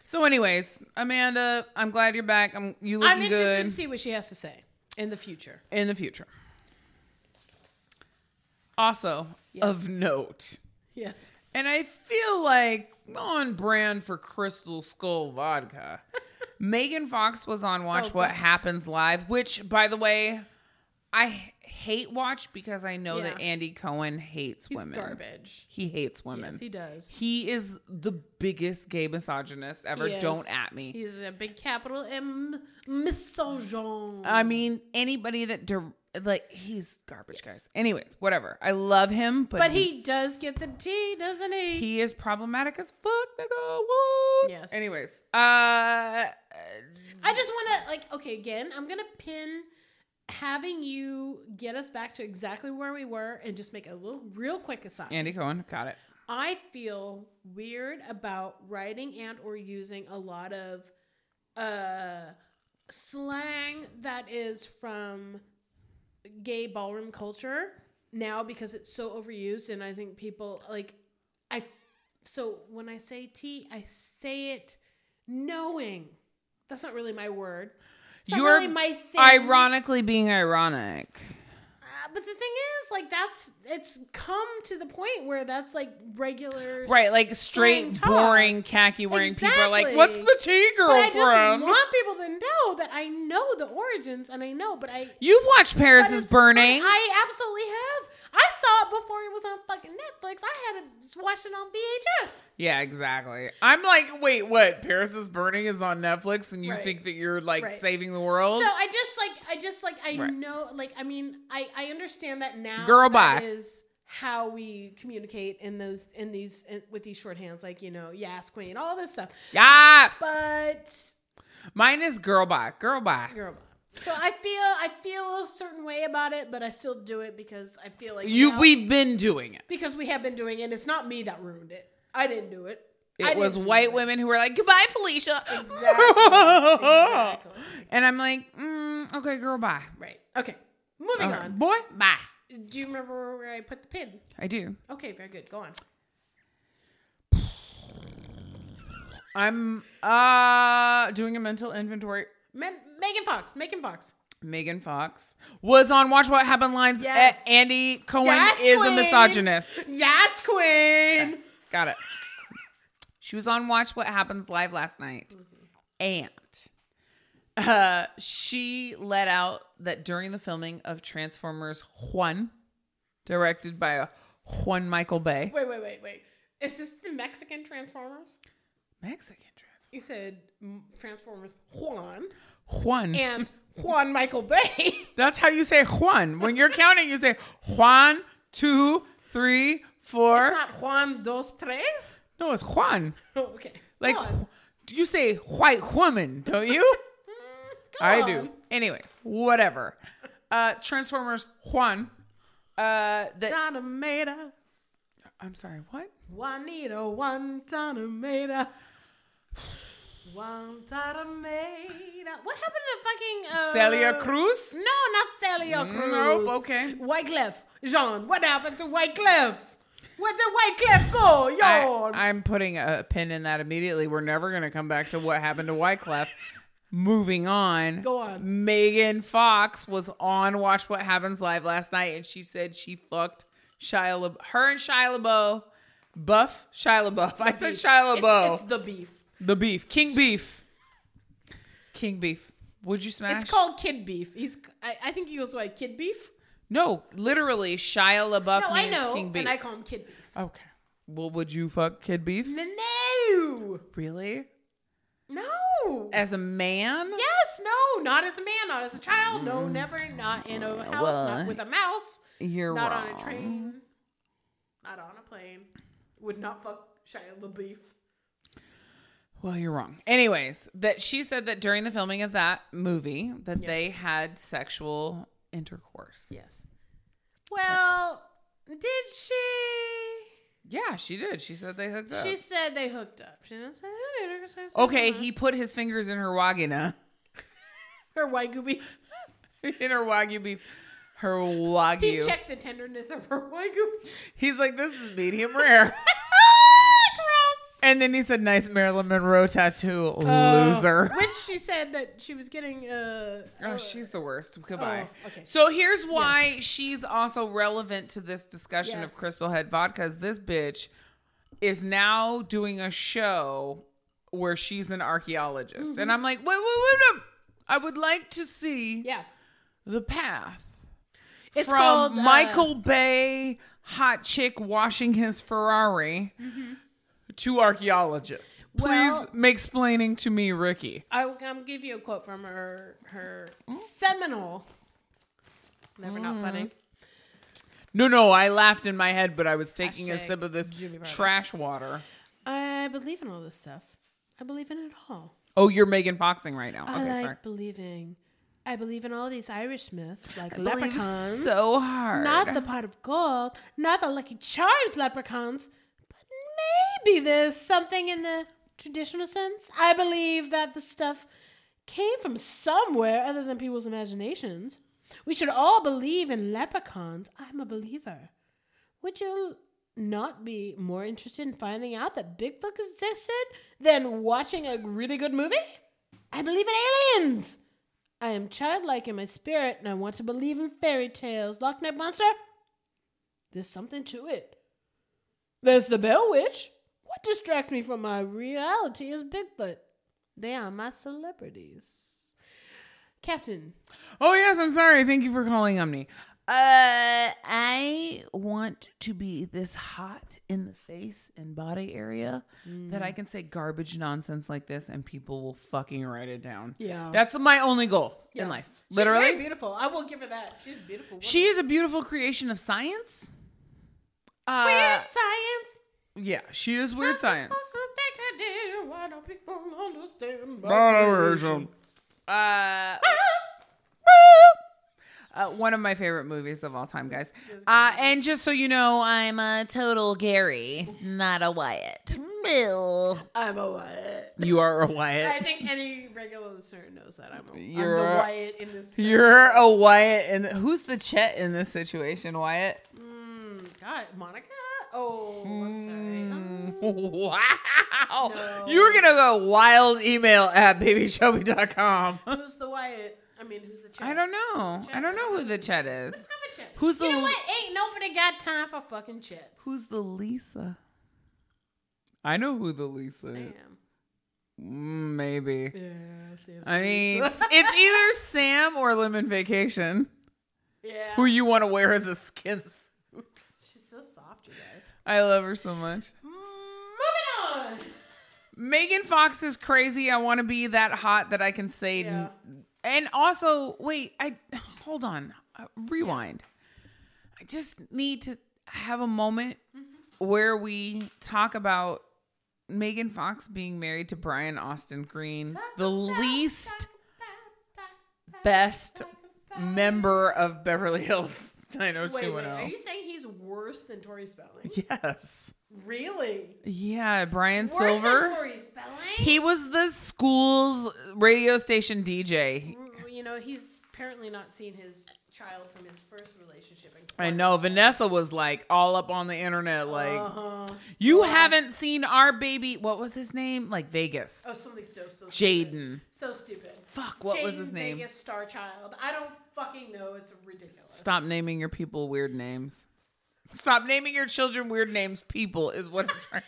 Speaker 1: So, anyways, Amanda, I'm glad you're back. I'm you looking
Speaker 2: I'm interested
Speaker 1: good
Speaker 2: to see what she has to say in the future.
Speaker 1: in the future. Also, of note,
Speaker 2: Yes.
Speaker 1: and I feel like on brand for Crystal Skull Vodka. Megan Fox was on Watch
Speaker 2: Oh,
Speaker 1: What Happens Live, which, by the way, I h- hate Watch because I know that
Speaker 2: Yeah.
Speaker 1: Andy Cohen hates
Speaker 2: He's
Speaker 1: women.
Speaker 2: garbage.
Speaker 1: He hates women.
Speaker 2: Yes, he does.
Speaker 1: He is the biggest gay misogynist ever.
Speaker 2: Yes.
Speaker 1: Don't at me.
Speaker 2: He's a big capital M misogyn.
Speaker 1: I mean, anybody that dir- like he's garbage, guys. Anyways, whatever. I love him, but,
Speaker 2: but
Speaker 1: he's-
Speaker 2: he does get the T, doesn't he?
Speaker 1: he is problematic as fuck, nigga. Woo.
Speaker 2: Yes.
Speaker 1: Anyways, uh,
Speaker 2: I just want to like okay again. I'm gonna pin having you get us back to exactly where we were and just make a little real quick aside.
Speaker 1: Andy Cohen, got it.
Speaker 2: I feel weird about writing and or using a lot of uh slang that is from gay ballroom culture now because it's so overused and I think people like I so when I say T I say it knowing that's not really my word. It's not
Speaker 1: You're
Speaker 2: really my thing.
Speaker 1: Ironically, being ironic.
Speaker 2: Uh, but the thing is, like, that's it's come to the point where that's like regular,
Speaker 1: Right, like straight,
Speaker 2: slang talk.
Speaker 1: boring, khaki wearing people are like,
Speaker 2: Exactly.
Speaker 1: what's the tea
Speaker 2: But
Speaker 1: girl
Speaker 2: I just
Speaker 1: from?
Speaker 2: want people to know that I know the origins and I know, but I
Speaker 1: You've watched Paris
Speaker 2: but
Speaker 1: is
Speaker 2: it's-
Speaker 1: Burning.
Speaker 2: but I absolutely have. I saw it before it was on fucking Netflix. I had to just watch it on VHS.
Speaker 1: Yeah, exactly. I'm like, wait, what? Paris is Burning is on Netflix, and you
Speaker 2: Right.
Speaker 1: think that you're like
Speaker 2: Right.
Speaker 1: saving the world?
Speaker 2: So I just like I just like I
Speaker 1: Right.
Speaker 2: know like I mean I I understand that now.
Speaker 1: Girl,
Speaker 2: that
Speaker 1: bye.
Speaker 2: is how we communicate in those in these in, with these shorthands, like you know, yes, queen, all this stuff.
Speaker 1: Yeah.
Speaker 2: But
Speaker 1: Mine is girl bye. Girl bye.
Speaker 2: girl bye. So I feel I feel a certain way about it, but I still do it because I feel like
Speaker 1: You
Speaker 2: know,
Speaker 1: we've been doing it.
Speaker 2: because we have been doing it. and It's not me that ruined it. I didn't do it. I
Speaker 1: It was
Speaker 2: didn't
Speaker 1: white
Speaker 2: ruin
Speaker 1: women who were like, Goodbye, Felicia.
Speaker 2: Exactly. Exactly.
Speaker 1: And I'm like, mm, okay, girl, bye.
Speaker 2: Right. Okay. Moving
Speaker 1: All right,
Speaker 2: on.
Speaker 1: boy, bye.
Speaker 2: Do you remember where I put the pin?
Speaker 1: I do.
Speaker 2: Okay, very good. Go on.
Speaker 1: I'm uh doing a mental inventory.
Speaker 2: Me- Megan Fox. Megan Fox.
Speaker 1: Megan Fox was on Watch What Happened Lines.
Speaker 2: Yes.
Speaker 1: A- Andy Cohen
Speaker 2: Yes,
Speaker 1: is a
Speaker 2: queen.
Speaker 1: misogynist.
Speaker 2: Yes, Queen.
Speaker 1: Got it. She was on Watch What Happens Live last night. And uh, she let out that during the filming of Transformers Juan, directed by a Juan Michael Bay,
Speaker 2: Wait, wait, wait, wait. Is this the Mexican Transformers?
Speaker 1: Mexican Transformers,
Speaker 2: You said mm, Transformers Juan
Speaker 1: Juan.
Speaker 2: and Juan Michael Bay.
Speaker 1: That's how you say Juan. When you're counting, you say Juan, two, three, four.
Speaker 2: it's not Juan dos tres.
Speaker 1: no, it's Juan.
Speaker 2: Oh, okay.
Speaker 1: Like,
Speaker 2: Juan.
Speaker 1: Ju- you say white woman, don't you?
Speaker 2: Mm, go
Speaker 1: I
Speaker 2: on.
Speaker 1: do. Anyways, whatever. Uh Transformers Juan. Uh that
Speaker 2: Tanameda.
Speaker 1: I'm sorry, what?
Speaker 2: Juanita, Juan Tanameda. Juan Tanameda. What happened to fucking. Uh,
Speaker 1: Celia Cruz?
Speaker 2: No, not Celia Cruz.
Speaker 1: Nope, okay.
Speaker 2: Wyclef. Jean, what happened to Wyclef? Where did Wyclef go? Yo.
Speaker 1: I, am putting a pin in that immediately. We're never gonna come back to what happened to Wyclef. Moving on.
Speaker 2: Go on.
Speaker 1: Megan Fox was on Watch What Happens Live last night and she said she fucked Shia La- her and Shia LaBeouf. Buff Shia LaBeouf. I said
Speaker 2: Beef.
Speaker 1: Shia
Speaker 2: It's-
Speaker 1: LaBeouf.
Speaker 2: It's, the beef.
Speaker 1: the beef. King beef. King beef. Would you smash?
Speaker 2: It's called kid beef. He's. I, I think he goes by kid beef.
Speaker 1: No, literally, Shia LaBeouf
Speaker 2: No, I
Speaker 1: means
Speaker 2: know.
Speaker 1: King Beef.
Speaker 2: And I call him kid beef.
Speaker 1: okay. Well, would you fuck Kid Beef?
Speaker 2: No.
Speaker 1: Really?
Speaker 2: No.
Speaker 1: As a man?
Speaker 2: Yes, no, not as a man, not as a child,
Speaker 1: Mm-hmm.
Speaker 2: no, never, not in a house,
Speaker 1: well,
Speaker 2: not with a mouse,
Speaker 1: You're
Speaker 2: not
Speaker 1: wrong.
Speaker 2: on a train, not on a plane. Would not fuck Shia LaBeouf.
Speaker 1: Well, you're wrong. Anyways, that she said that during the filming of that movie that they had sexual intercourse.
Speaker 2: Yes. Well, did she?
Speaker 1: Yeah, she did. She said they hooked up.
Speaker 2: She said they hooked up. She didn't say
Speaker 1: okay, he put his fingers in her wagina.
Speaker 2: Her white goobie.
Speaker 1: in her wagyu beef. Her
Speaker 2: He
Speaker 1: wagyu.
Speaker 2: checked the tenderness of her white goobie.
Speaker 1: He's like, this is medium rare.
Speaker 2: Gross.
Speaker 1: and then he said, nice Marilyn Monroe tattoo, loser.
Speaker 2: Which she said that she was getting uh
Speaker 1: Oh, she's the worst. Goodbye.
Speaker 2: Oh, okay.
Speaker 1: So here's why she's also relevant to this discussion of
Speaker 2: Yes.
Speaker 1: Crystal Head Vodka is this bitch is now doing a show where she's an archeologist And I'm like, wait, wait, wait, wait. I would like to see
Speaker 2: Mm-hmm. yeah.
Speaker 1: the path
Speaker 2: It's
Speaker 1: from
Speaker 2: called uh,
Speaker 1: Michael Bay, hot chick washing his Ferrari, to archaeologist. Please
Speaker 2: Mm-hmm. Well-
Speaker 1: make explaining to me, Ricky.
Speaker 2: I, will give you a quote from her her seminal. Never not funny.
Speaker 1: No, no, I laughed in my head, but I was taking a
Speaker 2: Hashtag
Speaker 1: sip of this
Speaker 2: Jimmy Barnett.
Speaker 1: trash water.
Speaker 2: I believe in all this stuff. I believe in it all.
Speaker 1: Oh, you're Megan Foxing right now.
Speaker 2: I
Speaker 1: okay,
Speaker 2: like
Speaker 1: sorry.
Speaker 2: believing. I believe in all these Irish myths, like
Speaker 1: Believe
Speaker 2: leprechauns.
Speaker 1: so hard.
Speaker 2: Not the pot of gold, not the Lucky Charms leprechauns, but maybe there's something in the traditional sense. I believe that the stuff came from somewhere other than people's imaginations. We should all believe in leprechauns. I'm a believer. Would you not be more interested in finding out that Bigfoot existed than watching a really good movie? I believe in aliens. I am childlike in my spirit and I want to believe in fairy tales. Loch Ness Monster? There's something to it. There's the Bell Witch. What distracts me from my reality is Bigfoot. They are my celebrities. Captain.
Speaker 1: Oh yes, I'm sorry. Thank you for calling Omni. Uh, I want to be this hot in the face and body area that I can say garbage nonsense like this, and people will fucking write it down.
Speaker 2: Yeah.
Speaker 1: that's my only goal in life. Literally,
Speaker 2: beautiful. I will give her that. She's beautiful.
Speaker 1: she is a beautiful creation of science. Uh,
Speaker 2: Weird science.
Speaker 1: Yeah, she is weird science.
Speaker 2: Why don't people understand?
Speaker 1: Uh, uh, one of my favorite movies of all time, guys. Uh, and just so you know, I'm a total Gary, not a Wyatt. Bill.
Speaker 2: I'm a Wyatt.
Speaker 1: You are a
Speaker 2: I
Speaker 1: Wyatt.
Speaker 2: think any regular listener knows that I'm, a, am
Speaker 1: You're
Speaker 2: the
Speaker 1: a-
Speaker 2: Wyatt in this.
Speaker 1: You're a Wyatt, and who's the Chet in this situation, Wyatt?
Speaker 2: Mm, God, Monica. Oh, I'm sorry.
Speaker 1: Hmm.
Speaker 2: Um,
Speaker 1: Wow.
Speaker 2: No.
Speaker 1: You're going to go wild email at babychubby.com.
Speaker 2: Um, who's the Wyatt? I mean, who's the? Chet?
Speaker 1: I don't know.
Speaker 2: Chet?
Speaker 1: I don't know who the Chet is.
Speaker 2: Have a Chet.
Speaker 1: Who's
Speaker 2: You
Speaker 1: the-
Speaker 2: know what? Ain't nobody got time for fucking chats.
Speaker 1: Who's the Lisa? I know who the Lisa
Speaker 2: Sam.
Speaker 1: Mm, Maybe.
Speaker 2: Yeah, Sam's
Speaker 1: I
Speaker 2: the
Speaker 1: mean,
Speaker 2: Lisa.
Speaker 1: it's either Sam or Lemon Vacation,
Speaker 2: yeah.
Speaker 1: who you want to wear as a skin suit.
Speaker 2: She's so soft, you guys.
Speaker 1: I love her so much.
Speaker 2: Moving on.
Speaker 1: Megan Fox is crazy. I want to be that hot that I can say.
Speaker 2: Yeah.
Speaker 1: And also, wait, I hold on, uh, rewind. I just need to have a moment
Speaker 2: Mm-hmm.
Speaker 1: where we talk about Megan Fox being married to Brian Austin Green, the least best member of Beverly Hills
Speaker 2: Wait, wait, are
Speaker 1: 90210.
Speaker 2: you saying he's worse than Tori Spelling?
Speaker 1: Yes.
Speaker 2: Really?
Speaker 1: Yeah, Brian
Speaker 2: Worse
Speaker 1: Silver.
Speaker 2: than Tori Spelling?
Speaker 1: He was the school's radio station DJ.
Speaker 2: Mm, you know, he's apparently not seen his child from his first relationship. And
Speaker 1: I know Vanessa was like all up on the internet, like
Speaker 2: Uh-huh.
Speaker 1: you haven't seen our baby. What was his name? Like Vegas,
Speaker 2: Oh, something so so. stupid.
Speaker 1: Jaden.
Speaker 2: So stupid.
Speaker 1: Fuck, what was his
Speaker 2: Jaden
Speaker 1: name?
Speaker 2: Vegas star child. I don't fucking know. It's ridiculous.
Speaker 1: Stop naming your people weird names. Stop naming your children weird names. People is what I'm trying.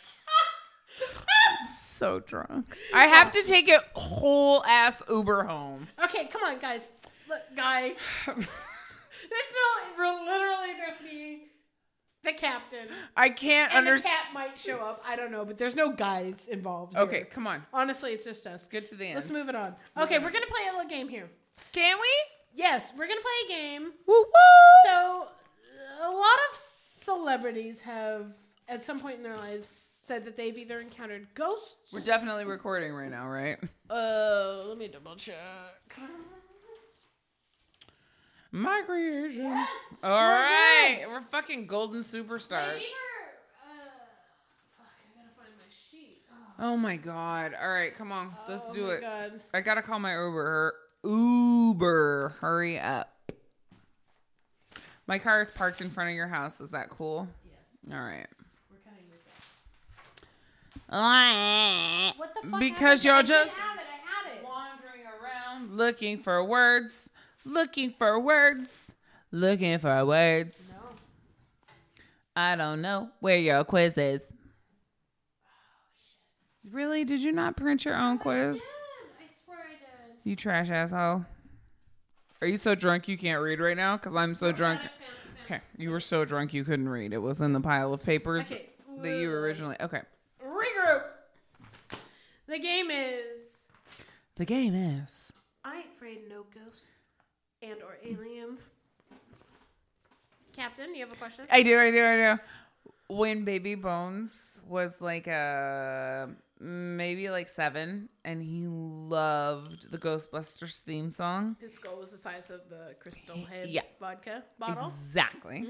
Speaker 1: I'm so drunk. I have to take a whole ass Uber home.
Speaker 2: Okay, come on, guys. Look, guy. There's no. we're Literally, there's me, the captain,
Speaker 1: I can't
Speaker 2: and the
Speaker 1: understand.
Speaker 2: cat might show up. I don't know, but there's no guys involved. here.
Speaker 1: Okay, come on.
Speaker 2: Honestly, it's just us.
Speaker 1: Get to the end.
Speaker 2: Let's move it on. Okay, we're gonna play a little game here.
Speaker 1: Can we?
Speaker 2: Yes, we're gonna play a game.
Speaker 1: Woo woo.
Speaker 2: So, a lot of celebrities have, at some point in their lives, said that they've either encountered ghosts.
Speaker 1: We're definitely recording right now, right?
Speaker 2: Uh, let me double check.
Speaker 1: My creation.
Speaker 2: Yes.
Speaker 1: All right, we're fucking golden superstars.
Speaker 2: uh,
Speaker 1: Oh my god! All right, come on, let's do it.
Speaker 2: Oh God.
Speaker 1: I gotta call my Uber. Uber, hurry up! My car is parked in front of your house. Is that cool? Yes. All right.
Speaker 2: We're cutting this out.
Speaker 1: Wandering
Speaker 2: What the fuck?
Speaker 1: Because
Speaker 2: happened?
Speaker 1: y'all
Speaker 2: I
Speaker 1: just-
Speaker 2: did have it. I had it.
Speaker 1: around, looking for words, looking for words, looking for words.
Speaker 2: No.
Speaker 1: I don't know where your quiz is. Really? Did you not print your own quiz?
Speaker 2: I swear I did.
Speaker 1: You trash asshole. Are you so drunk you can't read right now? Because I'm so drunk. Okay, you were so drunk you couldn't read. It was in the pile of papers
Speaker 2: Okay.
Speaker 1: that you originally. Okay.
Speaker 2: Regroup. The game is
Speaker 1: The game is.
Speaker 2: I ain't afraid of no ghosts and or aliens. Captain, you have a question?
Speaker 1: I do, I do, I do. When Baby Bones was like a maybe like seven, and he loved the Ghostbusters theme song.
Speaker 2: His skull was the size of the crystal head
Speaker 1: Yeah.
Speaker 2: vodka bottle.
Speaker 1: Exactly.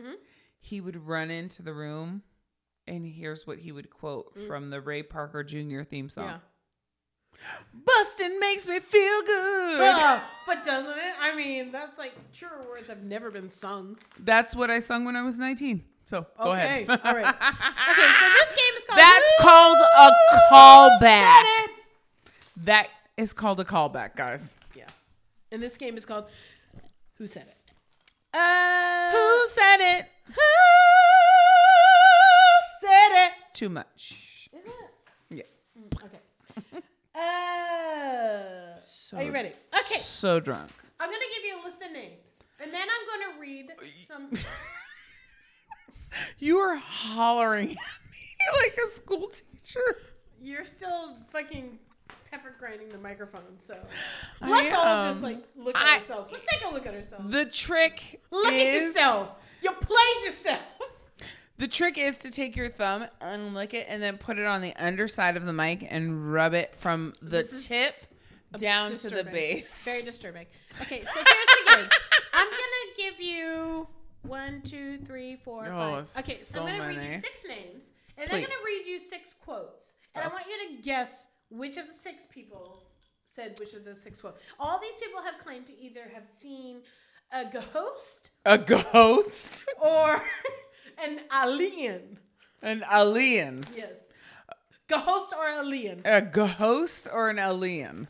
Speaker 1: He would run into the room, and here's what he would quote from the Ray Parker Jr. theme song
Speaker 2: Yeah.
Speaker 1: Bustin' makes me feel good.
Speaker 2: Ah, but doesn't it? I mean, that's like truer words have never been sung.
Speaker 1: That's what I sung when I was 19. So go
Speaker 2: okay.
Speaker 1: ahead.
Speaker 2: All right. Okay, so this game is called
Speaker 1: That's
Speaker 2: Who
Speaker 1: called a
Speaker 2: Said
Speaker 1: callback.
Speaker 2: It?
Speaker 1: That is called a callback, guys.
Speaker 2: Yeah. And this game is called Who Said It? Uh,
Speaker 1: Who said it?
Speaker 2: Who said it?
Speaker 1: Too much. Yeah.
Speaker 2: Okay. Uh,
Speaker 1: So,
Speaker 2: are you ready? Okay.
Speaker 1: So drunk.
Speaker 2: I'm going to give you a list of names. And then I'm going to read some.
Speaker 1: You are hollering at me like a school teacher.
Speaker 2: You're still fucking pepper grinding the microphone, so.
Speaker 1: I
Speaker 2: Let's all just
Speaker 1: am.
Speaker 2: like look at
Speaker 1: I-
Speaker 2: ourselves. Let's take a look at ourselves.
Speaker 1: The trick
Speaker 2: look at
Speaker 1: is-
Speaker 2: yourself. You played yourself.
Speaker 1: The trick is to take your thumb and lick it and then put it on the underside of the mic and rub it from the
Speaker 2: This is
Speaker 1: tip down to the
Speaker 2: disturbing.
Speaker 1: base.
Speaker 2: Very disturbing. Okay, so here's the game. I'm gonna give you one, two, three, four,
Speaker 1: Oh,
Speaker 2: five.
Speaker 1: it's
Speaker 2: Okay, so,
Speaker 1: so
Speaker 2: I'm gonna read you
Speaker 1: many.
Speaker 2: six names, and I'm
Speaker 1: Please. Oh.
Speaker 2: gonna read you six quotes, and I want you to guess which of the six people said which of the six quotes. All these people have claimed to either have seen a ghost
Speaker 1: a ghost,
Speaker 2: or an alien.
Speaker 1: an alien,
Speaker 2: Yes, ghost or alien.
Speaker 1: a ghost or an alien.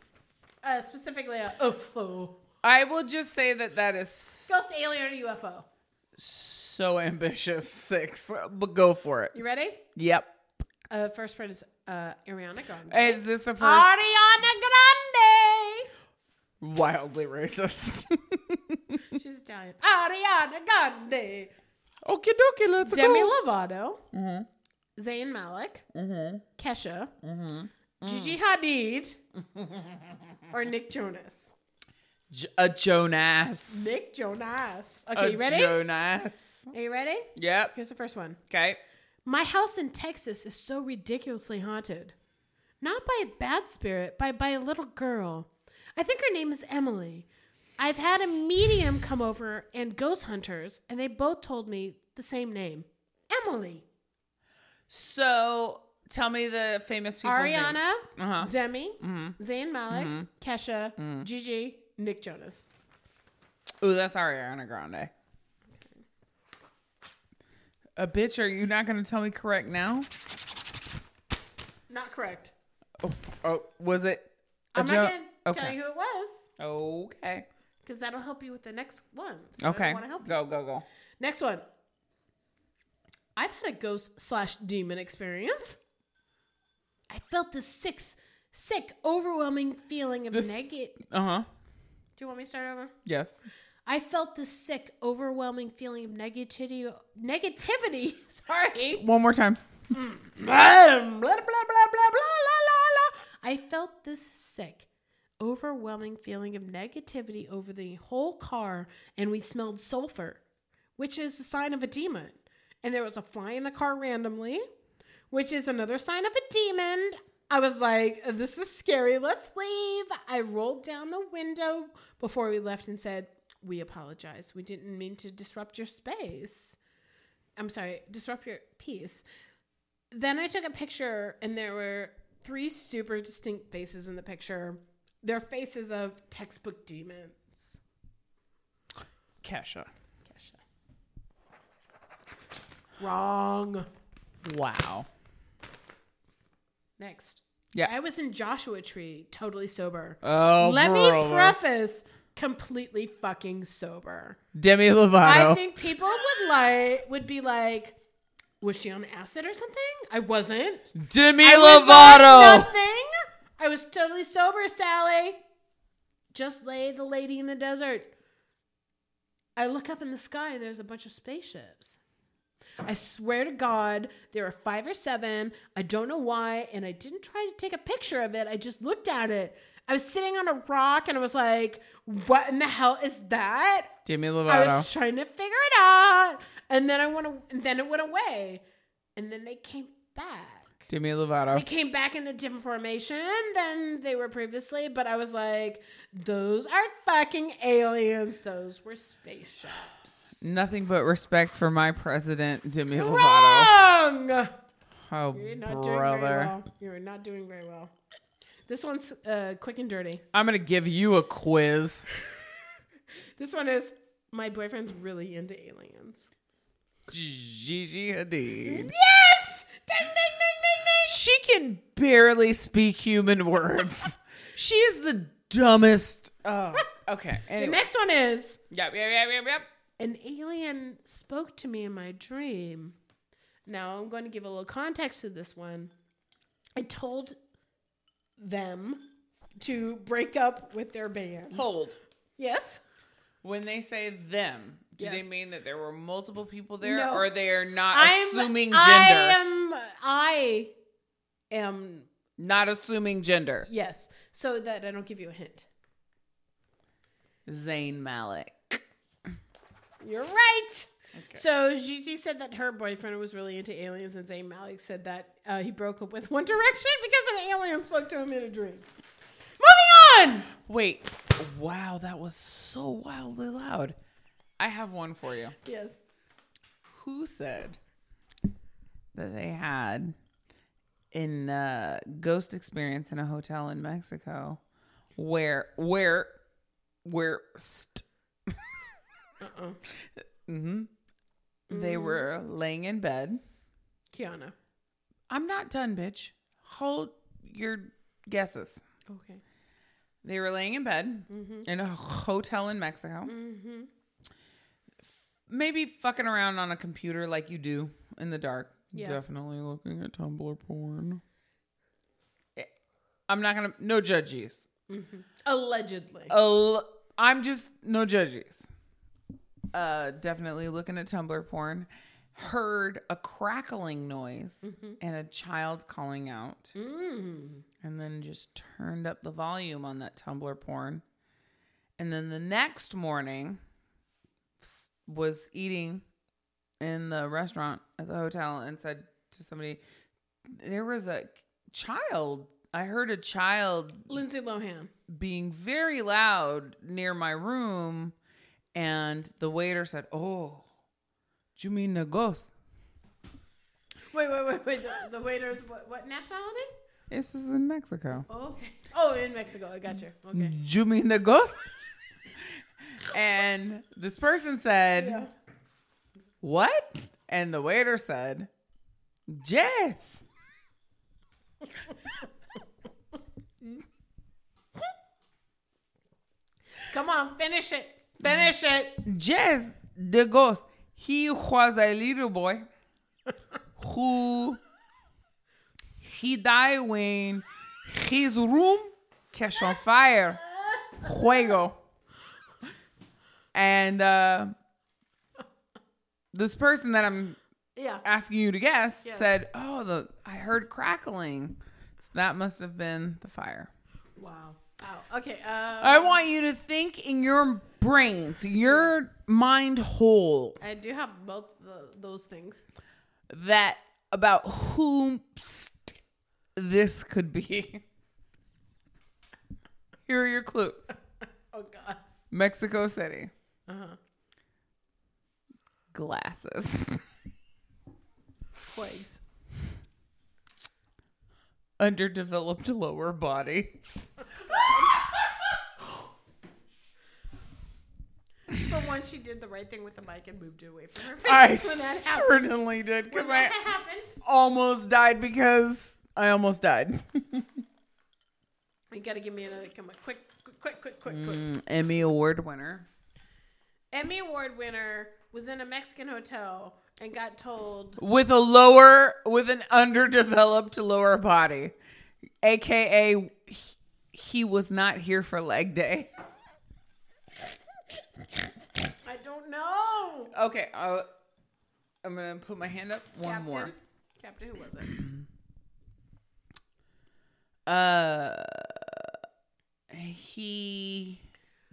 Speaker 2: Uh, specifically a UFO.
Speaker 1: I will just say that that is
Speaker 2: Ghost, alien, or UFO.
Speaker 1: so ambitious. Six, but go for it.
Speaker 2: You ready?
Speaker 1: Yep.
Speaker 2: Uh, first part is uh, Ariana Grande.
Speaker 1: Is this the first
Speaker 2: Ariana Grande.
Speaker 1: wildly racist?
Speaker 2: She's Italian. Ariana Grande.
Speaker 1: Okie dokie, let's
Speaker 2: Demi
Speaker 1: go.
Speaker 2: Lovato. Zayn Malik. Kesha. Gigi Hadid. or Nick Jonas.
Speaker 1: J- a Jonas.
Speaker 2: Nick Jonas. Okay,
Speaker 1: A
Speaker 2: you ready?
Speaker 1: Jonas.
Speaker 2: Are you ready?
Speaker 1: Yep.
Speaker 2: Here's the first one.
Speaker 1: Okay.
Speaker 2: My house in Texas is so ridiculously haunted. Not by a bad spirit, but by a little girl. I think her name is Emily. I've had a medium come over and ghost hunters, and they both told me the same name Emily.
Speaker 1: So tell me the famous people.
Speaker 2: Ariana,
Speaker 1: Uh-huh.
Speaker 2: Demi, Zayn Malik,
Speaker 1: Mm-hmm.
Speaker 2: Kesha,
Speaker 1: Mm.
Speaker 2: Gigi, Nick Jonas.
Speaker 1: Ooh, that's Ariana Grande. A bitch, are you not going to tell me correct now?
Speaker 2: Not correct.
Speaker 1: Oh, oh was it? a
Speaker 2: I'm
Speaker 1: Jo-
Speaker 2: not going to
Speaker 1: okay.
Speaker 2: tell you who it was
Speaker 1: Okay.
Speaker 2: because that'll help you with the next ones.
Speaker 1: Okay.
Speaker 2: want to help you.
Speaker 1: Go, go, go.
Speaker 2: Next one. I've had a ghost slash demon experience. I felt this sick, sick, overwhelming feeling of
Speaker 1: This-
Speaker 2: negative. Do
Speaker 1: Uh huh.
Speaker 2: you want me to start over?
Speaker 1: Yes.
Speaker 2: I felt this sick, overwhelming feeling of negativity. Negativity. Sorry.
Speaker 1: One more time.
Speaker 2: blah, blah, blah, blah, blah, blah, blah, la, la, la. I felt this sick, overwhelming feeling of negativity over the whole car, and we smelled sulfur, which is a sign of a demon. And there was a fly in the car randomly, which is another sign of a demon. I was like, this is scary. Let's leave. I rolled down the window before we left and said, We apologize. We didn't mean to disrupt your space. I'm sorry, disrupt your peace. Then I took a picture, and there were three super distinct faces in the picture. They're faces of textbook demons.
Speaker 1: Kesha.
Speaker 2: Kesha. Wrong.
Speaker 1: Wow.
Speaker 2: Next.
Speaker 1: Yeah.
Speaker 2: I was in Joshua Tree, totally sober.
Speaker 1: Oh,
Speaker 2: Let me
Speaker 1: brother.
Speaker 2: preface completely fucking sober.
Speaker 1: Demi Lovato.
Speaker 2: I think people would like would be like, was she on acid or something? I wasn't.
Speaker 1: Demi
Speaker 2: I was on
Speaker 1: Lovato.
Speaker 2: nothing. I was totally sober, Sally. Just lay the lady in the desert. I look up in the sky and there's a bunch of spaceships. I swear to God, there were five or seven. I don't know why, and I didn't try to take a picture of it. I just looked at it. I was sitting on a rock and I was like, what in the hell is that?
Speaker 1: Demi
Speaker 2: I
Speaker 1: Lovato.
Speaker 2: was trying to figure it out. And then I went a- and then it went away. And then they came back.
Speaker 1: Demi
Speaker 2: They
Speaker 1: Lovato.
Speaker 2: came back in a different formation than they were previously, but I was like, those are fucking aliens. Those were spaceships.
Speaker 1: Nothing but respect for my president, Demi Lovato.
Speaker 2: Wrong!
Speaker 1: Oh,
Speaker 2: You're not doing very
Speaker 1: brother.
Speaker 2: well. You're not doing very well. This one's uh, quick and dirty.
Speaker 1: I'm going to give you a quiz.
Speaker 2: This one is my boyfriend's really into aliens.
Speaker 1: Gigi Hadid.
Speaker 2: Yes! Ding, ding, ding, ding, ding!
Speaker 1: She can barely speak human words. she is the dumbest. Oh, okay.
Speaker 2: The
Speaker 1: Anyway.
Speaker 2: next one is
Speaker 1: Yep, yep, yep, yep, yep.
Speaker 2: an alien spoke to me in my dream. Now I'm going to give a little context to this one. I told them to break up with their band.
Speaker 1: Hold.
Speaker 2: Yes.
Speaker 1: When they say them, do
Speaker 2: Yes.
Speaker 1: they mean that there were multiple people there,
Speaker 2: No.
Speaker 1: or they are not assuming gender?
Speaker 2: I am. I am.
Speaker 1: not assuming gender.
Speaker 2: Yes. So that I don't give you a hint.
Speaker 1: Zayn Malik.
Speaker 2: You're right. So Gigi said that her boyfriend was really into aliens, and Zayn Malik said that uh, he broke up with One Direction because an alien spoke to him in a dream. Moving on.
Speaker 1: Wait. Wow, that was so wildly loud. I have one for you.
Speaker 2: Yes.
Speaker 1: Who said that they had in a ghost experience in a hotel in Mexico where where where st- hmm they were laying in bed.
Speaker 2: Kiana.
Speaker 1: I'm not done, bitch. Hold your guesses.
Speaker 2: Okay.
Speaker 1: They were laying in bed in a hotel in Mexico. Maybe fucking around on a computer like you do in the dark.
Speaker 2: Yes.
Speaker 1: Definitely looking at Tumblr porn. Eh, I'm not gonna no judges.
Speaker 2: Allegedly.
Speaker 1: Al- I'm just no judges. Uh, definitely looking at Tumblr porn. Heard a crackling noise and a child calling out,
Speaker 2: Mm.
Speaker 1: and then just turned up the volume on that Tumblr porn. And then the next morning, s- was eating in the restaurant at the hotel and said to somebody, "There was a child. I heard a child
Speaker 2: Lindsay Lohan.
Speaker 1: being very loud near my room and the waiter said oh do you mean a ghost
Speaker 2: Wait, wait, wait, wait. The, the waiter's what, what nationality?
Speaker 1: this is in mexico
Speaker 2: Okay. Oh, in Mexico. I got you. Okay.
Speaker 1: do you mean a ghost and this person said
Speaker 2: Yeah.
Speaker 1: what and the waiter said yes
Speaker 2: Come on, finish it. Finish it.
Speaker 1: yes the ghost he was a little boy who he died when his room catch on fire. Fuego. And uh, this person that I'm
Speaker 2: Yeah.
Speaker 1: asking you to guess
Speaker 2: Yeah.
Speaker 1: said, "Oh, the I heard crackling. So that must have been the fire."
Speaker 2: Wow. Wow. Okay. Uh,
Speaker 1: I want you to think in your brains, your mind hole,
Speaker 2: I do have both the, those things.
Speaker 1: that about whom this could be. Here are your clues.
Speaker 2: Oh God.
Speaker 1: Mexico City.
Speaker 2: Uh huh.
Speaker 1: Glasses.
Speaker 2: Plagues.
Speaker 1: Underdeveloped lower body.
Speaker 2: For once, she did the right thing with the mic and moved it away from her face.
Speaker 1: I
Speaker 2: when that happened.
Speaker 1: certainly did
Speaker 2: When
Speaker 1: because I
Speaker 2: that happened,
Speaker 1: almost died because I almost died.
Speaker 2: you gotta give me another. Come on, quick, quick, quick, quick, quick.
Speaker 1: Mm, Emmy Award winner.
Speaker 2: Emmy Award winner was in a Mexican hotel and got told
Speaker 1: With a lower, with an underdeveloped lower body. AKA, he, he was not here for leg day.
Speaker 2: I don't know.
Speaker 1: Okay, i I'm going to put my hand up one
Speaker 2: Captain,
Speaker 1: more.
Speaker 2: Captain, who was it?
Speaker 1: Uh, he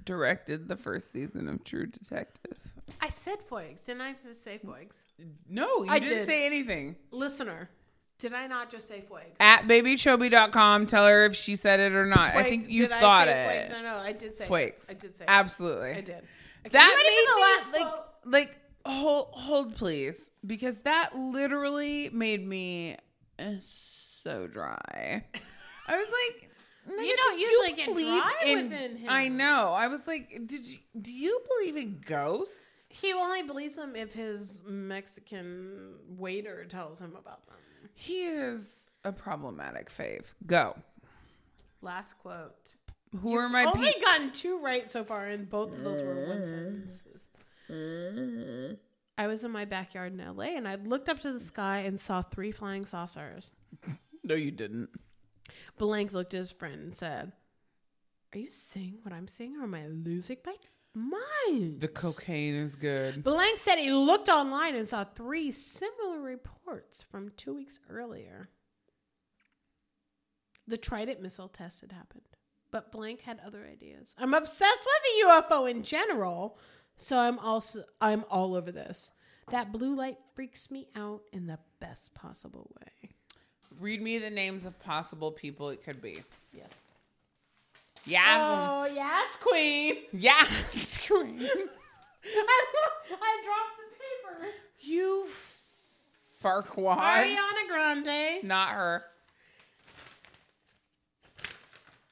Speaker 1: directed the first season of True Detective.
Speaker 2: I said Foigs. Didn't I just say Foigs?
Speaker 1: No, you
Speaker 2: I
Speaker 1: didn't
Speaker 2: did.
Speaker 1: say anything.
Speaker 2: Listener, did I not just say Foigs?
Speaker 1: At babychobi.com, tell her if she said it or not. I think you
Speaker 2: did
Speaker 1: thought
Speaker 2: I say
Speaker 1: it.
Speaker 2: Foigs? No, no, I did say
Speaker 1: Flakes.
Speaker 2: I did say. it.
Speaker 1: Absolutely.
Speaker 2: I did. Okay, you ready
Speaker 1: That
Speaker 2: for the
Speaker 1: made me
Speaker 2: last quote?
Speaker 1: like like hold hold please because that literally made me uh, so dry. I was like, "Nigga,
Speaker 2: don't
Speaker 1: do
Speaker 2: usually get
Speaker 1: believe
Speaker 2: dry
Speaker 1: in-"
Speaker 2: within him.
Speaker 1: I know. I was like, did you do you believe in ghosts?
Speaker 2: He only believes them if his Mexican waiter tells him about them.
Speaker 1: He is a problematic fave. Go.
Speaker 2: Last quote.
Speaker 1: Who are my
Speaker 2: only
Speaker 1: people?
Speaker 2: gotten two right so far, and both of those were one sentences. I was in my backyard in LA and I looked up to the sky and saw three flying saucers.
Speaker 1: No, you didn't.
Speaker 2: Blank looked at his friend and said, Are you seeing what I'm seeing or am I losing my mind?
Speaker 1: The cocaine is good.
Speaker 2: Blank said he looked online and saw three similar reports from two weeks earlier. The Trident missile test had happened, but Blank had other ideas. I'm obsessed with the UFO in general, so I'm also I'm all over this. That blue light freaks me out in the best possible way.
Speaker 1: Read me the names of possible people it could be.
Speaker 2: Yes.
Speaker 1: Yes.
Speaker 2: Oh yes, queen.
Speaker 1: Yes. queen.
Speaker 2: I, I dropped the paper.
Speaker 1: you farquad.
Speaker 2: Ariana Grande.
Speaker 1: Not her.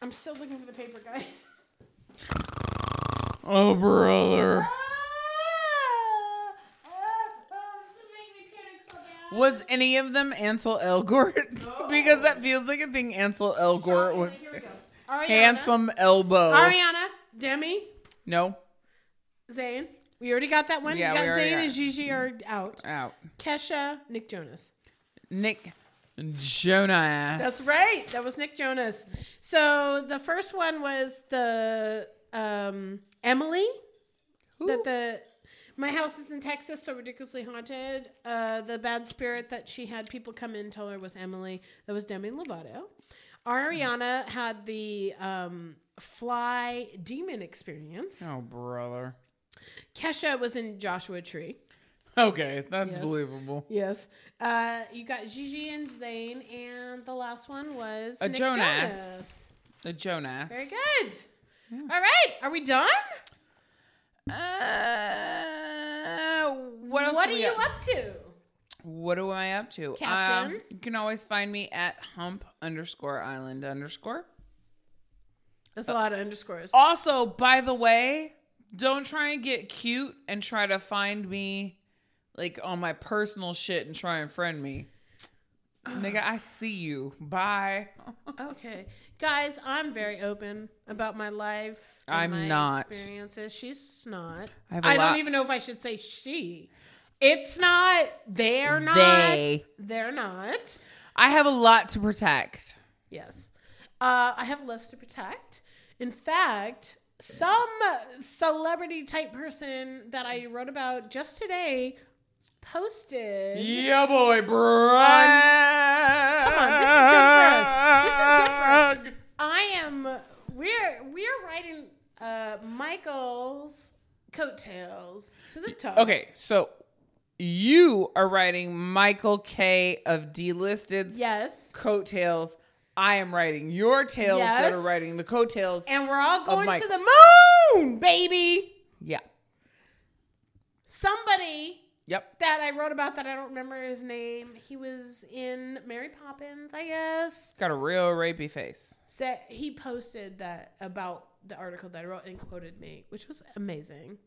Speaker 2: I'm still looking for the paper, guys.
Speaker 1: Oh, brother.
Speaker 2: Ah, ah, ah, this is making me panic so bad.
Speaker 1: Was any of them Ansel Elgort? because that feels like a thing Ansel Elgort
Speaker 2: Okay,
Speaker 1: was.
Speaker 2: Here we go. Ariana.
Speaker 1: Handsome elbow.
Speaker 2: Ariana. Demi.
Speaker 1: no.
Speaker 2: Zayn. We already got that one.
Speaker 1: Yeah,
Speaker 2: we
Speaker 1: we
Speaker 2: got
Speaker 1: already
Speaker 2: Zayn
Speaker 1: got
Speaker 2: and
Speaker 1: it.
Speaker 2: Gigi are out.
Speaker 1: Out.
Speaker 2: Kesha. Nick Jonas.
Speaker 1: Nick Jonas.
Speaker 2: That's right. That was Nick Jonas. So the first one was the um, Emily. That the my house is in Texas, so ridiculously haunted. Uh, the bad spirit that she had people come in and tell her was Emily. That was Demi Lovato. Ariana had the um, fly demon experience.
Speaker 1: Oh, brother.
Speaker 2: Kesha was in Joshua Tree.
Speaker 1: Okay, that's
Speaker 2: Yes.
Speaker 1: believable.
Speaker 2: Yes. Uh, you got Gigi and Zane, and the last one was
Speaker 1: A
Speaker 2: Nick
Speaker 1: Jonas.
Speaker 2: Jonas.
Speaker 1: The Jonas.
Speaker 2: Very good. All right. Are we done?
Speaker 1: Uh, what else
Speaker 2: what
Speaker 1: do
Speaker 2: are
Speaker 1: we
Speaker 2: you
Speaker 1: got?
Speaker 2: up to?
Speaker 1: What am I up to?
Speaker 2: Captain?
Speaker 1: Um, you can always find me at hump underscore island underscore.
Speaker 2: That's a lot of underscores.
Speaker 1: Oh. Also, by the way, don't try and get cute and try to find me like on my personal shit and try and friend me. Nigga, I see you. Bye.
Speaker 2: Okay. Guys, I'm very open about my life. and
Speaker 1: I'm
Speaker 2: my
Speaker 1: not.
Speaker 2: Experiences. She's not.
Speaker 1: I have a
Speaker 2: I, don't
Speaker 1: lot-
Speaker 2: even know if I should say she. It's not. They're not.
Speaker 1: They.
Speaker 2: They're not.
Speaker 1: I have a lot to protect.
Speaker 2: Yes. Uh, I have less to protect. In fact, some celebrity type person that I wrote about just today posted.
Speaker 1: Yeah, boy, bro. Come
Speaker 2: on, this is good for us. This is good for us. I am. We're we're riding uh, Michael's coattails to the top.
Speaker 1: Okay, so you are writing Michael K of Delisted's
Speaker 2: Yes.
Speaker 1: coattails. I am writing your tales that
Speaker 2: Yes.
Speaker 1: are writing the coattails.
Speaker 2: And we're all going to
Speaker 1: Michael.
Speaker 2: the moon, baby.
Speaker 1: yeah.
Speaker 2: Somebody
Speaker 1: Yep.
Speaker 2: that I wrote about that I don't remember his name. He was in Mary Poppins, I guess.
Speaker 1: Got a real rapey face.
Speaker 2: said he posted that about the article that I wrote and quoted me, which was amazing.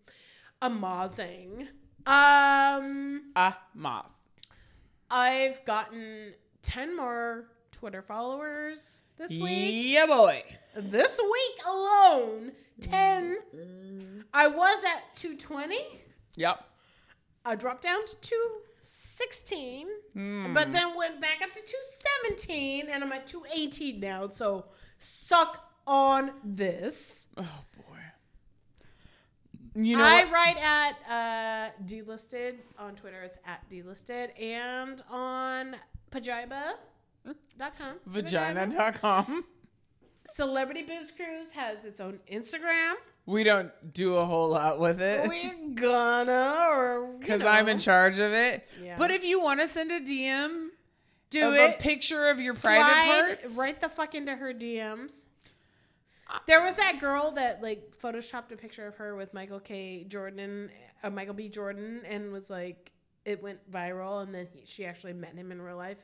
Speaker 2: Amazing. Um
Speaker 1: Ah, Moss.
Speaker 2: I've gotten 10 more Twitter followers this week.
Speaker 1: Yeah, boy.
Speaker 2: This week alone, 10.
Speaker 1: Mm-hmm.
Speaker 2: I was at 220.
Speaker 1: Yep.
Speaker 2: I dropped down to 216,
Speaker 1: Hmm.
Speaker 2: but then went back up to 217 and I'm at 218 now. So suck on this.
Speaker 1: Oh boy. You know,
Speaker 2: I
Speaker 1: what?
Speaker 2: write at uh, delisted on Twitter. It's at delisted and on pajiba.com.
Speaker 1: vagina.com.
Speaker 2: Celebrity Booze Cruise has its own Instagram.
Speaker 1: We don't do a whole lot with it
Speaker 2: We're gonna or you
Speaker 1: because I'm in
Speaker 2: know,
Speaker 1: charge of it.
Speaker 2: Yeah.
Speaker 1: But if you want to send a DM
Speaker 2: Do
Speaker 1: of
Speaker 2: it.
Speaker 1: a picture of your
Speaker 2: Slide
Speaker 1: private parts,
Speaker 2: right the fuck into her DMs. There was that girl that like photoshopped a picture of her with Michael K. Jordan, uh, Michael B. Jordan, and was like, it went viral, and then he, she actually met him in real life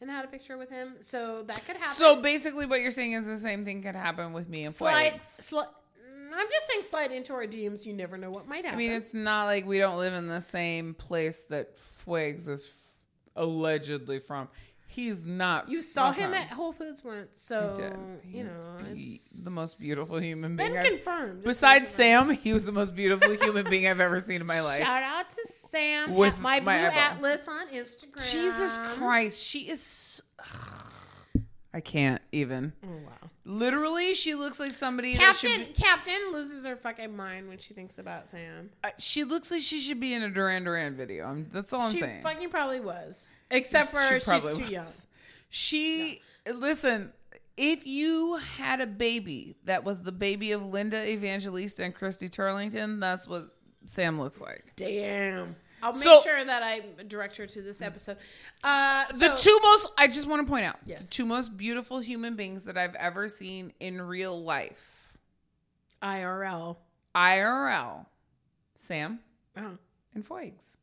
Speaker 2: and had a picture with him. So that could happen.
Speaker 1: So basically, what you're saying is the same thing could happen with me and
Speaker 2: slide,
Speaker 1: Flags.
Speaker 2: sli- mm, I'm just saying, slide into our DMs. You never know what might happen.
Speaker 1: I mean, it's not like we don't live in the same place that Flags is f- allegedly from. He's not.
Speaker 2: you saw
Speaker 1: not
Speaker 2: him
Speaker 1: from.
Speaker 2: at Whole Foods once, so
Speaker 1: did.
Speaker 2: you
Speaker 1: He's
Speaker 2: know
Speaker 1: be-
Speaker 2: it's
Speaker 1: the most beautiful human
Speaker 2: been
Speaker 1: being I've-
Speaker 2: confirmed. It's been
Speaker 1: Besides Sam,
Speaker 2: confirmed.
Speaker 1: he was the most beautiful human being I've ever seen in my life.
Speaker 2: Shout out to Sam
Speaker 1: With
Speaker 2: at my,
Speaker 1: my
Speaker 2: blue
Speaker 1: eyeballs.
Speaker 2: atlas on Instagram.
Speaker 1: Jesus Christ, she is. s- I can't even.
Speaker 2: Oh, wow.
Speaker 1: Literally, she looks like somebody that
Speaker 2: Captain
Speaker 1: should. Be,
Speaker 2: Captain loses her fucking mind when she thinks about Sam.
Speaker 1: uh, she looks like she should be in a Duran Duran video. I'm, that's all I'm
Speaker 2: she
Speaker 1: saying.
Speaker 2: fucking probably was, except for she's too young.
Speaker 1: was. She listen. If you had a baby that was the baby of Linda Evangelista and Christy Turlington, that's what Sam looks like.
Speaker 2: Damn. I'll make
Speaker 1: So-
Speaker 2: sure that I direct her to this episode. Uh,
Speaker 1: The
Speaker 2: so-
Speaker 1: two most I just want to point out
Speaker 2: Yes.
Speaker 1: the two most beautiful human beings that I've ever seen in real life.
Speaker 2: IRL.
Speaker 1: IRL. Sam
Speaker 2: Oh,
Speaker 1: and Foigs.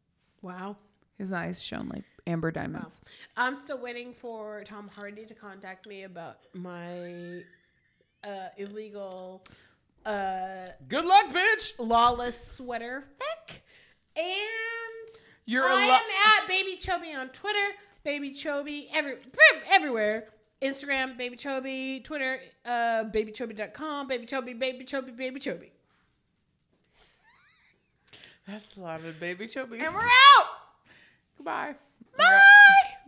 Speaker 2: wow.
Speaker 1: His eyes shone like amber diamonds.
Speaker 2: I'm still waiting for Tom Hardy to contact me about my uh, illegal, uh,
Speaker 1: Good luck, bitch.
Speaker 2: lawless sweater fic. And
Speaker 1: You're a
Speaker 2: I
Speaker 1: lo-
Speaker 2: am at Baby Chobi on Twitter, Baby Chobi every, brr, everywhere. Instagram, Baby Chobi, Twitter, uh, babychobi.com, Baby Chobi, Baby Chobi, Baby Chobi.
Speaker 1: That's a lot of baby chubbies.
Speaker 2: And we're out!
Speaker 1: Goodbye.
Speaker 2: Bye!